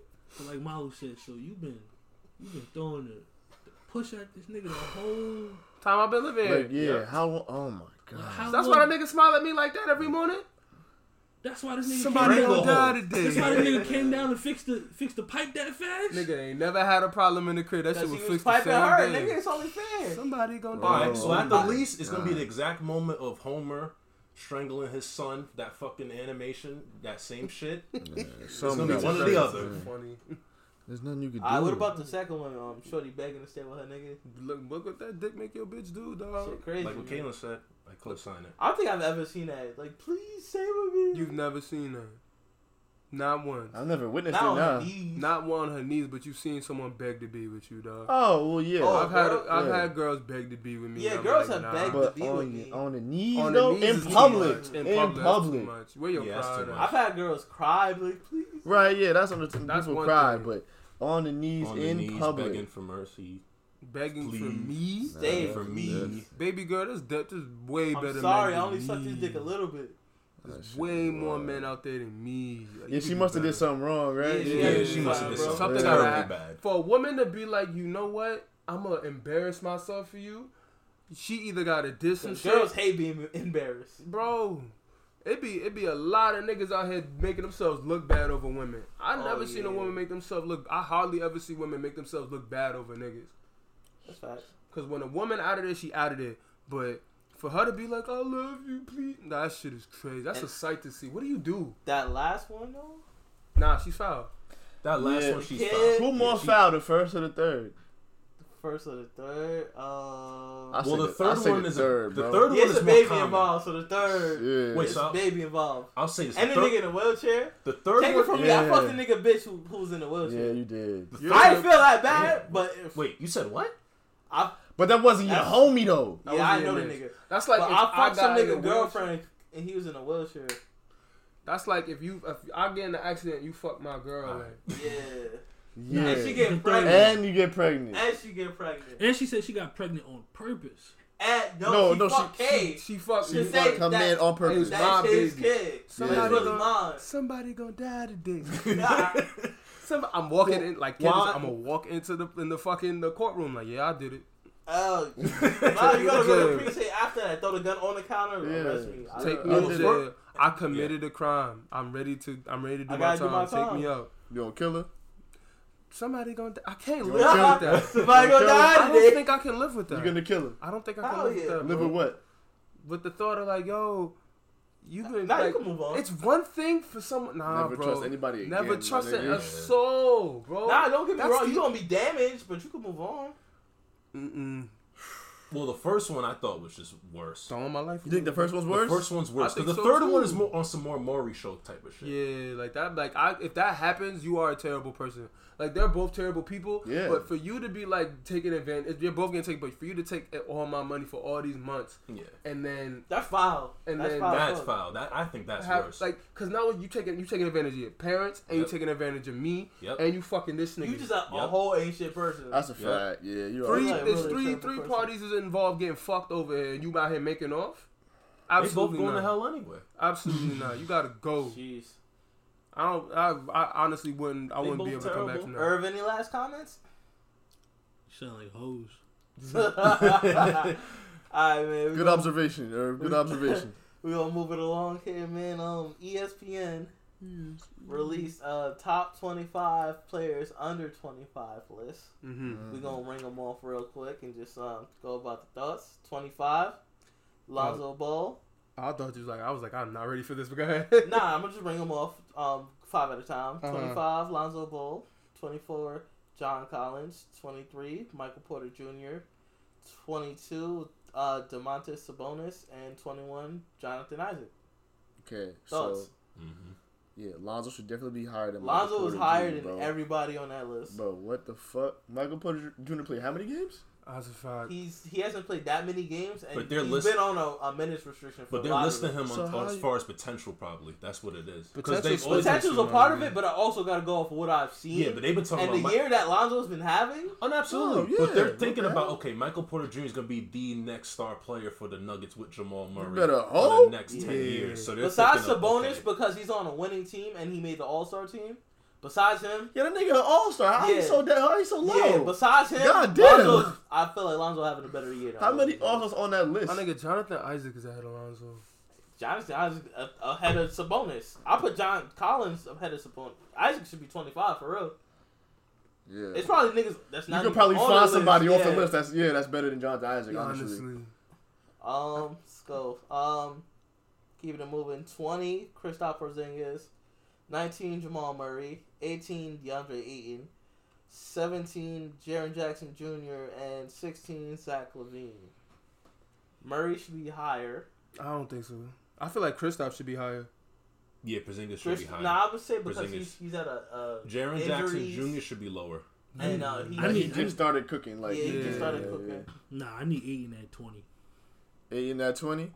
Speaker 5: like Malu said. So you've been you've been throwing the, the push at this nigga the whole
Speaker 1: Time I've been living here.
Speaker 4: Like, yeah, how? Oh my
Speaker 5: like,
Speaker 4: god.
Speaker 5: how
Speaker 1: That's
Speaker 5: long-
Speaker 1: why that nigga smile at me like that every morning.
Speaker 5: That's why this nigga
Speaker 1: Somebody
Speaker 5: came
Speaker 2: Right.
Speaker 5: down.
Speaker 1: gonna
Speaker 2: Wrangle
Speaker 1: die
Speaker 2: hole.
Speaker 5: That's why
Speaker 1: today.
Speaker 5: this nigga came down and fixed the fixed the pipe that fast.
Speaker 1: nigga ain't never had a problem in the crib. That
Speaker 3: Cause
Speaker 1: shit
Speaker 3: he
Speaker 1: was
Speaker 3: was
Speaker 1: fixed the
Speaker 3: piping
Speaker 1: same
Speaker 3: her, nigga.
Speaker 1: day.
Speaker 3: It's only fair.
Speaker 1: Somebody gonna
Speaker 2: all
Speaker 1: die.
Speaker 2: right. So at the
Speaker 4: my
Speaker 2: least, it's gonna be
Speaker 4: God.
Speaker 2: the exact moment of Homer strangling his son. That fucking animation. That same shit.
Speaker 4: Some
Speaker 2: gonna be
Speaker 4: guy.
Speaker 2: one or the other.
Speaker 1: Funny.
Speaker 4: There's nothing you can do.
Speaker 3: All right, what about the second one? Um, Shorty begging to stay with her nigga.
Speaker 1: Look, look what that dick make your bitch do, dog.
Speaker 3: Shit, crazy.
Speaker 2: Like what
Speaker 3: man.
Speaker 2: Caitlin said, I co-sign it.
Speaker 3: I don't think I've ever seen that. Like, please stay with me.
Speaker 1: You've never seen that. Not once.
Speaker 4: I've never witnessed
Speaker 3: Not
Speaker 4: it
Speaker 3: on her
Speaker 4: now.
Speaker 3: knees.
Speaker 1: Not one on her knees, but you've seen someone beg to be with you, dog.
Speaker 4: Oh well, yeah.
Speaker 3: Oh,
Speaker 1: I've had
Speaker 3: girl-
Speaker 1: I've
Speaker 4: yeah.
Speaker 1: had girls beg to be with me.
Speaker 3: Yeah,
Speaker 1: and I'm
Speaker 3: girls
Speaker 1: like,
Speaker 3: have
Speaker 1: nah.
Speaker 3: begged
Speaker 4: but
Speaker 3: be with
Speaker 4: on
Speaker 3: me.
Speaker 4: on the knees
Speaker 1: On the
Speaker 4: though,
Speaker 1: knees
Speaker 4: in
Speaker 1: is too
Speaker 4: public,
Speaker 1: much.
Speaker 4: in
Speaker 1: public, that's too
Speaker 4: public.
Speaker 1: much. Where your
Speaker 2: Yeah, that's
Speaker 1: pride
Speaker 2: too
Speaker 1: at?
Speaker 2: much.
Speaker 3: I've had girls cry, be like, please.
Speaker 4: Right? Yeah, that's on the that's
Speaker 1: That's
Speaker 4: people
Speaker 1: one
Speaker 4: cry,
Speaker 1: thing.
Speaker 4: but on the knees
Speaker 2: on
Speaker 4: in
Speaker 2: the knees
Speaker 4: public.
Speaker 2: begging for mercy.
Speaker 1: begging for
Speaker 2: Please.
Speaker 1: me.
Speaker 4: Nah,
Speaker 3: Stay
Speaker 4: that's-
Speaker 2: for me.
Speaker 4: that's-
Speaker 1: Baby girl, this depth is way better.
Speaker 3: I'm
Speaker 1: than
Speaker 3: sorry, I
Speaker 1: than
Speaker 3: only sucked his
Speaker 1: me.
Speaker 3: dick a little bit.
Speaker 4: that
Speaker 1: There's
Speaker 4: shit
Speaker 1: way
Speaker 4: is
Speaker 1: more
Speaker 4: wild.
Speaker 1: men out there than me. Like, you
Speaker 4: Yeah,
Speaker 1: could
Speaker 4: she
Speaker 1: do
Speaker 4: must have did
Speaker 1: better.
Speaker 4: something wrong, right?
Speaker 3: Yeah,
Speaker 2: Yeah,
Speaker 3: yeah,
Speaker 2: she
Speaker 3: yeah.
Speaker 2: must have did
Speaker 3: Bro.
Speaker 2: something
Speaker 1: Something
Speaker 2: terribly
Speaker 1: like that.
Speaker 2: bad.
Speaker 1: For a woman to be like, you know what? I'm gonna embarrass myself for you. She either gotta diss some
Speaker 3: Some
Speaker 1: shit,
Speaker 3: girls hate being embarrassed.
Speaker 1: bro. It be it be a lot of niggas out here making themselves look bad over women. I
Speaker 3: Oh,
Speaker 1: never seen a
Speaker 3: yeah.
Speaker 1: woman make themselves look. I hardly ever see women make themselves look bad over niggas.
Speaker 3: That's facts.
Speaker 1: Cause when a woman out of there, she out of there. But for her to be like, I love you, please, nah, that shit is crazy. That's a
Speaker 3: And-
Speaker 1: sight to see. What do you do?
Speaker 3: That last one though,
Speaker 1: Nah, she's foul.
Speaker 2: That last
Speaker 4: Yeah.
Speaker 2: one she
Speaker 3: Yeah.
Speaker 2: stopped.
Speaker 4: Who more
Speaker 2: Yeah, she-
Speaker 4: foul, the first or the third?
Speaker 3: the first or the third. Uh,
Speaker 4: I
Speaker 2: Well,
Speaker 4: say
Speaker 2: the
Speaker 4: the- I
Speaker 2: third
Speaker 4: say
Speaker 2: one
Speaker 4: the
Speaker 2: is a,
Speaker 4: third,
Speaker 2: the
Speaker 4: bro.
Speaker 2: third one
Speaker 3: yeah, it's
Speaker 2: is
Speaker 3: a
Speaker 2: more
Speaker 3: baby
Speaker 2: common.
Speaker 3: involved, so the third.
Speaker 4: Yeah.
Speaker 2: Wait,
Speaker 3: It's
Speaker 2: so-
Speaker 3: a baby involved.
Speaker 2: I'll say this. The
Speaker 3: And the nigga
Speaker 2: third,
Speaker 3: in a wheelchair.
Speaker 2: the third
Speaker 3: Take
Speaker 2: one.
Speaker 3: it from me, I
Speaker 4: Yeah.
Speaker 3: fucked a nigga bitch who, who was in a
Speaker 4: yeah,
Speaker 3: wheelchair.
Speaker 4: you did.
Speaker 2: the
Speaker 1: You're
Speaker 2: third-
Speaker 3: I didn't feel that bad, but if,
Speaker 2: Wait, you said what?
Speaker 3: I
Speaker 4: But that wasn't your
Speaker 3: That's-
Speaker 4: homie though.
Speaker 1: That
Speaker 3: yeah, I
Speaker 1: wasn't
Speaker 3: know the
Speaker 1: your
Speaker 3: nigga.
Speaker 1: That's like
Speaker 3: but
Speaker 1: if
Speaker 3: I fucked some
Speaker 1: got in a
Speaker 3: nigga
Speaker 1: wheelchair-
Speaker 3: girlfriend and he was in a wheelchair.
Speaker 1: That's like if you if I get in an accident, you fuck my girl.
Speaker 2: Alright.
Speaker 1: like,
Speaker 3: Yeah,
Speaker 4: Yeah.
Speaker 3: and she get pregnant.
Speaker 4: And you get pregnant.
Speaker 3: And, she get pregnant.
Speaker 5: And she said she got pregnant on purpose.
Speaker 3: And
Speaker 4: No,
Speaker 3: no, she
Speaker 4: no, she-
Speaker 3: fucked K.
Speaker 1: She fuck
Speaker 3: She
Speaker 1: you.
Speaker 3: said-
Speaker 1: like,
Speaker 4: Come
Speaker 3: that-
Speaker 4: in on
Speaker 1: it was
Speaker 4: purpose.
Speaker 1: not- my
Speaker 3: That's his
Speaker 1: baby.
Speaker 3: kid.
Speaker 1: Somebody
Speaker 3: This was
Speaker 1: gonna-
Speaker 3: mine.
Speaker 1: Somebody gonna die today.
Speaker 3: Nah.
Speaker 1: Some, I'm walking in like Candace,
Speaker 4: Why-
Speaker 1: I'm gonna walk into the in the fucking the courtroom like yeah I did it.
Speaker 3: Oh, no, you gotta go to the precinct after that. Throw the gun on the counter.
Speaker 4: Yeah.
Speaker 3: Arrest me. I-
Speaker 1: Take
Speaker 4: I
Speaker 1: me
Speaker 4: did
Speaker 1: to
Speaker 4: it.
Speaker 1: jail. I committed a crime. I'm ready to I'm ready to do,
Speaker 3: I
Speaker 1: my
Speaker 3: gotta
Speaker 1: time.
Speaker 3: do my
Speaker 1: Take
Speaker 3: time.
Speaker 1: me out.
Speaker 4: You gonna kill her?
Speaker 1: Somebody gonna die. I can't
Speaker 4: You
Speaker 1: live with
Speaker 4: gonna
Speaker 1: that.
Speaker 3: Somebody gonna
Speaker 1: I
Speaker 3: die
Speaker 1: don't
Speaker 3: today.
Speaker 1: think I can live with
Speaker 4: You
Speaker 1: that.
Speaker 4: gonna kill her?
Speaker 1: I don't think I can
Speaker 3: Hell
Speaker 1: live
Speaker 3: yeah.
Speaker 1: with that.
Speaker 4: Live
Speaker 1: bro.
Speaker 4: with what?
Speaker 1: With the thought of like, yo, you can
Speaker 3: Now you
Speaker 1: like,
Speaker 3: can move on.
Speaker 1: It's one thing for someone. Nah,
Speaker 4: Never
Speaker 1: bro.
Speaker 4: trust anybody again.
Speaker 1: Never
Speaker 4: my
Speaker 1: trust
Speaker 4: nigga.
Speaker 1: a soul, bro.
Speaker 3: Nah, don't get me
Speaker 1: That's
Speaker 3: wrong.
Speaker 1: the-
Speaker 3: You gonna be damaged, but you can move on.
Speaker 1: Mm-mm.
Speaker 2: Well, the first one I thought was just worse.
Speaker 1: Throwing my life.
Speaker 4: You think the first one's worse?
Speaker 2: The first one's worse.
Speaker 1: I think
Speaker 2: Because the
Speaker 1: so
Speaker 2: third
Speaker 1: too.
Speaker 2: one is more on some more Maury show type of shit.
Speaker 1: Yeah, like that. Like, I if that happens, you are a terrible person. Like they're both terrible people.
Speaker 4: Yeah.
Speaker 1: But for you to be like taking advantage, you're both gonna take. But for you to take all my money for all these months,
Speaker 2: Yeah.
Speaker 1: and then
Speaker 3: That's foul.
Speaker 1: And
Speaker 3: that's
Speaker 1: then
Speaker 3: foul.
Speaker 2: That's
Speaker 3: fuck.
Speaker 2: foul. That I think that's
Speaker 1: have
Speaker 2: worse.
Speaker 1: like, cause now you taking you taking advantage of your parents, and
Speaker 2: Yep.
Speaker 1: you taking advantage of me,
Speaker 2: Yep.
Speaker 1: and you fucking this nigga.
Speaker 3: You just a, a
Speaker 2: Yep.
Speaker 3: whole ancient person.
Speaker 4: That's a
Speaker 2: Yeah.
Speaker 4: fact. Yeah, you're
Speaker 1: three,
Speaker 4: right.
Speaker 1: it's
Speaker 3: like, really
Speaker 1: three,
Speaker 3: terrible
Speaker 1: three
Speaker 3: person.
Speaker 1: parties is involved getting fucked over, here, and you out here making off.
Speaker 2: they both
Speaker 1: Absolutely
Speaker 2: going
Speaker 1: not.
Speaker 2: to hell anyway.
Speaker 1: Absolutely not. You gotta go.
Speaker 3: Jeez.
Speaker 1: I don't. I, I honestly wouldn't. I
Speaker 2: They
Speaker 1: wouldn't be able
Speaker 2: both
Speaker 1: to come back
Speaker 2: terrible.
Speaker 1: from that.
Speaker 3: Irv, any last comments?
Speaker 5: She sound like hoes.
Speaker 3: All right, man. We
Speaker 4: Good
Speaker 3: gonna,
Speaker 4: observation, Irv. Good observation.
Speaker 3: we gonna move it along here, man. Um, ESPN Hmm. released uh top twenty five players under twenty five list.
Speaker 1: hmm
Speaker 4: Mm.
Speaker 3: We
Speaker 4: Mm-hmm.
Speaker 3: gonna ring them off real quick and just um go about the thoughts. Twenty five, Lonzo Ball.
Speaker 1: I thought you was like. I was like. I'm not ready for this. But go ahead.
Speaker 3: Nah, I'm gonna just ring them off um five at a time.
Speaker 1: Uh-huh.
Speaker 3: Twenty five, Lonzo Ball. Twenty four, John Collins. Twenty three, Michael Porter Jr. Twenty two, uh, Demontis Sabonis, and twenty one, Jonathan Isaac.
Speaker 4: Okay, so
Speaker 3: Thoughts?
Speaker 2: Mm-hmm.
Speaker 4: yeah, Lonzo should definitely be higher than Michael
Speaker 3: Lonzo was
Speaker 4: Porter
Speaker 3: higher
Speaker 4: Jr.,
Speaker 3: than
Speaker 4: bro.
Speaker 3: everybody on that list.
Speaker 4: Bro, what the fuck? Michael Porter Jr. played how many games?
Speaker 1: I was five.
Speaker 3: He's he hasn't played that many games, and
Speaker 2: But
Speaker 3: he's
Speaker 2: they're list-
Speaker 3: been on a, a minutes restriction for
Speaker 2: But
Speaker 3: a
Speaker 2: they're
Speaker 3: lot
Speaker 2: listing
Speaker 3: of it.
Speaker 2: him on,
Speaker 4: So
Speaker 2: on
Speaker 4: how
Speaker 2: as
Speaker 4: you-
Speaker 2: far as potential, probably. That's what it is. Because
Speaker 1: Potential's
Speaker 2: they've
Speaker 1: supposed
Speaker 2: always
Speaker 1: to
Speaker 2: been,
Speaker 3: Potential's a part of it, but I also got to go off what I've seen.
Speaker 2: yeah, but they've been talking
Speaker 3: and the
Speaker 2: about. Mi-
Speaker 3: year that Lonzo's been having,
Speaker 2: Oh, no, absolutely.
Speaker 4: Oh,
Speaker 2: but they're
Speaker 4: yeah,
Speaker 2: thinking
Speaker 4: okay.
Speaker 2: about okay, Michael Porter Jr. is going to be the next star player for the Nuggets with Jamal Murray
Speaker 4: better
Speaker 2: for
Speaker 4: hope.
Speaker 2: the next
Speaker 1: Yeah.
Speaker 2: ten years. So they're
Speaker 3: besides
Speaker 2: thinking of,
Speaker 3: Sabonis,
Speaker 2: okay,
Speaker 3: because he's on a winning team and he made the All Star team. Besides him,
Speaker 4: Yeah, that nigga an all star. How
Speaker 3: Yeah.
Speaker 4: you so dead? How you so low?
Speaker 3: yeah. Besides him,
Speaker 4: God damn.
Speaker 3: Lonzo's- I feel like Lonzo having a better year. than
Speaker 4: how many
Speaker 3: Lonzo.
Speaker 4: all stars on that list?
Speaker 1: My nigga Jonathan Isaac is ahead of Lonzo.
Speaker 3: Jonathan Isaac uh, ahead of Sabonis. I put John Collins ahead of Sabonis. Isaac should be twenty five for real.
Speaker 4: yeah,
Speaker 3: It's probably niggas that's
Speaker 4: you
Speaker 3: not.
Speaker 4: could
Speaker 3: even
Speaker 4: probably
Speaker 3: on
Speaker 4: find
Speaker 3: the
Speaker 4: somebody
Speaker 3: list.
Speaker 4: off the
Speaker 3: Yeah.
Speaker 4: list. That's yeah, that's better than Jonathan Isaac. Honestly,
Speaker 1: Honestly,
Speaker 3: Um, let's go. Um, keeping it moving. Twenty, Kristaps Porzingis. Nineteen, Jamal Murray. Eighteen, DeAndre Ayton. Seventeen, Jaron Jackson Jr. and sixteen, Zach Levine. Murray should be higher.
Speaker 1: I don't think so. I feel like Kristaps should be higher.
Speaker 2: Yeah, Porzingis should be
Speaker 3: Griff-
Speaker 2: higher.
Speaker 3: nah, I would say because
Speaker 2: Porzingis.
Speaker 3: he's, he's at a, a
Speaker 2: Jaren Jackson
Speaker 3: injuries.
Speaker 2: Jr. should be lower.
Speaker 3: and uh, he,
Speaker 5: I
Speaker 4: Like, he
Speaker 5: mean-
Speaker 4: just started cooking. Like
Speaker 3: yeah, he just
Speaker 1: yeah,
Speaker 3: started
Speaker 1: yeah,
Speaker 3: cooking.
Speaker 5: Nah, I need eight in that twenty.
Speaker 4: Eight in that twenty.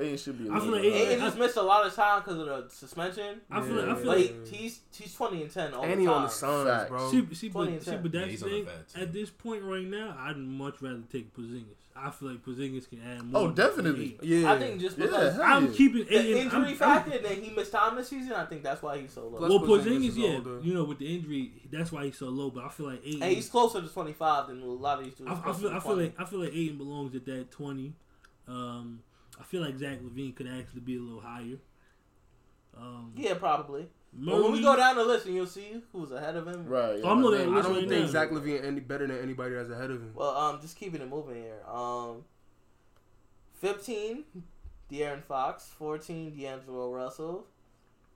Speaker 4: Eight should be. a
Speaker 5: I feel
Speaker 4: little
Speaker 5: like
Speaker 4: bit
Speaker 5: Ayton-
Speaker 4: higher.
Speaker 3: And he just missed a lot of time because of the suspension.
Speaker 5: I feel like I feel
Speaker 3: But
Speaker 5: like
Speaker 3: he, he's he's twenty and ten all
Speaker 1: And
Speaker 3: the
Speaker 1: he
Speaker 3: time.
Speaker 1: on the Suns,
Speaker 4: Facts.
Speaker 1: bro.
Speaker 5: see,
Speaker 3: 20
Speaker 5: see, but
Speaker 3: and
Speaker 5: see,
Speaker 3: 10.
Speaker 5: but
Speaker 2: Yeah,
Speaker 5: that's
Speaker 2: he's
Speaker 5: the
Speaker 2: on a
Speaker 5: thing.
Speaker 2: bad team.
Speaker 5: At this point right now, I'd much rather take Porzingis. I feel like Porzingis can add more.
Speaker 4: Oh,
Speaker 5: than
Speaker 4: definitely.
Speaker 5: eight.
Speaker 1: yeah.
Speaker 3: I think just
Speaker 4: Yeah,
Speaker 3: because
Speaker 4: hell
Speaker 5: I'm
Speaker 4: yeah.
Speaker 5: keeping
Speaker 3: the
Speaker 5: eight in-
Speaker 3: injury
Speaker 5: I'm- I'm-
Speaker 3: factor that he missed time this season, I think that's why he's so low.
Speaker 1: Plus-
Speaker 5: Well,
Speaker 1: Porzingis
Speaker 5: Porzingis,
Speaker 1: is
Speaker 5: yeah,
Speaker 1: older.
Speaker 5: you know, with the injury, that's why he's so low. But I feel like Aiden.
Speaker 3: and he's closer to twenty five than a lot of these dudes.
Speaker 5: I, I
Speaker 3: closer
Speaker 5: feel,
Speaker 3: to
Speaker 5: I feel
Speaker 3: 20.
Speaker 5: like I feel like Aiden belongs at that twenty. Um, I feel like Zach Levine could actually be a little higher. Um,
Speaker 3: yeah, probably. But
Speaker 5: Murray,
Speaker 3: when we go down the list, and you'll see who's ahead of him.
Speaker 4: Right.
Speaker 5: Oh, I'm
Speaker 4: yeah,
Speaker 5: looking at
Speaker 4: like,
Speaker 1: I
Speaker 5: Listen
Speaker 1: don't
Speaker 5: right
Speaker 1: think
Speaker 5: now.
Speaker 1: Zach Levine any better than anybody that's ahead of him.
Speaker 3: Well, um, just keeping it moving here. Um, fifteen, De'Aaron Fox. Fourteen, D'Angelo Russell.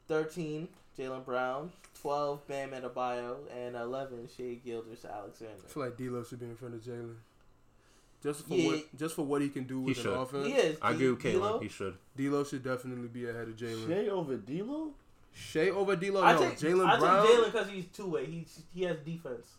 Speaker 3: Thirteen, Jalen Brown. Twelve, Bam Adebayo, and eleven, Shea Gilders Alexander.
Speaker 1: I feel like D Love should be in front of Jalen. Just for
Speaker 3: Yeah.
Speaker 1: what just for what he can do with an
Speaker 2: should.
Speaker 1: offense.
Speaker 3: He is.
Speaker 2: I agree with
Speaker 3: D- D'Lo?
Speaker 2: Caitlin. He should.
Speaker 1: D Love should definitely be ahead of Jalen.
Speaker 4: Shea over D'Lo.
Speaker 1: Shea over D Love.
Speaker 3: I
Speaker 1: Oh, No,
Speaker 3: take
Speaker 1: Jalen
Speaker 3: I
Speaker 1: Brown.
Speaker 3: take Jalen because he's two way. He's he has defense.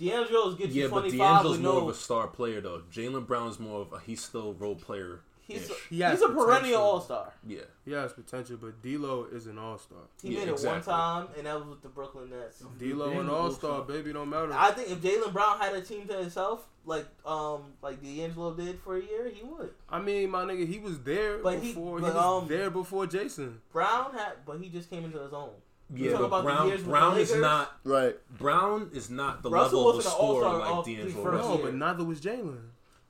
Speaker 3: D'Angelo's gets you
Speaker 2: Yeah, but
Speaker 3: twenty five
Speaker 2: D'Angelo's
Speaker 3: with
Speaker 2: more of
Speaker 3: no.
Speaker 2: a star player though. Jalen Brown's more of a, he's still role player.
Speaker 3: He's
Speaker 2: ish.
Speaker 1: He has
Speaker 3: he's a perennial
Speaker 1: potential.
Speaker 3: all star.
Speaker 2: Yeah,
Speaker 1: He has potential, but D Lo is an all star.
Speaker 3: He
Speaker 2: Yeah,
Speaker 3: made it one
Speaker 2: exactly.
Speaker 3: time, and that was with the Brooklyn Nets.
Speaker 1: D Lo an
Speaker 5: Daniel
Speaker 1: all star,
Speaker 5: All-Star.
Speaker 1: baby, don't matter.
Speaker 3: I think if Jalen Brown had a team to himself, like um like D'Angelo did for a year, he would.
Speaker 1: I mean, my nigga, he was there
Speaker 3: But he-
Speaker 1: before he,
Speaker 3: but,
Speaker 1: was
Speaker 3: um,
Speaker 1: there before Jason.
Speaker 3: Brown had, but he just came into his own. You
Speaker 2: yeah.
Speaker 3: talking
Speaker 2: But
Speaker 3: about the years
Speaker 2: Brown,
Speaker 3: with
Speaker 2: Brown
Speaker 3: the
Speaker 2: is
Speaker 3: Lakers?
Speaker 2: not
Speaker 4: Right.
Speaker 2: Brown is not the
Speaker 3: Russell
Speaker 2: level of a
Speaker 3: wasn't an
Speaker 2: scorer
Speaker 3: all-star all
Speaker 2: like
Speaker 3: three
Speaker 2: D'Angelo
Speaker 3: first
Speaker 2: Russell.
Speaker 1: No,
Speaker 3: year.
Speaker 1: but neither was Jalen.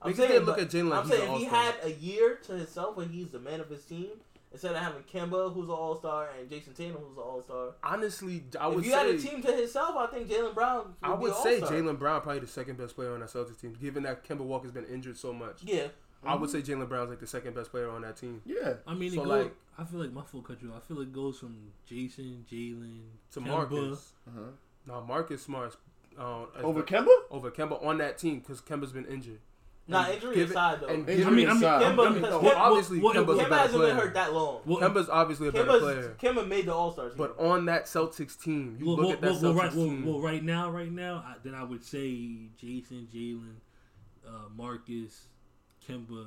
Speaker 3: I'm
Speaker 1: Niggas didn't
Speaker 3: saying,
Speaker 1: look
Speaker 3: but-
Speaker 1: at Jalen like
Speaker 3: I'm
Speaker 1: he's an
Speaker 3: saying if he
Speaker 1: all-star.
Speaker 3: had a year to himself where he's the man of his team instead of having Kemba, who's an all star, and Jason Tatum, who's an all star.
Speaker 1: Honestly, I would
Speaker 3: If you
Speaker 1: say
Speaker 3: had a team to himself, I think Jalen Brown. Would
Speaker 1: I
Speaker 3: be
Speaker 1: would
Speaker 3: an
Speaker 1: say
Speaker 3: all-star.
Speaker 1: Jalen Brown probably the second best player on that Celtics team, given that Kemba Walker's been injured so much.
Speaker 3: Yeah,
Speaker 1: I would say Jalen Brown's like the second best player on that team.
Speaker 4: Yeah.
Speaker 5: I mean, it
Speaker 1: So,
Speaker 5: go,
Speaker 1: like-
Speaker 5: I feel like my full country. I feel it goes from Jason, Jalen,
Speaker 1: To
Speaker 5: Kemba.
Speaker 1: Marcus,
Speaker 4: Uh-huh.
Speaker 1: now Marcus Smart's uh, as
Speaker 4: Over
Speaker 1: the-
Speaker 4: Kemba.
Speaker 1: over Kemba on that team because Kemba's been injured.
Speaker 3: nah,
Speaker 1: And
Speaker 3: injury
Speaker 1: give it-
Speaker 3: aside though,
Speaker 1: and
Speaker 3: Kemba
Speaker 5: I
Speaker 4: Injury
Speaker 5: mean, I mean,
Speaker 4: aside.
Speaker 5: I mean,
Speaker 3: Kemba-
Speaker 5: no,
Speaker 3: well,
Speaker 5: what-
Speaker 1: obviously
Speaker 5: what-
Speaker 1: Kemba's a
Speaker 5: what-
Speaker 1: better
Speaker 3: hasn't been
Speaker 1: player.
Speaker 3: hurt that long.
Speaker 5: what-
Speaker 1: Kemba's obviously a better player,
Speaker 3: Kemba's, Kemba made the all star team.
Speaker 1: but on that Celtics team, you
Speaker 5: well,
Speaker 1: look
Speaker 5: well,
Speaker 1: at that
Speaker 5: well,
Speaker 1: Celtics
Speaker 5: right, well,
Speaker 1: team.
Speaker 5: well, right now, right now, I, then I would say Jason, Jalen, uh, Marcus, Kemba.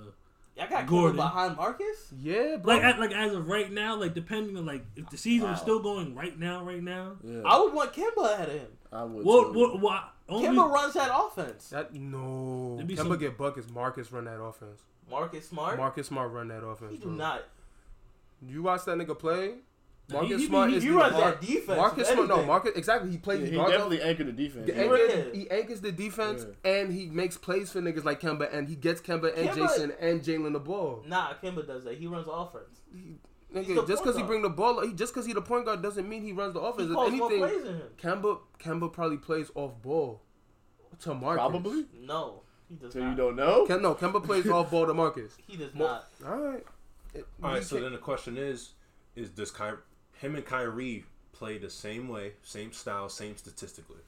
Speaker 3: I got Kemba
Speaker 5: Gordon.
Speaker 3: behind Marcus.
Speaker 1: yeah, bro.
Speaker 5: Like, at, like as of right now, like depending on like if the season was
Speaker 4: Wow.
Speaker 5: still going right now, right now.
Speaker 4: Yeah.
Speaker 3: I would want Kemba ahead of him.
Speaker 4: I would.
Speaker 5: Well,
Speaker 4: too.
Speaker 5: well, well, I- only
Speaker 3: Kemba runs that offense.
Speaker 1: that no,
Speaker 5: There'd be
Speaker 1: Kemba
Speaker 5: some-
Speaker 1: get buckets. Marcus run that offense.
Speaker 3: Marcus Smart.
Speaker 1: Marcus Smart run that offense.
Speaker 3: he do
Speaker 1: bro.
Speaker 3: not.
Speaker 1: You watch that nigga play.
Speaker 5: Nah,
Speaker 1: Marcus
Speaker 5: he- he-
Speaker 1: Smart
Speaker 5: he-
Speaker 1: is
Speaker 3: he
Speaker 1: the
Speaker 3: runs that
Speaker 1: hard-
Speaker 3: defense, if
Speaker 1: Marcus Smart, no,
Speaker 3: anything.
Speaker 1: Marcus. Exactly, he plays.
Speaker 4: Yeah, he
Speaker 1: guard.
Speaker 4: definitely anchored the defense.
Speaker 1: The
Speaker 3: Yeah.
Speaker 1: anchor-
Speaker 3: Yeah.
Speaker 1: he anchors the defense
Speaker 4: Yeah.
Speaker 1: and he makes plays for niggas like Kemba and he gets Kemba and
Speaker 3: Kemba-
Speaker 1: Jason and Jalen the ball.
Speaker 3: Nah, Kemba does that. He runs offense. He's the
Speaker 1: Nigga, just
Speaker 3: point
Speaker 1: because he
Speaker 3: guard.
Speaker 1: bring the ball, he, just because he the point guard doesn't mean he runs the
Speaker 3: He
Speaker 1: offense. If
Speaker 3: calls more
Speaker 1: anything,
Speaker 3: plays than him.
Speaker 1: Kemba Kemba probably plays off ball to Marcus.
Speaker 4: Probably.
Speaker 3: No, he does
Speaker 4: So
Speaker 3: not.
Speaker 4: you don't know.
Speaker 1: Kem, no, Kemba plays off ball to Marcus.
Speaker 3: he does
Speaker 1: Mo-
Speaker 3: not.
Speaker 1: All right. It-
Speaker 2: All
Speaker 1: we
Speaker 2: right. So
Speaker 1: can't-
Speaker 2: then the question is, is does Ky- him and Kyrie play the same way, same style, same statistically?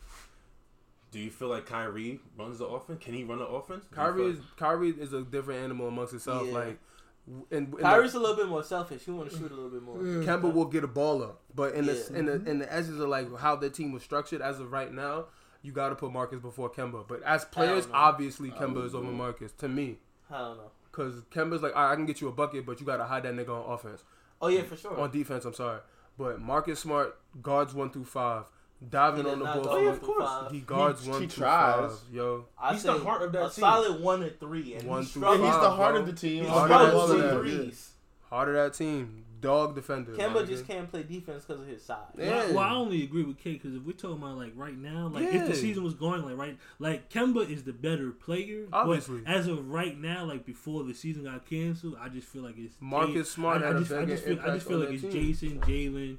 Speaker 2: Do you feel like Kyrie runs the offense? Can he run the offense? Do you
Speaker 1: Kyrie
Speaker 2: feel
Speaker 1: is Kyrie is a different animal amongst himself.
Speaker 3: Yeah.
Speaker 1: Like, w- and, and
Speaker 3: Kyrie's a little bit more selfish. He want to shoot a little bit more.
Speaker 1: Kemba will get a ball up, but in the
Speaker 3: Yeah.
Speaker 1: in the in the essence of like how the team was structured as of right now, you got to put Marcus before Kemba. But as players,
Speaker 3: know.
Speaker 1: obviously
Speaker 4: I don't
Speaker 1: Kemba is over
Speaker 4: know.
Speaker 1: Marcus to me,
Speaker 3: I don't know.
Speaker 1: because Kemba's like, all right, I can get you a bucket, but you got to hide that nigga on offense,
Speaker 3: Oh yeah, for sure.
Speaker 1: on defense. I'm sorry, but Marcus Smart guards one through five, diving
Speaker 3: He
Speaker 1: on
Speaker 3: did
Speaker 1: the
Speaker 3: not
Speaker 1: ball.
Speaker 3: go
Speaker 1: from-
Speaker 3: one
Speaker 2: yeah, of
Speaker 3: through
Speaker 2: course.
Speaker 3: five.
Speaker 1: He guards
Speaker 4: He-
Speaker 1: one
Speaker 4: he
Speaker 1: through
Speaker 4: tries.
Speaker 1: five, yo.
Speaker 3: I
Speaker 2: He's the
Speaker 3: say
Speaker 2: heart of that
Speaker 3: a
Speaker 2: team.
Speaker 3: solid one and three, and
Speaker 1: One
Speaker 3: he
Speaker 1: through
Speaker 4: Yeah,
Speaker 3: struggles.
Speaker 4: he's the
Speaker 1: Five,
Speaker 4: heart
Speaker 1: bro.
Speaker 4: of the team.
Speaker 3: He
Speaker 1: He's hard
Speaker 4: Hard
Speaker 1: as
Speaker 3: struggles
Speaker 1: well
Speaker 4: of
Speaker 3: with
Speaker 1: as
Speaker 4: that.
Speaker 1: that.
Speaker 3: threes.
Speaker 1: Heart of that team, dog defender.
Speaker 3: Kemba
Speaker 1: my
Speaker 3: just
Speaker 1: nigga.
Speaker 3: can't play defense because of his size.
Speaker 1: Yeah.
Speaker 5: Well, I- well, I only agree with K because if we're talking about like right now, like if
Speaker 1: Yeah.
Speaker 5: the season was going like right, like Kemba is the better player. but
Speaker 1: Obviously.
Speaker 5: as of right now, like before the season got canceled, I just feel like it's
Speaker 1: Marcus
Speaker 5: Ja-
Speaker 1: Smart
Speaker 5: I, I
Speaker 1: had a
Speaker 5: just, I
Speaker 1: bigger
Speaker 5: just feel, I
Speaker 1: impact
Speaker 5: just feel
Speaker 1: on
Speaker 5: like
Speaker 1: that
Speaker 5: it's
Speaker 1: team.
Speaker 5: Jason, Jalen,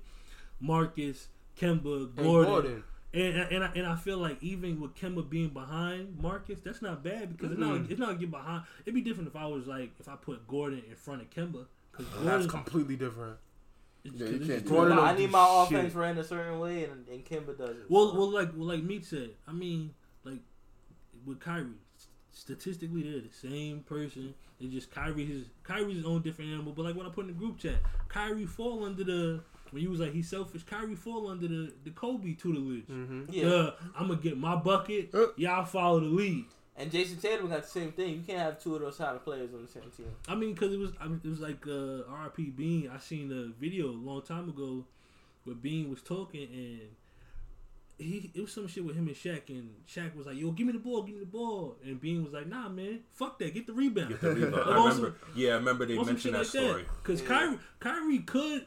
Speaker 5: Marcus, Kemba,
Speaker 1: And
Speaker 5: Gordon.
Speaker 1: Gordon.
Speaker 5: And, and, I, and I feel like even with Kemba being behind Marcus, that's not bad because it's not
Speaker 1: Mm-mm.
Speaker 5: it's not gonna get behind. It'd be different if I was like if I put Gordon in front of Kemba because
Speaker 1: That's
Speaker 5: Gordon,
Speaker 1: completely different.
Speaker 5: it's-
Speaker 4: Yeah, you
Speaker 5: 'cause
Speaker 4: can't
Speaker 5: it's just
Speaker 4: do
Speaker 5: too
Speaker 1: Gordon
Speaker 5: much.
Speaker 1: don't
Speaker 3: I need
Speaker 1: do
Speaker 3: my
Speaker 1: shit.
Speaker 3: offense ran a certain way, and, and Kimba does it.
Speaker 5: Well, well, like, well, like Meat said. I mean, like with Kyrie, statistically they're the same person. It's just Kyrie his Kyrie's his own different animal. But like when I put in the group chat, Kyrie fall under the when you was like he's selfish, Kyrie fall under the, the Kobe tutelage.
Speaker 1: Mm-hmm.
Speaker 3: Yeah.
Speaker 5: Duh, I'm gonna get my bucket.
Speaker 1: Uh.
Speaker 5: Y'all follow the lead.
Speaker 3: And Jason Tatum got the same thing. You can't have two of those type of players on the same team.
Speaker 5: I mean, cause it was I mean, it was like uh, R.I.P. Bean. I seen a video a long time ago where Bean was talking and he it was some shit with him and Shaq and Shaq was like, "Yo, give me the ball, give me the ball," and Bean was like, "Nah, man, fuck that, get the rebound."
Speaker 2: Get the rebound. I
Speaker 5: Or on some-
Speaker 2: remember. Yeah, I remember they
Speaker 5: or some shit
Speaker 2: mentioned that
Speaker 5: like that.
Speaker 2: story.
Speaker 5: Because
Speaker 3: Yeah.
Speaker 5: Kyrie, Kyrie could,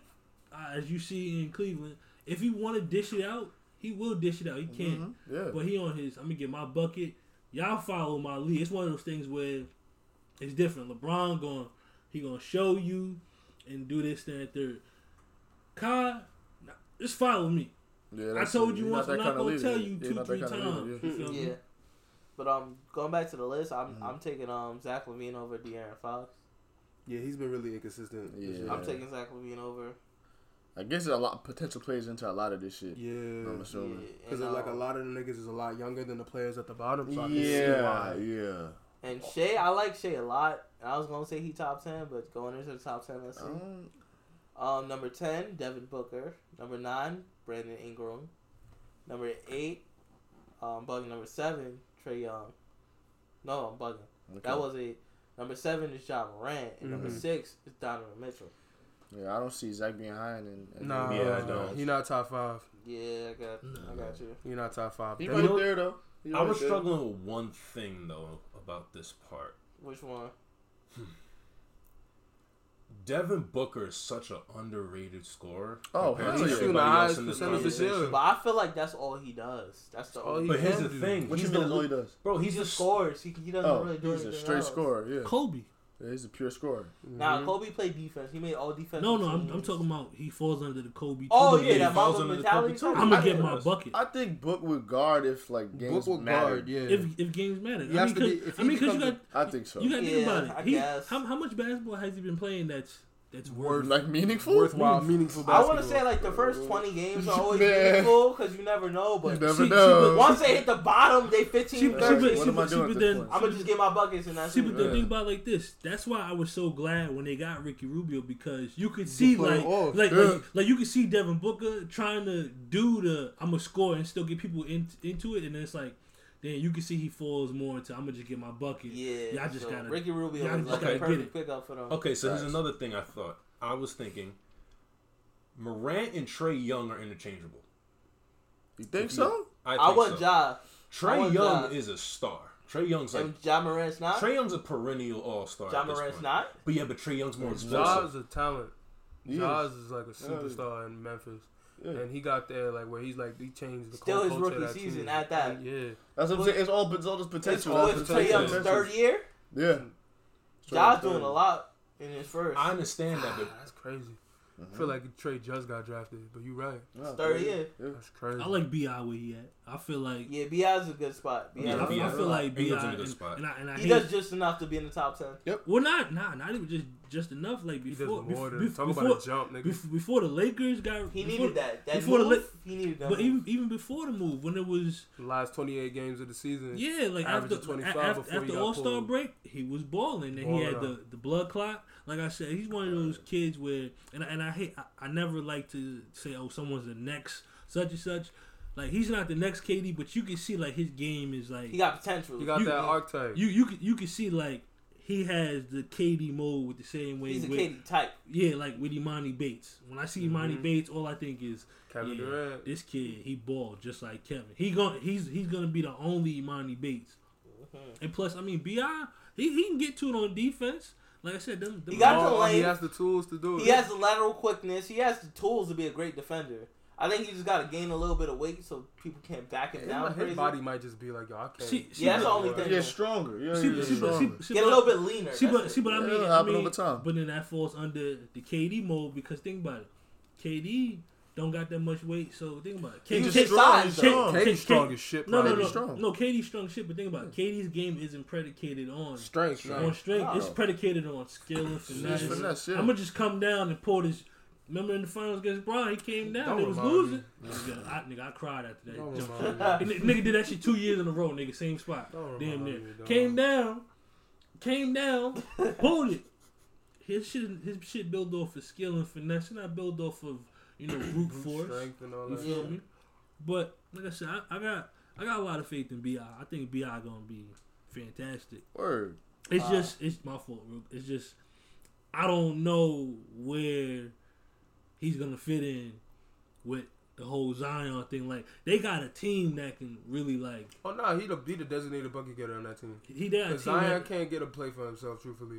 Speaker 5: uh, as you see in Cleveland, if he want to dish it out, he will dish it out. He can.
Speaker 4: Mhm, Yeah.
Speaker 5: But he on his. I'm gonna get my bucket. Y'all follow my lead. It's one of those things where it's different. LeBron going, he gonna show you and do this, that, and third. Kai, nah, just follow me.
Speaker 4: Yeah,
Speaker 5: I
Speaker 4: that's
Speaker 5: told
Speaker 4: it.
Speaker 5: you
Speaker 4: You're
Speaker 5: once. I'm
Speaker 4: that
Speaker 5: not
Speaker 4: kinda
Speaker 5: gonna
Speaker 4: leader.
Speaker 5: tell you
Speaker 4: You're
Speaker 5: two,
Speaker 4: not that
Speaker 5: three
Speaker 4: kinda leader,
Speaker 5: times.
Speaker 4: yeah.
Speaker 5: You feel me?
Speaker 3: Yeah. But um, going back to the list, I'm
Speaker 1: Mm-hmm.
Speaker 4: Mhm.
Speaker 3: I'm taking um Zach Levine over De'Aaron Fox.
Speaker 1: Yeah, he's been really inconsistent. this
Speaker 4: Yeah.
Speaker 1: year.
Speaker 3: I'm taking Zach Levine over.
Speaker 4: I guess a lot potential plays into a lot of this shit. I'm
Speaker 1: Yeah.
Speaker 4: assuming.
Speaker 1: Because
Speaker 3: and,
Speaker 1: like a
Speaker 3: um,
Speaker 1: lot of the niggas is a lot younger than the players at the bottom. So I can see
Speaker 4: Yeah,
Speaker 1: why.
Speaker 4: yeah.
Speaker 3: And Shea, I like Shea a lot. And I was gonna say he top ten, but going into the top ten, let's see.
Speaker 4: Um,
Speaker 3: Um, number ten, Devin Booker. Number nine, Brandon Ingram. Number eight, um, bugging number seven, Trey Young. No, I'm bugging. That
Speaker 4: okay. Mm-hmm.
Speaker 3: was a number seven is John Morant, and number
Speaker 1: Mhm.
Speaker 3: six is Donovan Mitchell.
Speaker 4: Yeah, I don't see Zach being high and. and- and
Speaker 1: Nah,
Speaker 2: Yeah, I
Speaker 1: nah,
Speaker 2: don't.
Speaker 1: He not top five.
Speaker 3: Yeah, I got, I
Speaker 4: No.
Speaker 3: got you.
Speaker 1: He not top five.
Speaker 4: He
Speaker 1: That-
Speaker 4: right there though. He
Speaker 2: I
Speaker 4: right
Speaker 2: was
Speaker 4: there.
Speaker 2: struggling with one thing though about this part.
Speaker 3: Which one?
Speaker 2: Devin Booker is such an underrated scorer.
Speaker 4: Oh,
Speaker 2: compared
Speaker 4: hell
Speaker 1: He's
Speaker 2: to
Speaker 4: yeah.
Speaker 1: shooting the
Speaker 2: everybody else
Speaker 1: highest
Speaker 2: in this
Speaker 1: percentage of
Speaker 2: conversation.
Speaker 1: field.
Speaker 3: But I feel like that's all he does. That's the
Speaker 1: all
Speaker 3: only.
Speaker 1: he
Speaker 2: But here's
Speaker 1: can
Speaker 2: the
Speaker 1: do.
Speaker 2: thing,
Speaker 4: What you
Speaker 2: he's
Speaker 4: mean?
Speaker 2: been
Speaker 4: That's all he
Speaker 2: lo-
Speaker 4: does.
Speaker 2: bro.
Speaker 3: he
Speaker 2: He's
Speaker 3: just
Speaker 2: just
Speaker 3: scores. He, he doesn't
Speaker 4: Oh,
Speaker 3: really do
Speaker 4: he's
Speaker 3: anything
Speaker 4: a straight
Speaker 3: else.
Speaker 4: scorer. Yeah.
Speaker 5: Kobe.
Speaker 4: Yeah, he's a pure scorer.
Speaker 3: Nah,
Speaker 1: Mhm.
Speaker 3: Kobe played defense. He made all defense.
Speaker 5: No, no, I'm, I'm talking about he falls under the Kobe.
Speaker 3: Oh
Speaker 5: tutelage.
Speaker 3: yeah, that
Speaker 2: falls
Speaker 3: Mamba
Speaker 2: under the
Speaker 3: mentality.
Speaker 2: Kobe too.
Speaker 5: I'm gonna
Speaker 4: I-
Speaker 5: get my
Speaker 3: oh,
Speaker 5: bucket.
Speaker 4: I think Book would guard if like games
Speaker 1: Book will
Speaker 4: mattered.
Speaker 1: guard. Yeah.
Speaker 5: if if games matter,
Speaker 1: He
Speaker 5: I
Speaker 1: has
Speaker 5: mean,
Speaker 1: to
Speaker 5: cause,
Speaker 1: be- if
Speaker 5: I
Speaker 1: he
Speaker 5: mean, 'cause you
Speaker 1: becomes
Speaker 5: got
Speaker 4: I think so.
Speaker 5: you got to think
Speaker 3: Yeah,
Speaker 5: about it.
Speaker 3: I
Speaker 5: he,
Speaker 3: guess.
Speaker 5: How, how much basketball has he been playing that's that's worth?
Speaker 1: Worth-
Speaker 4: like meaningful.
Speaker 1: worthwhile, meaningful.
Speaker 3: I want to say
Speaker 1: basketball.
Speaker 3: like the first 20 games are always
Speaker 4: Man. uh,
Speaker 3: meaningful because you never know.
Speaker 4: You
Speaker 3: But
Speaker 4: never
Speaker 5: See- see,
Speaker 4: know.
Speaker 5: but
Speaker 3: once they hit the bottom, they
Speaker 5: See,
Speaker 3: 15,
Speaker 5: see, but-
Speaker 3: 30.
Speaker 5: see,
Speaker 4: What am I
Speaker 5: but- see,
Speaker 4: doing at
Speaker 5: but
Speaker 4: this
Speaker 5: then-
Speaker 4: point?
Speaker 3: I'm gonna just get my buckets and that's
Speaker 5: See, but
Speaker 3: it.
Speaker 5: then
Speaker 4: Yeah.
Speaker 5: think about it like this. That's why I was so glad when they got Ricky Rubio because you could see
Speaker 1: play
Speaker 5: like
Speaker 1: off,
Speaker 5: like,
Speaker 4: yeah.
Speaker 5: like like you could see Devin Booker trying to do the I'm gonna score and still get people in, into it, and then it's like then you can see he falls more into I'm gonna just get my bucket.
Speaker 3: Yeah,
Speaker 5: y'all just
Speaker 3: so
Speaker 5: gotta.
Speaker 3: Ricky Rubio
Speaker 5: y'all
Speaker 3: was
Speaker 5: just
Speaker 3: like
Speaker 5: gotta
Speaker 3: a
Speaker 5: get
Speaker 3: perfect
Speaker 5: it.
Speaker 3: pickup for them.
Speaker 2: Okay, so here's
Speaker 4: Facts.
Speaker 2: another thing I thought. I was thinking Morant and Trey Young are interchangeable.
Speaker 4: You think so?
Speaker 2: I,
Speaker 3: I
Speaker 2: think
Speaker 3: want
Speaker 2: so.
Speaker 3: Ja. I
Speaker 2: Trey
Speaker 3: want
Speaker 2: Young
Speaker 3: Ja.
Speaker 2: is a star. Trey Young's like
Speaker 3: And Ja Morant's not.
Speaker 2: Trey Young's a perennial all star.
Speaker 3: Ja Morant's not.
Speaker 2: But yeah, but Trey Young's more
Speaker 1: Jaws
Speaker 2: explosive.
Speaker 1: a talent.
Speaker 4: He is.
Speaker 1: Jaws is like a superstar in Memphis,
Speaker 4: Yeah.
Speaker 1: and he got there like where he's like he changed the
Speaker 3: Still his
Speaker 1: culture of
Speaker 3: rookie
Speaker 1: that
Speaker 3: season
Speaker 1: team.
Speaker 3: at that.
Speaker 1: Yeah,
Speaker 4: That's what I'm saying. It's all it's all just
Speaker 3: It's
Speaker 4: potential.
Speaker 3: always
Speaker 4: That's
Speaker 3: Trey
Speaker 4: potential.
Speaker 3: Young's third year.
Speaker 4: Yeah.
Speaker 3: Ja's doing a lot in his first.
Speaker 2: I understand that, but
Speaker 1: that's crazy. I feel like Trey just got drafted, but you're right.
Speaker 4: Yeah,
Speaker 3: third year.
Speaker 4: Yeah.
Speaker 1: That's crazy.
Speaker 5: I like Bi where he at. I feel like yeah,
Speaker 3: Yeah, Bi's a good spot. B.I.
Speaker 2: Yeah,
Speaker 5: I,
Speaker 3: is a
Speaker 5: feel-
Speaker 2: B.I.
Speaker 3: good
Speaker 5: I feel
Speaker 3: spot.
Speaker 5: like Bi
Speaker 2: Ingram's in a
Speaker 5: and,
Speaker 2: good spot.
Speaker 5: and I and I
Speaker 3: He
Speaker 5: hate-
Speaker 3: does just enough to be in the top ten.
Speaker 5: well not nah not even just just enough like
Speaker 1: He
Speaker 5: before
Speaker 1: does more
Speaker 5: bef-
Speaker 1: than
Speaker 5: bef-
Speaker 1: talk
Speaker 5: before
Speaker 1: about a jump, nigga.
Speaker 5: bef- before the Lakers got
Speaker 3: He
Speaker 5: before-
Speaker 3: needed that. That
Speaker 5: before the
Speaker 3: move, he needed that.
Speaker 5: But
Speaker 3: move.
Speaker 5: even even before the move, when it was
Speaker 1: Last 28 games of the season.
Speaker 5: yeah, like
Speaker 1: Average
Speaker 5: after
Speaker 1: of 25
Speaker 5: a- af-
Speaker 1: before he
Speaker 5: after
Speaker 1: got
Speaker 5: All Star
Speaker 1: pulled.
Speaker 5: break, he was balling and he
Speaker 1: Balling
Speaker 5: had the,
Speaker 1: out.
Speaker 5: the blood clot. Like I said, he's one of those kids where and I- and I hate I, I never like to say oh someone's the next such and such. Like he's not the next KD, but you can see like his game is like
Speaker 3: he got potential.
Speaker 1: He got
Speaker 5: You-
Speaker 1: that archetype.
Speaker 5: you you can, you can see like he has the KD mode with the same way
Speaker 3: He's a
Speaker 5: with
Speaker 3: KD type.
Speaker 5: yeah like with Imani Bates. When I see Imani
Speaker 1: Mhm.
Speaker 5: Bates, all I think is
Speaker 1: Kevin
Speaker 5: yeah,
Speaker 1: Durant.
Speaker 5: This kid, he balled just like Kevin. He going he's he's gonna be the only Imani Bates. And plus, I mean, Bi, he, he can get to it on defense. Like I said, them, them
Speaker 3: He got the
Speaker 1: All- all He
Speaker 3: lane.
Speaker 1: has the tools to do it.
Speaker 3: He has the lateral quickness. He has the tools to be a great defender. I think he just got to gain a little bit of weight so people can't back him
Speaker 1: His-
Speaker 3: down.
Speaker 1: his
Speaker 3: crazy.
Speaker 1: body might just be like, yo, I can't.
Speaker 5: See- see,
Speaker 3: Yeah, that's the
Speaker 5: but-
Speaker 3: only
Speaker 4: Yeah,
Speaker 3: thing.
Speaker 4: stronger. Yeah,
Speaker 5: See,
Speaker 4: yeah,
Speaker 5: but- see, but-
Speaker 4: stronger.
Speaker 5: see, see,
Speaker 3: Get a
Speaker 5: but-
Speaker 3: little bit leaner.
Speaker 5: See,
Speaker 3: that's
Speaker 5: but
Speaker 3: it.
Speaker 5: see, but I
Speaker 4: Yeah,
Speaker 5: mean,
Speaker 4: it'll
Speaker 5: I
Speaker 4: happen
Speaker 5: mean,
Speaker 4: over time.
Speaker 5: But then that falls under the KD mode because think about it, KD don't got that much weight. So think about it.
Speaker 3: He
Speaker 5: KD
Speaker 3: was
Speaker 5: K-
Speaker 3: just strong.
Speaker 4: He's
Speaker 5: K-
Speaker 4: strong.
Speaker 5: K-
Speaker 1: KD's strong as shit.
Speaker 5: No, no,
Speaker 1: probably.
Speaker 5: no,
Speaker 4: KD's strong.
Speaker 5: no. KD's strong shit, but think about it. KD's game isn't predicated on
Speaker 1: Strength,
Speaker 5: on
Speaker 1: man.
Speaker 5: strength. It's
Speaker 4: No.
Speaker 5: predicated on skill and finesse.
Speaker 4: finesse, yeah.
Speaker 5: I'm gonna just come down and pull this. Remember in the finals against Brown, he came down.
Speaker 1: Don't
Speaker 5: They was
Speaker 1: remind
Speaker 5: losing. Nigga, I, nigga, I cried after that.
Speaker 1: Don't
Speaker 5: jump
Speaker 1: remind
Speaker 5: shot.
Speaker 1: me.
Speaker 5: And n- nigga did that shit two years in a row. Nigga, same spot.
Speaker 1: Don't
Speaker 5: Damn
Speaker 1: remind
Speaker 5: near.
Speaker 1: me, dog.
Speaker 5: Came down, came down, pulled it. His shit, his shit built off of skill and finesse, and not built off of you know, brute force.
Speaker 1: Strength and all
Speaker 5: You
Speaker 1: that.
Speaker 5: feel me? But like I said, I, I got I got a lot of faith in Bi. I think Bi gonna be fantastic.
Speaker 1: Word.
Speaker 5: It's
Speaker 3: Wow.
Speaker 5: just it's my fault. Rube. It's just I don't know where he's gonna fit in with the whole Zion thing. Like they got a team that can really like
Speaker 1: Oh no, he the he the designated bucket getter on that team.
Speaker 5: he they got a
Speaker 1: Cause
Speaker 5: team
Speaker 1: Zion
Speaker 5: that,
Speaker 1: can't get a play for himself, truthfully.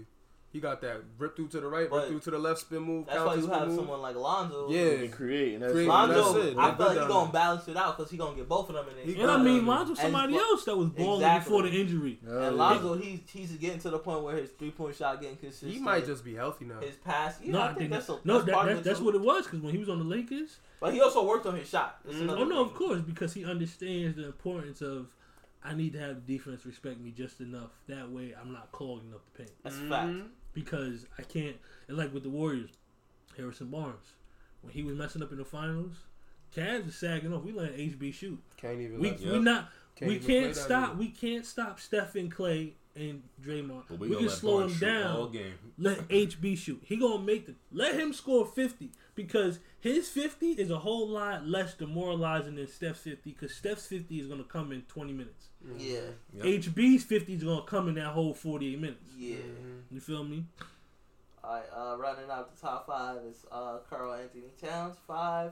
Speaker 1: He got that rip through to the right,
Speaker 3: But
Speaker 1: rip through to the left, spin move,
Speaker 3: That's why
Speaker 1: counter
Speaker 3: you
Speaker 1: spin
Speaker 3: have
Speaker 1: move.
Speaker 3: someone like Lonzo.
Speaker 1: Yeah.
Speaker 4: They create, and that's
Speaker 1: Create,
Speaker 4: that's
Speaker 1: that's
Speaker 3: Lonzo,
Speaker 1: it.
Speaker 3: I
Speaker 1: They
Speaker 3: feel
Speaker 1: good
Speaker 3: like
Speaker 1: down
Speaker 3: he's gonna balance it out because he's gonna get both of them in
Speaker 1: He
Speaker 3: there.
Speaker 5: and I mean Lonzo
Speaker 1: Lonzo's
Speaker 5: somebody
Speaker 3: And-
Speaker 5: else that was balling
Speaker 3: Exactly.
Speaker 5: before the injury.
Speaker 4: it.
Speaker 3: And
Speaker 4: Yeah.
Speaker 3: Lonzo, he's he's getting to the point where his three point shot getting consistent.
Speaker 1: He might just be healthy now.
Speaker 3: his pass. Yeah,
Speaker 5: no,
Speaker 3: I think that's, a,
Speaker 5: no, that,
Speaker 3: part
Speaker 5: that,
Speaker 3: of it
Speaker 5: that's
Speaker 3: too.
Speaker 5: what it was because when he was on the Lakers,
Speaker 3: But he also worked on his shot. That's
Speaker 1: Mm-hmm.
Speaker 3: another
Speaker 5: oh no, of
Speaker 3: thing.
Speaker 5: course because he understands the importance of I need to have the defense respect me just enough. That way I'm not clogging up the paint.
Speaker 3: That's a fact.
Speaker 1: Mm-hmm.
Speaker 4: Mm-hmm.
Speaker 5: because I can't. And like with the Warriors, Harrison Barnes, when he was messing up in the finals, Cavs is sagging off. We let HB shoot.
Speaker 1: Can't even.
Speaker 5: We
Speaker 1: let-
Speaker 5: we not
Speaker 1: Can't
Speaker 5: we
Speaker 1: even play
Speaker 5: can't
Speaker 1: that
Speaker 5: stop.
Speaker 1: either.
Speaker 5: We can't stop Steph and Clay and Draymond.
Speaker 6: But
Speaker 5: we
Speaker 6: we,
Speaker 5: can
Speaker 6: gonna let
Speaker 5: slow
Speaker 6: Barnes
Speaker 5: him
Speaker 6: shoot all
Speaker 5: down.
Speaker 6: game.
Speaker 5: Let HB shoot. He gonna make the let him score fifty because his fifty is a whole lot less demoralizing than Steph's fifty because Steph's fifty is gonna come in twenty minutes.
Speaker 3: Yeah,
Speaker 6: Yep.
Speaker 5: HB's fifty is gonna come in that whole forty eight minutes.
Speaker 3: yeah.
Speaker 1: Mm-hmm.
Speaker 5: You feel me?
Speaker 3: All right, uh, rounding out the top five is uh, Carl Anthony Towns five,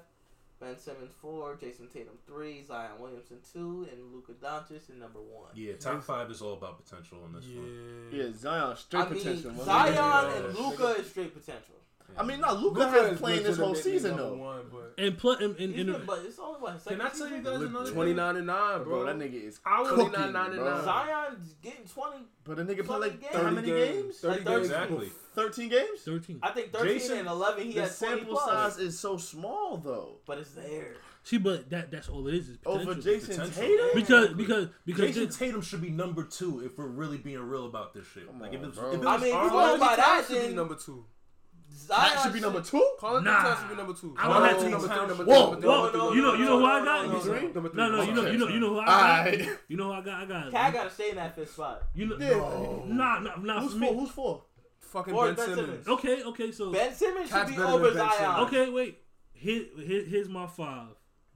Speaker 3: Ben Simmons four, Jason Tatum three, Zion Williamson two, and Luka Doncic in number one.
Speaker 6: Yeah, top five is all about potential on this one.
Speaker 1: Yeah.
Speaker 4: Yeah, Zion straight
Speaker 3: I mean,
Speaker 4: potential. man.
Speaker 3: Zion
Speaker 6: Yeah.
Speaker 3: and Luca is straight potential.
Speaker 4: I mean, no, Luca
Speaker 1: Luka
Speaker 4: has
Speaker 1: is
Speaker 4: playing this whole
Speaker 1: legitimately
Speaker 4: season
Speaker 1: number
Speaker 4: though.
Speaker 1: One, but
Speaker 5: And plus, and, and,
Speaker 3: He's
Speaker 5: and,
Speaker 3: been- but it's only what his
Speaker 2: Can
Speaker 3: second
Speaker 2: I tell you
Speaker 3: season?
Speaker 2: guys
Speaker 4: Look,
Speaker 2: another
Speaker 1: twenty
Speaker 2: thing?
Speaker 1: nine and nine,
Speaker 4: bro,
Speaker 1: bro.
Speaker 4: that nigga is
Speaker 2: I would-
Speaker 4: cooking,
Speaker 1: 29,
Speaker 4: bro.
Speaker 1: Zion-
Speaker 3: Zion's getting twenty.
Speaker 4: But the nigga played
Speaker 3: Twenty
Speaker 4: like
Speaker 3: games.
Speaker 4: thirty
Speaker 3: How
Speaker 4: games.
Speaker 3: many
Speaker 1: games?
Speaker 3: Like
Speaker 1: Thirty games.
Speaker 6: Exactly.
Speaker 4: Thirteen games.
Speaker 5: thirteen.
Speaker 3: I think thirteen
Speaker 4: Jason-
Speaker 3: and eleven. He
Speaker 4: the
Speaker 3: has twenty
Speaker 4: sample
Speaker 3: plus.
Speaker 4: size is so small though.
Speaker 3: but it's there.
Speaker 5: See, but that that's all it is. is potential.
Speaker 4: Over Jason
Speaker 6: Potential.
Speaker 4: Tatum.
Speaker 5: because because because
Speaker 6: Jason
Speaker 5: this,
Speaker 6: Tatum should be number two if we're really being real about this shit. like if
Speaker 4: on,
Speaker 6: it was,
Speaker 4: bro.
Speaker 6: if it was
Speaker 3: I mean, if you
Speaker 6: our-
Speaker 3: go by that,
Speaker 1: should be
Speaker 3: then
Speaker 1: number two.
Speaker 3: Zion
Speaker 4: should be number two.
Speaker 1: Call it
Speaker 5: Nah.
Speaker 1: Towns should be number two.
Speaker 5: I don't have
Speaker 1: Number
Speaker 5: to-
Speaker 1: two, number three,
Speaker 4: Whoa,
Speaker 1: number three,
Speaker 5: whoa,
Speaker 1: number three,
Speaker 5: you know, you know who I
Speaker 1: number
Speaker 5: got?
Speaker 1: three, number three, number three.
Speaker 5: no no you know you know you know who I got.
Speaker 4: Alright.
Speaker 5: You know who I got. I got.
Speaker 3: Cat got to stay in that fifth spot.
Speaker 5: you know,
Speaker 4: Yeah.
Speaker 5: nah, nah, nah.
Speaker 4: Who's
Speaker 5: For
Speaker 4: four?
Speaker 5: me.
Speaker 4: Who's four?
Speaker 1: Fucking
Speaker 3: Or
Speaker 1: Ben
Speaker 3: Ben
Speaker 1: Simmons.
Speaker 3: Simmons.
Speaker 5: Okay, okay. So
Speaker 3: Ben Simmons should
Speaker 1: Cat's
Speaker 3: be
Speaker 1: better than
Speaker 3: over
Speaker 1: Ben
Speaker 3: Zion.
Speaker 1: Simmons.
Speaker 5: okay, wait. Here, here here's my five.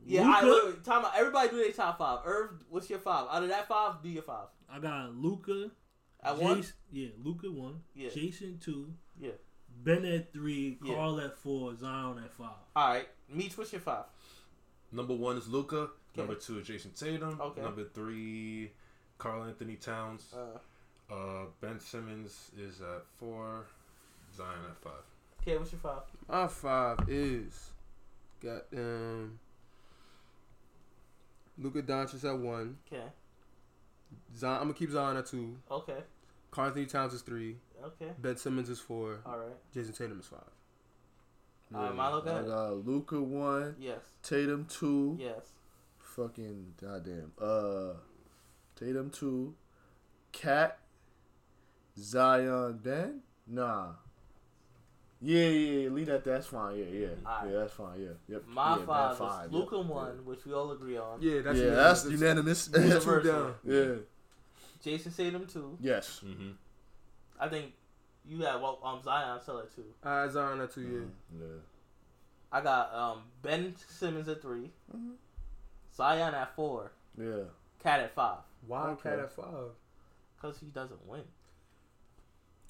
Speaker 3: Yeah,
Speaker 5: Luka,
Speaker 3: I literally, time out. Everybody do their top five. Irv, what's your five? Out of that five, do your five.
Speaker 5: I got Luca.
Speaker 3: At one?
Speaker 5: Yeah, Luca one.
Speaker 3: Yeah.
Speaker 5: Jason two.
Speaker 3: Yeah.
Speaker 5: Ben at three.
Speaker 3: Yeah.
Speaker 5: Carl at four. Zion at five.
Speaker 3: All right. Meach, what's your five?
Speaker 6: number one is Luca. Number two is Jason Tatum.
Speaker 3: Okay.
Speaker 6: Number three, Carl Anthony Towns.
Speaker 3: Uh,
Speaker 6: Uh, ben Simmons is at four. Zion at five.
Speaker 3: okay, what's your five?
Speaker 1: My five is goddamn Luka Doncic at one.
Speaker 3: Okay.
Speaker 1: Zion, I'm gonna keep Zion at two.
Speaker 3: Okay.
Speaker 1: Carl Anthony Towns is three.
Speaker 3: Okay.
Speaker 1: Ben Simmons is four.
Speaker 3: All right.
Speaker 1: Jason Tatum is five.
Speaker 3: All right, Milo, go ahead.
Speaker 4: Uh, Luca one,
Speaker 3: Yes.
Speaker 4: Tatum two,
Speaker 3: Yes.
Speaker 4: fucking goddamn. Uh, Tatum two, Cat, Zion, Ben. Nah. Yeah, yeah, yeah, leave that. That's fine. Yeah, yeah,
Speaker 3: Alright.
Speaker 4: yeah. That's fine. Yeah, yep.
Speaker 3: My
Speaker 4: yeah, that
Speaker 3: five is
Speaker 4: yep,
Speaker 3: Luca
Speaker 4: yeah.
Speaker 3: one, which we all agree on.
Speaker 1: Yeah, that's
Speaker 4: yeah, that's unanimous.
Speaker 1: It's
Speaker 3: Universal.
Speaker 1: two down.
Speaker 4: yeah.
Speaker 3: Jason Tatum two.
Speaker 4: Yes.
Speaker 6: Mm-hmm.
Speaker 3: I think you got well, um Zion still at two.
Speaker 1: I had Zion at two. Yeah.
Speaker 4: Mm, Yeah.
Speaker 3: I got um Ben Simmons at 3
Speaker 4: Mhm.
Speaker 3: Zion at four,
Speaker 4: Yeah.
Speaker 3: Cat at five,
Speaker 1: Why
Speaker 4: Okay.
Speaker 1: Cat at five?
Speaker 3: cause he doesn't win.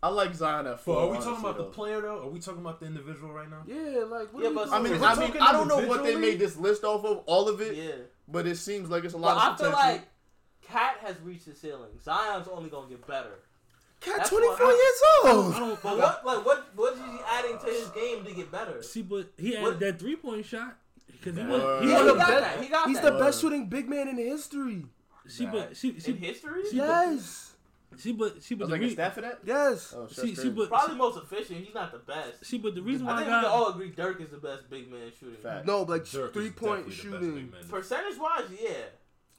Speaker 4: I like Zion at four.
Speaker 6: Well, are we
Speaker 4: honestly,
Speaker 6: talking about the
Speaker 4: though.
Speaker 6: player though? Are we talking about the individual right now?
Speaker 1: Yeah, like what
Speaker 3: Yeah,
Speaker 1: are you
Speaker 3: but-
Speaker 4: I mean,
Speaker 1: doing?
Speaker 6: If we're
Speaker 4: I mean,
Speaker 6: talking
Speaker 4: I don't know what they
Speaker 6: individually-
Speaker 4: made this list off of, all of it,
Speaker 3: Yeah,
Speaker 4: but it seems like it's a
Speaker 3: but
Speaker 4: lot
Speaker 3: I
Speaker 4: of
Speaker 3: feel
Speaker 4: potential.
Speaker 3: like Cat has reached his ceiling. Zion's only gonna get better.
Speaker 4: Cat,
Speaker 3: that's
Speaker 4: 24
Speaker 5: I
Speaker 4: years
Speaker 5: don't, I
Speaker 4: old.
Speaker 5: don't
Speaker 3: But what, like, what, what is he adding to his game to get better?
Speaker 5: see, but he
Speaker 3: What-
Speaker 5: had that three point shot because he
Speaker 4: Nah.
Speaker 5: was. He
Speaker 4: Yeah,
Speaker 5: was
Speaker 4: he
Speaker 5: a-
Speaker 4: got
Speaker 3: that. He got
Speaker 1: He's
Speaker 3: that.
Speaker 1: the best shooting big man in history.
Speaker 5: see, but see,
Speaker 3: in
Speaker 5: see,
Speaker 3: history.
Speaker 5: See,
Speaker 1: Yes,
Speaker 5: see, but see,
Speaker 4: I
Speaker 5: but
Speaker 4: was
Speaker 5: the
Speaker 4: like a
Speaker 5: re-
Speaker 4: stat for that.
Speaker 1: yes.
Speaker 4: Oh, shit,
Speaker 5: see,
Speaker 4: that's
Speaker 5: see,
Speaker 4: crazy.
Speaker 5: but
Speaker 3: Probably most efficient. He's not the best.
Speaker 5: see, but the reason
Speaker 3: I
Speaker 5: why I
Speaker 3: think we can
Speaker 5: got
Speaker 3: all agree Dirk is the best big man shooting.
Speaker 4: Fact.
Speaker 1: No, like
Speaker 6: Dirk is
Speaker 1: three point
Speaker 6: definitely the best big
Speaker 1: shooting.
Speaker 6: man.
Speaker 3: Percentage wise, yeah,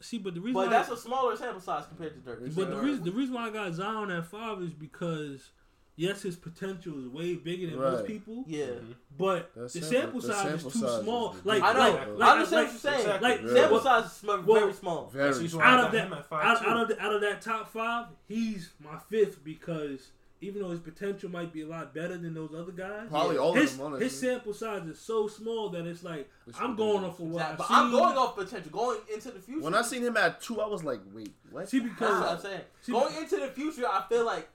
Speaker 5: see, but the reason
Speaker 3: but
Speaker 5: why
Speaker 3: that's a smaller sample size compared to Dirk.
Speaker 5: But the
Speaker 1: Yeah.
Speaker 5: reason the reason why I got Zion at five is because yes, his potential is way bigger than most
Speaker 4: Right.
Speaker 5: people.
Speaker 3: yeah,
Speaker 6: Mm-hmm.
Speaker 5: But
Speaker 4: That
Speaker 5: the
Speaker 4: sample-
Speaker 5: sample,
Speaker 4: the
Speaker 5: size
Speaker 4: sample
Speaker 5: is too
Speaker 4: size is
Speaker 5: small. like
Speaker 4: ridiculous.
Speaker 3: I know.
Speaker 5: like,
Speaker 3: I
Speaker 5: like,
Speaker 3: understand
Speaker 5: like,
Speaker 3: what you're saying.
Speaker 6: exactly.
Speaker 5: like,
Speaker 4: Yeah.
Speaker 3: Sample size is sm- very
Speaker 5: Well-
Speaker 3: small.
Speaker 6: That's the
Speaker 4: Very.
Speaker 6: reason why I
Speaker 5: out of
Speaker 6: got him
Speaker 5: that
Speaker 6: at five,
Speaker 5: out,
Speaker 6: too.
Speaker 5: out of the, out of that top five, he's my fifth because even though his potential might be a lot better than those other guys,
Speaker 4: Probably all
Speaker 5: his,
Speaker 4: of them, honestly.
Speaker 5: his sample size is so small that it's like
Speaker 4: It's
Speaker 5: I'm going
Speaker 4: ridiculous.
Speaker 5: off of what
Speaker 3: Exactly. But
Speaker 5: I've
Speaker 3: I'm
Speaker 5: seen.
Speaker 3: going off potential. Going into the future.
Speaker 4: when I seen him at two, I was like, wait, what?
Speaker 5: See,
Speaker 3: That's what I'm
Speaker 5: because
Speaker 3: saying.
Speaker 5: See,
Speaker 3: Going into the future, I feel like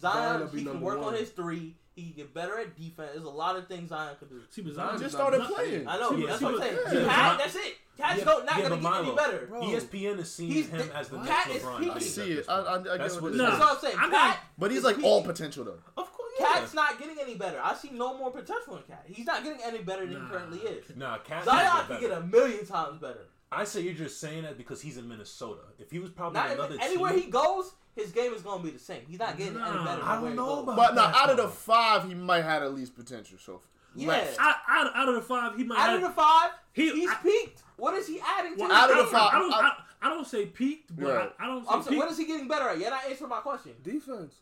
Speaker 1: Zion
Speaker 3: Zion,
Speaker 1: will be
Speaker 3: he can
Speaker 1: number
Speaker 3: work
Speaker 1: one.
Speaker 3: on his three. He can get better at defense. There's a lot of things Zion can do.
Speaker 5: see, but Zion
Speaker 4: just
Speaker 1: not-
Speaker 4: started
Speaker 5: Zion-
Speaker 4: playing.
Speaker 3: I know.
Speaker 5: See, but-
Speaker 3: that's
Speaker 5: see,
Speaker 3: what I'm
Speaker 5: but-
Speaker 3: saying.
Speaker 5: yeah, but-
Speaker 3: Cat, that's it. Cat's
Speaker 2: Yeah,
Speaker 3: go, not
Speaker 2: yeah,
Speaker 3: gonna
Speaker 2: but
Speaker 3: get any
Speaker 2: Milo,
Speaker 3: better.
Speaker 1: bro.
Speaker 6: E
Speaker 2: ESPN is seeing
Speaker 3: He's
Speaker 2: him
Speaker 3: the-
Speaker 2: as the
Speaker 3: Cat
Speaker 2: next
Speaker 3: is
Speaker 2: LeBron.
Speaker 3: peaking.
Speaker 2: James
Speaker 4: I
Speaker 2: at
Speaker 4: see
Speaker 2: this
Speaker 4: it. I,
Speaker 2: point.
Speaker 4: I, I
Speaker 2: That's what
Speaker 4: get what it
Speaker 5: it
Speaker 4: is.
Speaker 5: is.
Speaker 3: That's what I'm saying.
Speaker 5: I'm
Speaker 3: Cat,
Speaker 4: But he's like
Speaker 3: he-
Speaker 4: all potential though.
Speaker 2: Of course, yeah.
Speaker 3: Cat's not getting any better. I see no more potential in Cat. He's not getting any better than
Speaker 5: Nah.
Speaker 3: he currently is.
Speaker 2: Nah, Cat.
Speaker 3: Zion
Speaker 2: is
Speaker 3: can
Speaker 2: better.
Speaker 3: get a million times better.
Speaker 2: I say you're just saying that because he's in Minnesota. If he was probably
Speaker 3: Not
Speaker 2: another
Speaker 3: even, anywhere
Speaker 2: team,
Speaker 3: he goes, his game is gonna be the same. He's not getting any
Speaker 5: Nah.
Speaker 3: better. than
Speaker 2: I don't
Speaker 3: where he
Speaker 2: know
Speaker 3: goes.
Speaker 2: about-
Speaker 4: But now, out of the five, he might have at least potential. So
Speaker 3: Yeah.
Speaker 4: left.
Speaker 5: Out, out, out of the five, he might.
Speaker 3: out
Speaker 5: have-
Speaker 3: of the five,
Speaker 5: He-
Speaker 3: he's
Speaker 5: I-
Speaker 3: peaked. What is he adding to?
Speaker 5: Well,
Speaker 3: the
Speaker 4: out of the
Speaker 3: game?
Speaker 4: five-
Speaker 5: I don't, I,
Speaker 4: I-
Speaker 5: I don't say peaked, but
Speaker 4: Right.
Speaker 5: I, I don't say
Speaker 3: I'm saying,
Speaker 5: peaked.
Speaker 3: what is he getting better at? Yet I answered my question.
Speaker 1: Defense.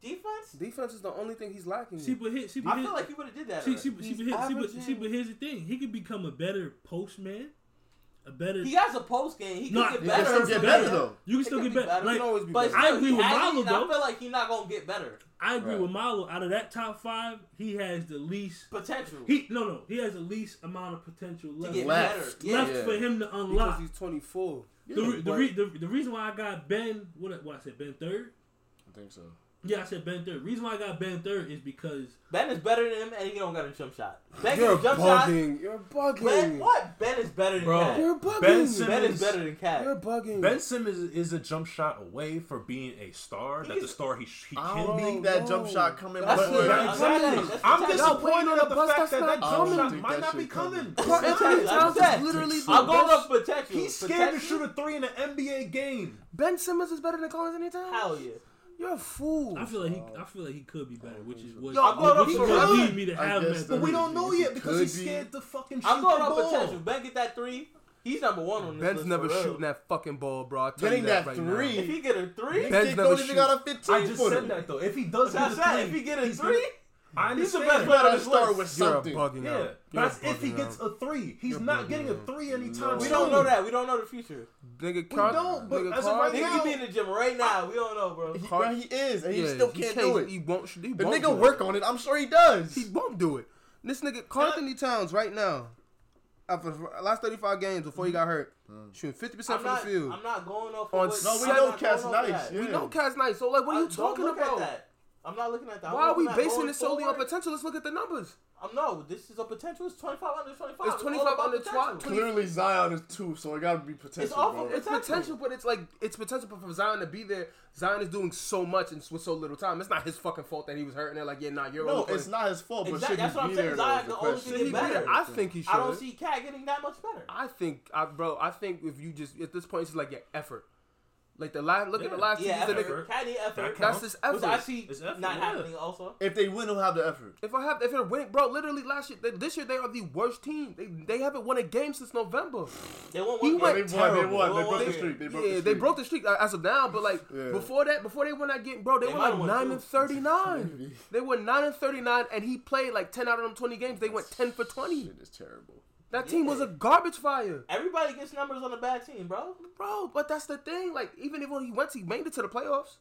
Speaker 3: Defense?
Speaker 1: Defense is the only thing he's lacking.
Speaker 5: see, but here, see, but
Speaker 3: I
Speaker 5: here,
Speaker 3: feel like you would have did that.
Speaker 5: see,
Speaker 3: already.
Speaker 5: see, see,
Speaker 1: He's
Speaker 5: but here, see, but, see,
Speaker 1: averaging-
Speaker 5: but here's the thing: he could become a better postman, a better.
Speaker 3: He has a post game. He
Speaker 5: Nah,
Speaker 3: can
Speaker 5: he
Speaker 3: get
Speaker 4: can
Speaker 3: better.
Speaker 4: still get better though.
Speaker 5: you can
Speaker 3: It
Speaker 5: still
Speaker 3: could
Speaker 5: get
Speaker 3: be
Speaker 5: better.
Speaker 3: better.
Speaker 1: he
Speaker 5: Like,
Speaker 1: can always be
Speaker 3: But
Speaker 1: better.
Speaker 5: I agree with
Speaker 3: Milo
Speaker 5: Milo,
Speaker 3: I
Speaker 5: though.
Speaker 3: feel like he's not gonna get better.
Speaker 5: I agree
Speaker 4: Right.
Speaker 5: with Milo. Out of that top five, he has the least.
Speaker 3: Potential
Speaker 5: He no no. He has the least amount of potential
Speaker 3: to
Speaker 5: left.
Speaker 3: get
Speaker 5: left
Speaker 4: left.
Speaker 3: better. Yeah.
Speaker 4: Yeah.
Speaker 5: for him to
Speaker 1: because
Speaker 5: unlock.
Speaker 1: he's 24.
Speaker 5: The, re- the,
Speaker 1: but-
Speaker 5: re- the, the reason why I got Ben what what I said Ben third.
Speaker 4: I think so.
Speaker 5: Yeah, I said Ben third. Reason why I got Ben third is because
Speaker 3: Ben is better than him, and he don't got a jump shot. Ben
Speaker 1: You're
Speaker 3: can jump shot.
Speaker 1: bugging. You're bugging.
Speaker 3: Ben, what? Ben is better than
Speaker 2: Bro.
Speaker 3: Cat.
Speaker 1: You're bugging.
Speaker 2: Ben
Speaker 3: Ben is
Speaker 2: Simmons-
Speaker 3: better than
Speaker 1: You're
Speaker 3: Cat.
Speaker 1: bugging.
Speaker 2: Ben Simmons is, is a jump shot away for being a star. That's the
Speaker 3: He's-
Speaker 2: star he, sh- he
Speaker 4: I
Speaker 2: can
Speaker 4: don't
Speaker 2: be.
Speaker 4: think that
Speaker 1: Oh, no.
Speaker 4: jump shot coming.
Speaker 3: That's
Speaker 4: before-
Speaker 2: But-
Speaker 3: it. That's
Speaker 2: but-
Speaker 3: exactly. That's
Speaker 2: I'm
Speaker 3: exactly.
Speaker 2: disappointed
Speaker 1: No,
Speaker 2: at the
Speaker 1: bus,
Speaker 2: fact
Speaker 1: that's
Speaker 2: that
Speaker 1: not
Speaker 2: that jump
Speaker 4: coming. I don't
Speaker 2: shot
Speaker 4: think
Speaker 2: might
Speaker 4: that
Speaker 2: not be
Speaker 4: shit coming.
Speaker 2: coming.
Speaker 1: Bro,
Speaker 2: It's
Speaker 1: Anthony
Speaker 2: not.
Speaker 1: Towns
Speaker 3: That's
Speaker 1: is literally the
Speaker 3: I'm going
Speaker 1: best-
Speaker 3: off potential.
Speaker 2: He's scared to
Speaker 3: Potential?
Speaker 2: shoot a three in an NBA game.
Speaker 1: Ben Simmons is better than Collins anytime.
Speaker 3: Hell yeah.
Speaker 1: You're a fool.
Speaker 5: I feel like he I feel like he could be better, which is what
Speaker 3: Yo, I'm going
Speaker 5: which is
Speaker 3: up
Speaker 5: what
Speaker 3: for Russ.
Speaker 5: lead me to
Speaker 4: I
Speaker 5: have
Speaker 4: guess
Speaker 5: Ben
Speaker 4: that
Speaker 2: But
Speaker 5: third.
Speaker 2: we don't know yet
Speaker 4: He
Speaker 2: because he's
Speaker 4: could be.
Speaker 2: scared to fucking shoot
Speaker 3: I'm going
Speaker 2: the
Speaker 3: off
Speaker 2: ball.
Speaker 3: potential. Ben get that three. He's number one on this
Speaker 1: Ben's
Speaker 3: list
Speaker 1: never
Speaker 3: for real.
Speaker 1: shooting that fucking ball, bro. I'll tell
Speaker 4: Getting
Speaker 1: you that,
Speaker 4: that
Speaker 1: right
Speaker 4: three.
Speaker 1: Now.
Speaker 3: If he get a three,
Speaker 1: Ben's never
Speaker 4: Nick don't even
Speaker 1: shoot.
Speaker 4: got a 15
Speaker 2: I just
Speaker 4: footer.
Speaker 2: said that though. If he does
Speaker 3: that's
Speaker 2: get
Speaker 3: that.
Speaker 2: a
Speaker 3: If he
Speaker 2: three,
Speaker 3: get a
Speaker 2: he's
Speaker 3: three,
Speaker 2: gonna- I understand.
Speaker 3: he's the best player on
Speaker 4: Gotta
Speaker 3: this
Speaker 4: start
Speaker 3: list.
Speaker 4: with
Speaker 1: You're
Speaker 4: something.
Speaker 1: a bugging
Speaker 2: Yeah,
Speaker 1: out. You're
Speaker 2: that's
Speaker 1: a
Speaker 2: if he
Speaker 1: bugging
Speaker 2: gets
Speaker 1: out.
Speaker 2: a three. He's
Speaker 1: You're
Speaker 2: not
Speaker 1: bugging
Speaker 2: getting a
Speaker 1: out.
Speaker 2: three anytime.
Speaker 3: we
Speaker 2: soon.
Speaker 3: don't know that. We don't know the future.
Speaker 1: Nigga,
Speaker 4: We
Speaker 1: Car-
Speaker 4: don't, but
Speaker 1: nigga
Speaker 2: as of
Speaker 1: Car-
Speaker 2: right
Speaker 3: Nigga
Speaker 2: now-
Speaker 3: could be in the gym right now. We don't know, bro.
Speaker 4: He, bro, he is, and he
Speaker 1: yeah,
Speaker 4: still can't do it.
Speaker 1: He won't. sh- He
Speaker 4: the
Speaker 1: won't
Speaker 4: nigga
Speaker 1: do
Speaker 4: work
Speaker 1: it.
Speaker 4: on it. I'm sure he does.
Speaker 1: He won't do it. This nigga, Car- Anthony Towns, right now, after the last 35 games before he got hurt, shooting 50 percent
Speaker 3: I'm
Speaker 1: from the
Speaker 3: not,
Speaker 1: field.
Speaker 3: I'm not going off.
Speaker 1: On
Speaker 3: of what,
Speaker 1: No, we
Speaker 3: I'm
Speaker 1: know
Speaker 3: not going
Speaker 4: Cat's
Speaker 3: off of
Speaker 4: nice,
Speaker 3: that.
Speaker 4: yeah.
Speaker 1: we know Cat's nice. So like, what are you
Speaker 3: I- don't
Speaker 1: talking
Speaker 3: look at
Speaker 1: about?
Speaker 3: that. I'm not looking at that. I'm
Speaker 1: Why are we
Speaker 3: looking at
Speaker 1: basing
Speaker 3: going
Speaker 1: it solely on
Speaker 3: forward.
Speaker 1: potential? Let's look at the numbers.
Speaker 3: Um, no, this is a potential. It's 25 under 25.
Speaker 1: It's
Speaker 3: all
Speaker 1: 25
Speaker 3: about
Speaker 1: under
Speaker 3: potential.
Speaker 1: 20.
Speaker 4: Clearly Zion is two, so it gotta be potential.
Speaker 3: It's awful.
Speaker 4: bro.
Speaker 1: It's potential, but it's like it's potential but for Zion to be there. Zion is doing so much and with so little time. It's not his fucking fault that he was hurting. They're like, yeah, nah, you're
Speaker 4: No,
Speaker 1: only playing-
Speaker 4: it's not his fault, but
Speaker 3: Exact-
Speaker 4: should
Speaker 3: that's
Speaker 4: he
Speaker 3: what
Speaker 4: be
Speaker 3: I'm
Speaker 4: there?
Speaker 3: saying. Zion's
Speaker 4: though,
Speaker 3: the only
Speaker 4: is
Speaker 3: thing
Speaker 1: He
Speaker 4: question.
Speaker 3: that
Speaker 1: did.
Speaker 3: better.
Speaker 1: I think he should.
Speaker 3: I don't see Cat getting that much better.
Speaker 1: I think, I, bro. I think if you just at this point, it's like your effort. Like the last, look at the last two
Speaker 3: yeah,
Speaker 1: years. that
Speaker 3: effort. Cat need effort.
Speaker 2: That
Speaker 1: That's his effort.
Speaker 3: Which I see
Speaker 2: It's effort,
Speaker 3: not
Speaker 2: yeah.
Speaker 3: happening also.
Speaker 4: If they win, he'll have the effort.
Speaker 1: If I have, if they're winning, bro, literally last year, they, this year they are the worst team. They, they haven't won a game since November.
Speaker 3: They won't
Speaker 1: He
Speaker 3: win.
Speaker 1: went-
Speaker 4: They won. They
Speaker 1: terrible.
Speaker 4: won. They
Speaker 3: Well,
Speaker 4: broke
Speaker 3: they-
Speaker 4: the streak. They broke
Speaker 1: yeah,
Speaker 4: the
Speaker 1: they
Speaker 4: streak.
Speaker 1: broke the streak uh, as of now, but like
Speaker 4: Yeah.
Speaker 1: before that, before they won that game, bro, they,
Speaker 3: They
Speaker 1: were
Speaker 3: might
Speaker 1: like
Speaker 3: have won
Speaker 1: nine
Speaker 3: two.
Speaker 1: and thirty nine. they were nine and thirty nine, and he played like ten out of them twenty games. They went ten for twenty.
Speaker 4: Shit is terrible.
Speaker 1: That team was a garbage fire,
Speaker 3: Everybody gets numbers on a bad team, bro.
Speaker 1: bro. But that's the thing. Like even if when he went, he made it to the playoffs.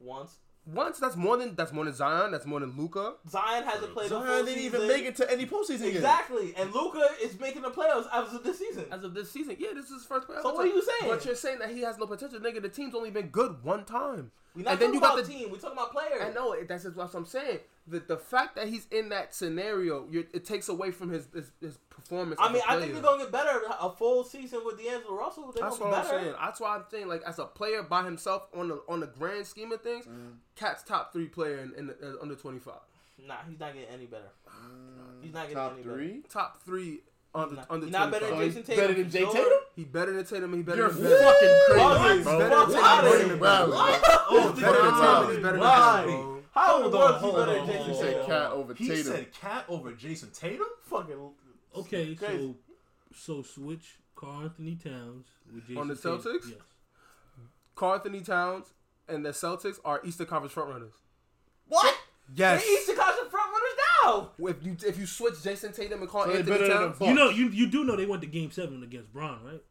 Speaker 3: Once
Speaker 1: Once that's more than that's more than Zion. That's more than Luca.
Speaker 3: Zion hasn't played a full
Speaker 4: Zion didn't even
Speaker 3: season.
Speaker 4: make it to any postseason yet.
Speaker 3: Exactly, and Luca is making the playoffs as of this season.
Speaker 1: As of this season, yeah, this is his first playoff.
Speaker 3: So what are you
Speaker 1: attempt.
Speaker 3: saying?
Speaker 1: But you're saying that he has no potential, nigga. The team's only been good one time.
Speaker 3: We're not
Speaker 1: and then
Speaker 3: talking
Speaker 1: you
Speaker 3: about
Speaker 1: got the
Speaker 3: team. We're talking about players.
Speaker 1: I know it- that's just what I'm saying. The the fact that he's in that scenario, you're, it takes away from his his, his performance. as
Speaker 3: I
Speaker 1: a
Speaker 3: mean, I think
Speaker 1: player.
Speaker 3: they're gonna get better a full season with D'Angelo Russell. They're
Speaker 1: That's
Speaker 3: gonna
Speaker 1: what I'm
Speaker 3: get better.
Speaker 1: saying. That's why I'm saying, like, as a player by himself on the on the grand scheme of things,
Speaker 4: Mm,
Speaker 1: Cat's top three player in, in the, uh, under 25,
Speaker 3: Nah, he's not getting any better. He's not getting
Speaker 4: Top
Speaker 3: any
Speaker 4: three.
Speaker 1: top three under
Speaker 3: better. Nah,
Speaker 1: under
Speaker 3: he's not
Speaker 1: 25.
Speaker 3: better than
Speaker 4: he's
Speaker 3: Jason Tatum.
Speaker 4: better than Jay
Speaker 3: sure.
Speaker 4: Tatum?
Speaker 1: He better than Tatum. He better
Speaker 4: You're
Speaker 1: than Bam.
Speaker 4: fucking
Speaker 3: What?
Speaker 4: crazy,
Speaker 1: He's better
Speaker 4: bro.
Speaker 1: than
Speaker 3: Fuck outta
Speaker 1: Tatum. He's better
Speaker 3: here.
Speaker 1: than Bam.
Speaker 4: What?
Speaker 2: Oh,
Speaker 1: He's better than
Speaker 4: Wow.
Speaker 1: Tatum. He's better than
Speaker 3: Why?
Speaker 1: Bam, bro.
Speaker 3: How in
Speaker 2: Hold
Speaker 3: the
Speaker 2: on,
Speaker 3: world is he
Speaker 2: hold
Speaker 3: better
Speaker 2: on,
Speaker 3: than Jason
Speaker 4: You
Speaker 2: hold on.
Speaker 4: Oh, said
Speaker 3: Tatum?
Speaker 4: Cat over
Speaker 2: He
Speaker 4: Tatum.
Speaker 2: said Cat over Jason Tatum.
Speaker 3: Fucking
Speaker 5: Okay,
Speaker 3: Crazy.
Speaker 5: so so switch Carl Anthony Towns with Jason
Speaker 1: On the
Speaker 5: Tatum.
Speaker 1: Celtics?
Speaker 5: Yes.
Speaker 1: Carl Anthony Towns and the Celtics are Eastern Conference frontrunners.
Speaker 3: what?
Speaker 1: Yes.
Speaker 3: The Eastern Conference front runners now.
Speaker 1: If you if you switch Jason Tatum and Carl
Speaker 4: So they
Speaker 1: Anthony
Speaker 4: better than
Speaker 1: Towns,
Speaker 4: the
Speaker 5: You know, you you do know they went to Game Seven against Braun, right?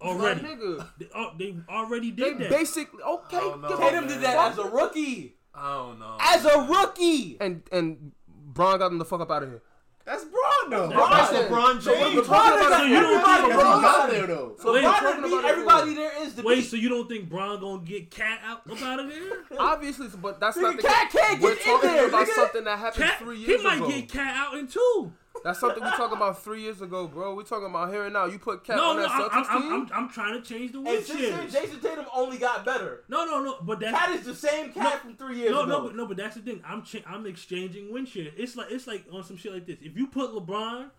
Speaker 5: Already,
Speaker 1: Nigga.
Speaker 5: they, al- they already
Speaker 1: They
Speaker 5: did that.
Speaker 1: basically okay.
Speaker 6: I don't know,
Speaker 1: give
Speaker 6: man.
Speaker 1: a
Speaker 3: Tatum did that
Speaker 1: fuck.
Speaker 3: as a rookie.
Speaker 6: I don't know.
Speaker 3: as a rookie.
Speaker 1: And and Braun got him the fuck up out of here.
Speaker 4: That's Braun though.
Speaker 1: That's
Speaker 4: Bron-
Speaker 1: what I said.
Speaker 6: LeBron
Speaker 4: So when
Speaker 6: James.
Speaker 4: LeBron got-
Speaker 5: So you don't
Speaker 4: everybody
Speaker 5: think
Speaker 4: got
Speaker 5: LeBron-
Speaker 4: out there though.
Speaker 3: So
Speaker 5: Wait,
Speaker 3: LeBron
Speaker 1: talking
Speaker 3: would beat
Speaker 1: about
Speaker 3: everybody there is to
Speaker 5: Wait,
Speaker 3: beat.
Speaker 5: so you don't think Bron gonna get cat out up out of there?
Speaker 1: Obviously, but that's not
Speaker 3: Nigga,
Speaker 1: the
Speaker 3: Cat can't
Speaker 1: We're
Speaker 3: get in
Speaker 1: talking
Speaker 3: there,
Speaker 1: about
Speaker 3: nigga.
Speaker 1: something that happened
Speaker 5: Cat,
Speaker 1: three
Speaker 5: he
Speaker 1: years
Speaker 5: might
Speaker 1: ago.
Speaker 5: get cat out in two.
Speaker 1: That's something we talking about three years ago, bro. We talking about here and now. You put Cat
Speaker 5: no,
Speaker 1: on
Speaker 5: no,
Speaker 1: that
Speaker 5: I, I,
Speaker 1: Celtics
Speaker 5: I'm,
Speaker 1: team.
Speaker 5: I'm, I'm trying to change the win
Speaker 3: And since then,
Speaker 5: shares.
Speaker 3: Jason Tatum only got better.
Speaker 5: No, no, no, but that's
Speaker 3: Cat is the same cat from three years
Speaker 5: no,
Speaker 3: ago.
Speaker 5: no, but no, but that's the thing. I'm cha- I'm exchanging win shares. It's like it's like on some shit like this. If you put LeBron,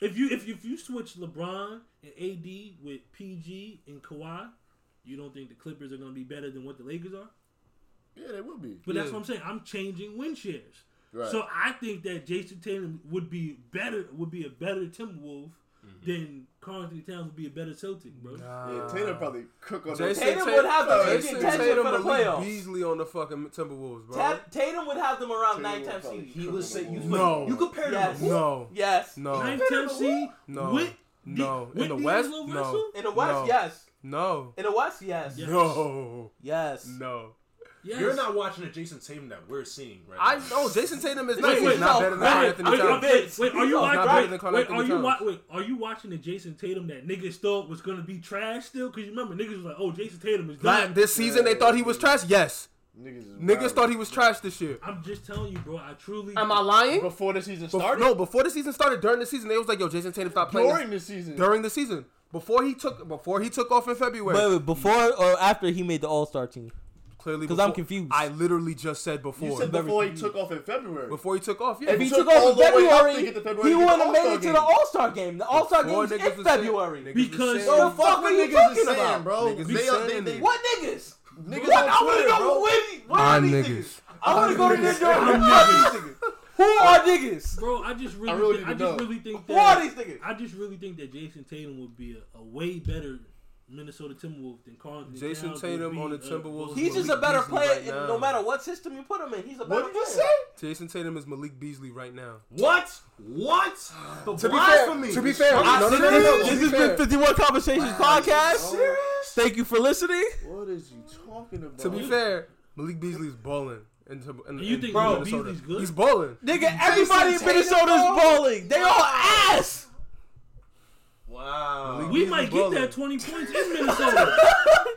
Speaker 5: if you if you, if you switch LeBron and AD with PG and Kawhi, you don't think the Clippers are gonna be better than what the Lakers are?
Speaker 4: Yeah, they would be.
Speaker 5: But that's
Speaker 1: Yeah.
Speaker 5: what I'm saying. I'm changing win shares.
Speaker 4: Right.
Speaker 5: So I think that Jason Tatum would be better would be a better Timberwolf than Carl Anthony Towns would be a better Celtic, bro.
Speaker 4: yeah,
Speaker 3: uh,
Speaker 4: Taylor probably cook on
Speaker 1: Jason uh,
Speaker 4: that.
Speaker 3: Tatum would have the
Speaker 4: Tatum
Speaker 3: biggest
Speaker 4: Tatum
Speaker 3: attention for the
Speaker 1: Malik
Speaker 3: playoffs.
Speaker 1: Beasley on the fucking Timberwolves, bro.
Speaker 3: Ta- Tatum would have them around
Speaker 4: Tatum
Speaker 3: nine
Speaker 4: would
Speaker 3: times
Speaker 4: probably
Speaker 3: seed.
Speaker 4: kill
Speaker 6: You would say you
Speaker 4: them
Speaker 1: would- No.
Speaker 6: you compare
Speaker 3: Yes.
Speaker 6: them.
Speaker 1: No,
Speaker 3: Yes.
Speaker 1: no,
Speaker 5: Ninth Tennessee
Speaker 1: No.
Speaker 5: with
Speaker 1: No.
Speaker 5: the, with
Speaker 1: In the
Speaker 5: D'Angelo
Speaker 1: West? No.
Speaker 5: Russell?
Speaker 3: In the West,
Speaker 1: No.
Speaker 3: yes.
Speaker 1: no,
Speaker 3: In the West, yes.
Speaker 5: Yeah.
Speaker 1: no,
Speaker 3: Yes.
Speaker 1: no.
Speaker 5: Yes.
Speaker 6: You're not watching the Jason Tatum that we're seeing right
Speaker 1: I
Speaker 6: now.
Speaker 1: know Jason Tatum is
Speaker 5: Wait,
Speaker 1: not,
Speaker 5: wait,
Speaker 1: he's not
Speaker 3: no.
Speaker 1: better than
Speaker 3: Wait,
Speaker 1: Carl
Speaker 5: wait,
Speaker 1: Anthony
Speaker 5: wait,
Speaker 1: Towns.
Speaker 3: wait,
Speaker 5: Wait, are you
Speaker 3: He's
Speaker 5: watching?
Speaker 1: not better than Carl
Speaker 5: Wait, are
Speaker 1: Anthony
Speaker 5: you wa-
Speaker 1: Towns.
Speaker 5: wait, are you watching the Jason Tatum that niggas thought was gonna be trash still? Because you remember niggas was like, oh, Jason Tatum is
Speaker 1: Like,
Speaker 5: done.
Speaker 1: this season, they thought he was trash. Yes,
Speaker 4: Niggas, is
Speaker 1: niggas
Speaker 4: wild.
Speaker 1: thought he was trash this year.
Speaker 5: I'm just telling you, bro. I truly.
Speaker 1: Am I lying?
Speaker 4: before the season
Speaker 1: Bef-
Speaker 4: started.
Speaker 1: no, before the season started, during the season, they was like, "Yo, Jason Tatum stopped playing
Speaker 4: during the season.
Speaker 1: during the season." Before he took before he took off in February,
Speaker 3: before or after he made the All Star team?
Speaker 1: clearly
Speaker 3: 'Cause I'm
Speaker 1: before-
Speaker 3: confused.
Speaker 1: I literally just said before
Speaker 4: you said before he took off in February.
Speaker 1: before he took off. Yeah,
Speaker 4: If
Speaker 3: If he
Speaker 4: Took
Speaker 3: took
Speaker 4: all
Speaker 3: off in
Speaker 4: the way up to
Speaker 3: February,
Speaker 4: get to February
Speaker 3: he
Speaker 4: to get
Speaker 3: wouldn't
Speaker 4: the
Speaker 3: have made it
Speaker 4: All-Star
Speaker 3: to
Speaker 4: game.
Speaker 3: the All Star game. The All Star
Speaker 1: Before
Speaker 3: game's
Speaker 1: niggas
Speaker 3: in
Speaker 1: was saying-
Speaker 3: February.
Speaker 1: niggas was
Speaker 5: Because-
Speaker 1: saying-
Speaker 4: Yo,
Speaker 3: the fuck
Speaker 4: what
Speaker 3: are you
Speaker 4: niggas
Speaker 3: talking
Speaker 4: is saying,
Speaker 3: about?
Speaker 4: bro?
Speaker 1: Niggas
Speaker 4: they,
Speaker 1: is
Speaker 4: they,
Speaker 1: saying
Speaker 4: they,
Speaker 1: it.
Speaker 3: what niggas?
Speaker 4: niggas
Speaker 3: What? I
Speaker 4: on
Speaker 3: want to
Speaker 4: Twitter,
Speaker 3: know
Speaker 4: bro.
Speaker 3: where, where are
Speaker 1: I'm
Speaker 3: these
Speaker 1: niggas.
Speaker 3: niggas. I want to go to this
Speaker 5: I'm
Speaker 3: joint.
Speaker 5: niggas.
Speaker 3: Who are niggas?
Speaker 5: Bro, I just really,
Speaker 4: I really
Speaker 5: thi-
Speaker 4: need
Speaker 5: I
Speaker 4: to
Speaker 5: just
Speaker 4: know.
Speaker 5: really think
Speaker 3: Who are
Speaker 5: that.
Speaker 3: these niggas?
Speaker 5: I just really think that Jason Tatum would be a, a way better Minnesota Timberwolf than Carl Anthony
Speaker 1: Jason
Speaker 5: Towns would
Speaker 1: Tatum
Speaker 5: be uh,
Speaker 1: on the
Speaker 5: a-
Speaker 1: Timberwolves
Speaker 3: He's just a
Speaker 1: Malik
Speaker 3: better
Speaker 1: Beasley
Speaker 3: player,
Speaker 1: right
Speaker 3: in,
Speaker 1: now.
Speaker 3: no matter what system you put him in. He's a better
Speaker 4: What did you
Speaker 3: player.
Speaker 4: say?
Speaker 1: Jason Tatum is Malik Beasley right now.
Speaker 6: What? What? The
Speaker 1: To be
Speaker 6: blasphemy.
Speaker 1: fair, to be fair, no, no, no, no, no, to be fair.
Speaker 3: 51 Conversations Podcast.
Speaker 4: Serious?
Speaker 3: Thank you for listening.
Speaker 4: What is you talking about?
Speaker 1: To be fair, Malik Beasley's balling. And, to, and,
Speaker 5: You
Speaker 1: and Minnesota.
Speaker 5: think Malik Beasley's good?
Speaker 1: He's balling.
Speaker 3: Nigga, everybody in Minnesota's bowling. They all ass.
Speaker 6: Wow.
Speaker 5: We
Speaker 1: He's
Speaker 5: might
Speaker 1: balling.
Speaker 5: get that 20 points in Minnesota.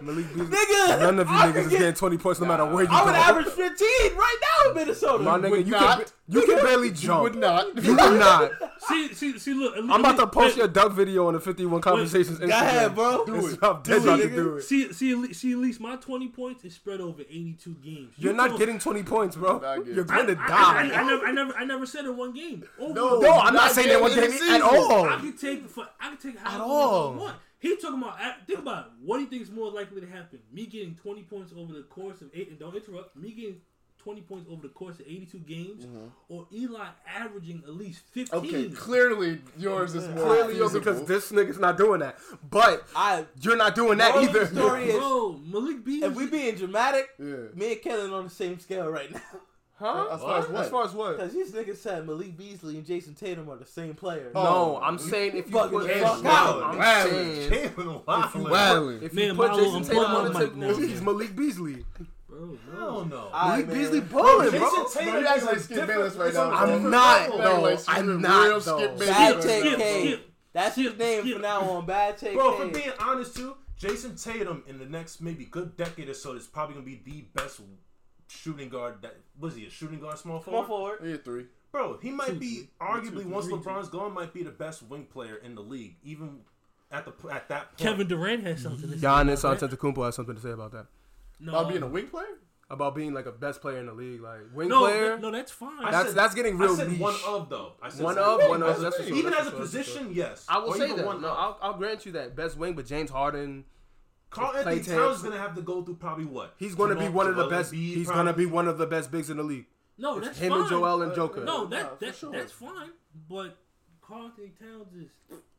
Speaker 1: Malik Beasley.
Speaker 3: Nigga,
Speaker 1: None of you
Speaker 3: I
Speaker 1: niggas
Speaker 3: could
Speaker 1: is
Speaker 3: get-
Speaker 1: getting 20 points no matter where you
Speaker 3: I
Speaker 1: go.
Speaker 3: would average 15 right now in Minnesota.
Speaker 1: My nigga, you can,
Speaker 4: not.
Speaker 1: you can barely
Speaker 4: you
Speaker 1: jump.
Speaker 4: would not.
Speaker 1: You would not.
Speaker 5: see, see, see, look.
Speaker 1: I'm about to post your dunk video on the 51 Conversations Instagram.
Speaker 3: Go ahead, bro.
Speaker 1: It's- I'm dead about to do it.
Speaker 5: See, see, at le- see, at least my 20 points is spread over 82 games. You
Speaker 1: You're not
Speaker 5: gonna-
Speaker 1: getting 20 points, bro.
Speaker 4: Not getting-
Speaker 1: You're
Speaker 5: I,
Speaker 1: going to die.
Speaker 5: I- I, I, never, I never, I never said in one game. Over
Speaker 4: No,
Speaker 1: No, I'm not
Speaker 4: Not
Speaker 1: saying that one
Speaker 4: getting
Speaker 1: game at
Speaker 4: in season.
Speaker 1: all.
Speaker 5: I can take for I can take however
Speaker 1: Oh. all.
Speaker 5: long I want. He talking about I- think about it. what do you think is more likely to happen? Me getting twenty points over the course of eight and don't interrupt. Me getting twenty points over the course of eighty-two games, or Eli averaging at least fifteen.
Speaker 4: Okay, clearly yours is more
Speaker 1: Clearly, yo,
Speaker 4: feasible.
Speaker 1: because this nigga's not doing that. But
Speaker 3: I,
Speaker 1: you're not doing that
Speaker 3: Moral of the
Speaker 1: either.
Speaker 3: story is-
Speaker 5: Bro, Malik Beasley.
Speaker 3: if we being dramatic,
Speaker 4: yeah.
Speaker 3: me and Kellen on the same scale right now.
Speaker 1: Huh?
Speaker 4: As far as what?
Speaker 1: As far as what?
Speaker 3: Because these niggas said Malik Beasley and Jason Tatum are the same player.
Speaker 4: Oh,
Speaker 1: No, I'm saying if you
Speaker 3: fucking
Speaker 1: put
Speaker 3: fuck
Speaker 1: No,
Speaker 3: out.
Speaker 1: I'm
Speaker 4: Wow.
Speaker 1: saying
Speaker 6: Jalen Wilder.
Speaker 4: Wildly.
Speaker 1: if
Speaker 5: Man,
Speaker 1: you put
Speaker 5: Milo,
Speaker 1: Jason
Speaker 5: I'm
Speaker 1: Taylor
Speaker 5: pulling
Speaker 1: on the
Speaker 5: my mic
Speaker 1: tip,
Speaker 5: now.
Speaker 1: he's Malik Beasley.
Speaker 5: bro,
Speaker 6: I
Speaker 5: no.
Speaker 6: don't know.
Speaker 3: All right,
Speaker 1: Malik Beasley
Speaker 3: man.
Speaker 1: balling,
Speaker 6: Jason
Speaker 1: bro.
Speaker 6: Tatum
Speaker 4: Bro, you act
Speaker 6: is
Speaker 4: like
Speaker 6: a
Speaker 4: Skip
Speaker 6: different-
Speaker 4: Bayless right
Speaker 6: it's
Speaker 4: now,
Speaker 6: a
Speaker 4: bro.
Speaker 1: I'm
Speaker 6: different
Speaker 1: not,
Speaker 6: level.
Speaker 1: though.
Speaker 4: Like, Skip
Speaker 1: I'm
Speaker 4: real
Speaker 1: not,
Speaker 4: Skip
Speaker 1: though.
Speaker 4: Bayless
Speaker 3: Bad
Speaker 4: right
Speaker 3: take,
Speaker 4: now.
Speaker 5: Skip,
Speaker 3: K.
Speaker 5: skip,
Speaker 3: That's his
Speaker 5: skip,
Speaker 3: name
Speaker 5: skip.
Speaker 3: from now on. Bad take,
Speaker 6: Bro, for
Speaker 3: K.
Speaker 6: being honest too, Jason Tatum in the next maybe good decade or so is probably gonna be the best shooting guard. That was he a shooting guard, small
Speaker 3: Come on
Speaker 6: forward?
Speaker 3: forward.
Speaker 4: Yeah, three.
Speaker 6: Bro, he might be
Speaker 5: Two,
Speaker 6: arguably
Speaker 5: three,
Speaker 6: once
Speaker 5: two.
Speaker 6: LeBron's gone, might be the best wing player in the league, even at the at that point.
Speaker 5: Kevin Durant has something. to say
Speaker 1: Giannis
Speaker 5: about that.
Speaker 1: Antetokounmpo has something to say about that.
Speaker 5: No,
Speaker 4: About being a wing player?
Speaker 1: About being like a best player in the league, like wing
Speaker 5: no,
Speaker 1: player.
Speaker 5: that- no, that's fine.
Speaker 6: I
Speaker 1: that's
Speaker 6: said-
Speaker 1: that's getting real
Speaker 6: I said
Speaker 1: niche.
Speaker 6: one of though. I said
Speaker 1: One
Speaker 6: something.
Speaker 1: of, one
Speaker 4: That's
Speaker 1: of.
Speaker 4: the
Speaker 1: That's for
Speaker 4: thing.
Speaker 1: sure.
Speaker 6: Even
Speaker 1: that's
Speaker 6: as a
Speaker 1: for sure, that's for sure.
Speaker 6: position, yes.
Speaker 1: I will
Speaker 6: Or
Speaker 1: say
Speaker 6: even
Speaker 1: that.
Speaker 6: one
Speaker 1: No,
Speaker 6: of.
Speaker 1: I'll, I'll grant you that. Best wing, but James Harden,
Speaker 6: Carl
Speaker 1: Clay
Speaker 6: Anthony
Speaker 1: Taylor-
Speaker 6: Towns is gonna have to go through probably what?
Speaker 1: he's going to be
Speaker 6: Jamal-
Speaker 1: one of the
Speaker 6: Joel
Speaker 1: best.
Speaker 6: Embiid
Speaker 1: He's
Speaker 6: probably.
Speaker 1: going to be one of the best bigs in the league.
Speaker 5: no, Oh, that's
Speaker 1: It's him
Speaker 5: fine.
Speaker 1: and Joel and Joker.
Speaker 5: No,
Speaker 4: Nah,
Speaker 5: that,
Speaker 4: for
Speaker 5: that
Speaker 4: sure.
Speaker 5: that's fine. But Carl Anthony Towns is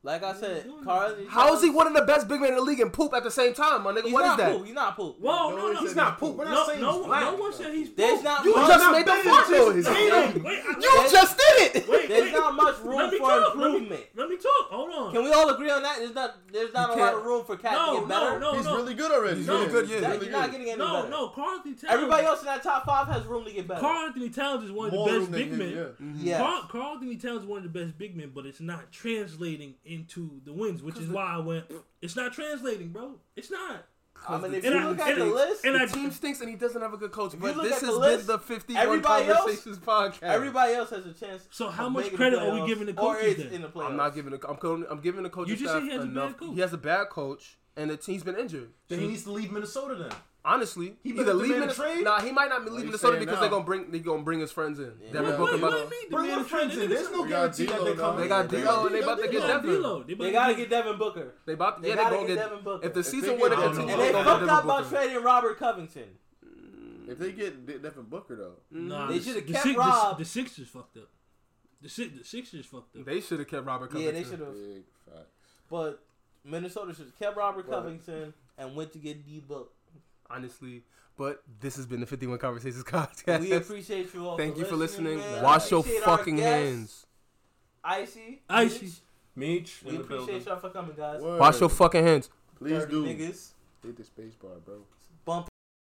Speaker 3: Like I said,
Speaker 5: doing
Speaker 3: Carl.
Speaker 1: How is he one of the best big men in the league and poop at the same time, my nigga?
Speaker 3: He's
Speaker 1: what is
Speaker 3: not
Speaker 1: that?
Speaker 3: poop. He's not poop.
Speaker 5: Whoa, no, no,
Speaker 2: He's not poop. We're not
Speaker 5: no,
Speaker 2: saying
Speaker 5: no,
Speaker 2: he's
Speaker 5: one-
Speaker 2: black.
Speaker 5: no one said he's
Speaker 3: There's
Speaker 5: black.
Speaker 3: not
Speaker 1: You
Speaker 3: much.
Speaker 1: just
Speaker 2: not
Speaker 1: made the
Speaker 2: bad.
Speaker 1: fart noise.
Speaker 2: It's
Speaker 1: You
Speaker 5: Wait, I,
Speaker 1: just did it.
Speaker 5: wait,
Speaker 3: There's
Speaker 5: wait.
Speaker 3: not much
Speaker 5: Let
Speaker 3: room
Speaker 5: me
Speaker 3: for
Speaker 5: talk.
Speaker 3: improvement.
Speaker 5: Let me, let me talk. Hold on.
Speaker 3: Can we all agree on that? There's not. There's not a lot
Speaker 1: can't-
Speaker 3: of room for Cat to
Speaker 5: no,
Speaker 3: get
Speaker 5: no,
Speaker 3: better.
Speaker 5: no,
Speaker 4: He's
Speaker 5: no,
Speaker 4: really good already.
Speaker 1: He's really good, yeah.
Speaker 3: That-
Speaker 1: really
Speaker 3: you're not getting any
Speaker 5: no,
Speaker 3: better.
Speaker 5: no. Carl Anthony Towns.
Speaker 3: Everybody else in that top five has room to get better.
Speaker 5: Carl Anthony Towns is one of the
Speaker 4: More
Speaker 5: best
Speaker 4: room than
Speaker 5: big men.
Speaker 4: him, yeah.
Speaker 3: yeah.
Speaker 5: Carl, Carl Anthony Towns is one of the best big men, but it's not translating into the wins, which is why I went. It's not translating, bro. It's not.
Speaker 3: I mean, if
Speaker 5: And
Speaker 3: you
Speaker 5: I-
Speaker 3: look at
Speaker 5: and-
Speaker 3: the list,
Speaker 5: and I-
Speaker 1: The team stinks and he doesn't have a good coach.
Speaker 3: you
Speaker 1: But
Speaker 3: look
Speaker 1: this
Speaker 3: at the
Speaker 1: has been
Speaker 3: list,
Speaker 1: the 51
Speaker 3: everybody else-
Speaker 1: Conversations podcast.
Speaker 3: everybody else has a chance.
Speaker 5: So how
Speaker 3: of
Speaker 5: much
Speaker 3: making
Speaker 5: credit
Speaker 3: the
Speaker 5: are we
Speaker 3: playoffs,
Speaker 5: giving the
Speaker 3: or
Speaker 5: coaches
Speaker 3: is
Speaker 5: then?
Speaker 3: in the playoffs?
Speaker 1: I'm not giving the. I'm, calling- I'm giving the coach.
Speaker 5: You just said
Speaker 1: staff
Speaker 5: he has a bad
Speaker 1: enough.
Speaker 5: coach.
Speaker 1: He has a bad coach, and the team's been injured.
Speaker 2: Then he needs to leave Minnesota then.
Speaker 1: Honestly,
Speaker 2: He
Speaker 1: either
Speaker 2: better
Speaker 1: leave
Speaker 2: demand a
Speaker 1: Minnesota.
Speaker 2: trade?
Speaker 1: Nah, he might not leave
Speaker 4: you
Speaker 1: Minnesota
Speaker 4: saying
Speaker 1: because
Speaker 4: now?
Speaker 1: they're gonna bring they gonna bring his friends in.
Speaker 3: Yeah.
Speaker 1: That
Speaker 5: Wait,
Speaker 1: were
Speaker 5: wait,
Speaker 1: broken
Speaker 5: what
Speaker 1: by-
Speaker 5: do you mean?
Speaker 2: Bring your
Speaker 5: Demand trade?
Speaker 2: friends in. There's no
Speaker 4: We got
Speaker 2: guarantee that
Speaker 4: D'Lo
Speaker 2: they
Speaker 4: now.
Speaker 2: come.
Speaker 1: They got
Speaker 4: They
Speaker 1: D'Lo
Speaker 4: got
Speaker 1: and they about to
Speaker 5: They
Speaker 1: get
Speaker 5: got
Speaker 1: Denver.
Speaker 5: D'Lo. They about
Speaker 3: They
Speaker 5: to
Speaker 3: gotta get Devin Booker,
Speaker 1: They about
Speaker 3: They
Speaker 1: yeah
Speaker 3: gotta
Speaker 1: they gonna
Speaker 3: get
Speaker 1: get
Speaker 3: Devin Booker.
Speaker 1: if the
Speaker 3: If
Speaker 1: season
Speaker 4: they
Speaker 1: would have
Speaker 4: get Devin
Speaker 1: ended.
Speaker 4: Booker.
Speaker 3: and they
Speaker 1: they
Speaker 4: got
Speaker 1: gonna
Speaker 3: fucked up
Speaker 1: get
Speaker 3: by
Speaker 1: Devin Booker.
Speaker 3: trading Robert Covington.
Speaker 4: If they get D- different Booker though,
Speaker 5: Nah,
Speaker 3: They
Speaker 5: the-
Speaker 3: should've
Speaker 5: the
Speaker 3: kept
Speaker 5: Six- the-
Speaker 3: Rob.
Speaker 5: The, Sixers fucked up. The, si- the Sixers fucked up.
Speaker 1: They should have kept Robert.
Speaker 3: Yeah,
Speaker 1: Covington.
Speaker 3: they should have.
Speaker 4: big fact.
Speaker 3: But Minnesota should have kept Robert
Speaker 4: Right.
Speaker 3: Covington and went to get D Book.
Speaker 1: honestly. But this has been the 51 Conversations
Speaker 3: We
Speaker 1: podcast.
Speaker 3: appreciate you all.
Speaker 1: Thank you for listening.
Speaker 3: man.
Speaker 1: Wash your
Speaker 3: Appreciate our
Speaker 1: fucking
Speaker 3: guests.
Speaker 1: hands.
Speaker 3: Icy.
Speaker 5: Icy.
Speaker 2: Meech.
Speaker 3: Mitch,
Speaker 2: in
Speaker 3: We
Speaker 2: the building.
Speaker 3: appreciate y'all for coming, guys.
Speaker 4: Word.
Speaker 1: Wash your fucking hands.
Speaker 4: Please
Speaker 3: Dirty
Speaker 4: do
Speaker 3: Niggas.
Speaker 4: hit the space bar, bro.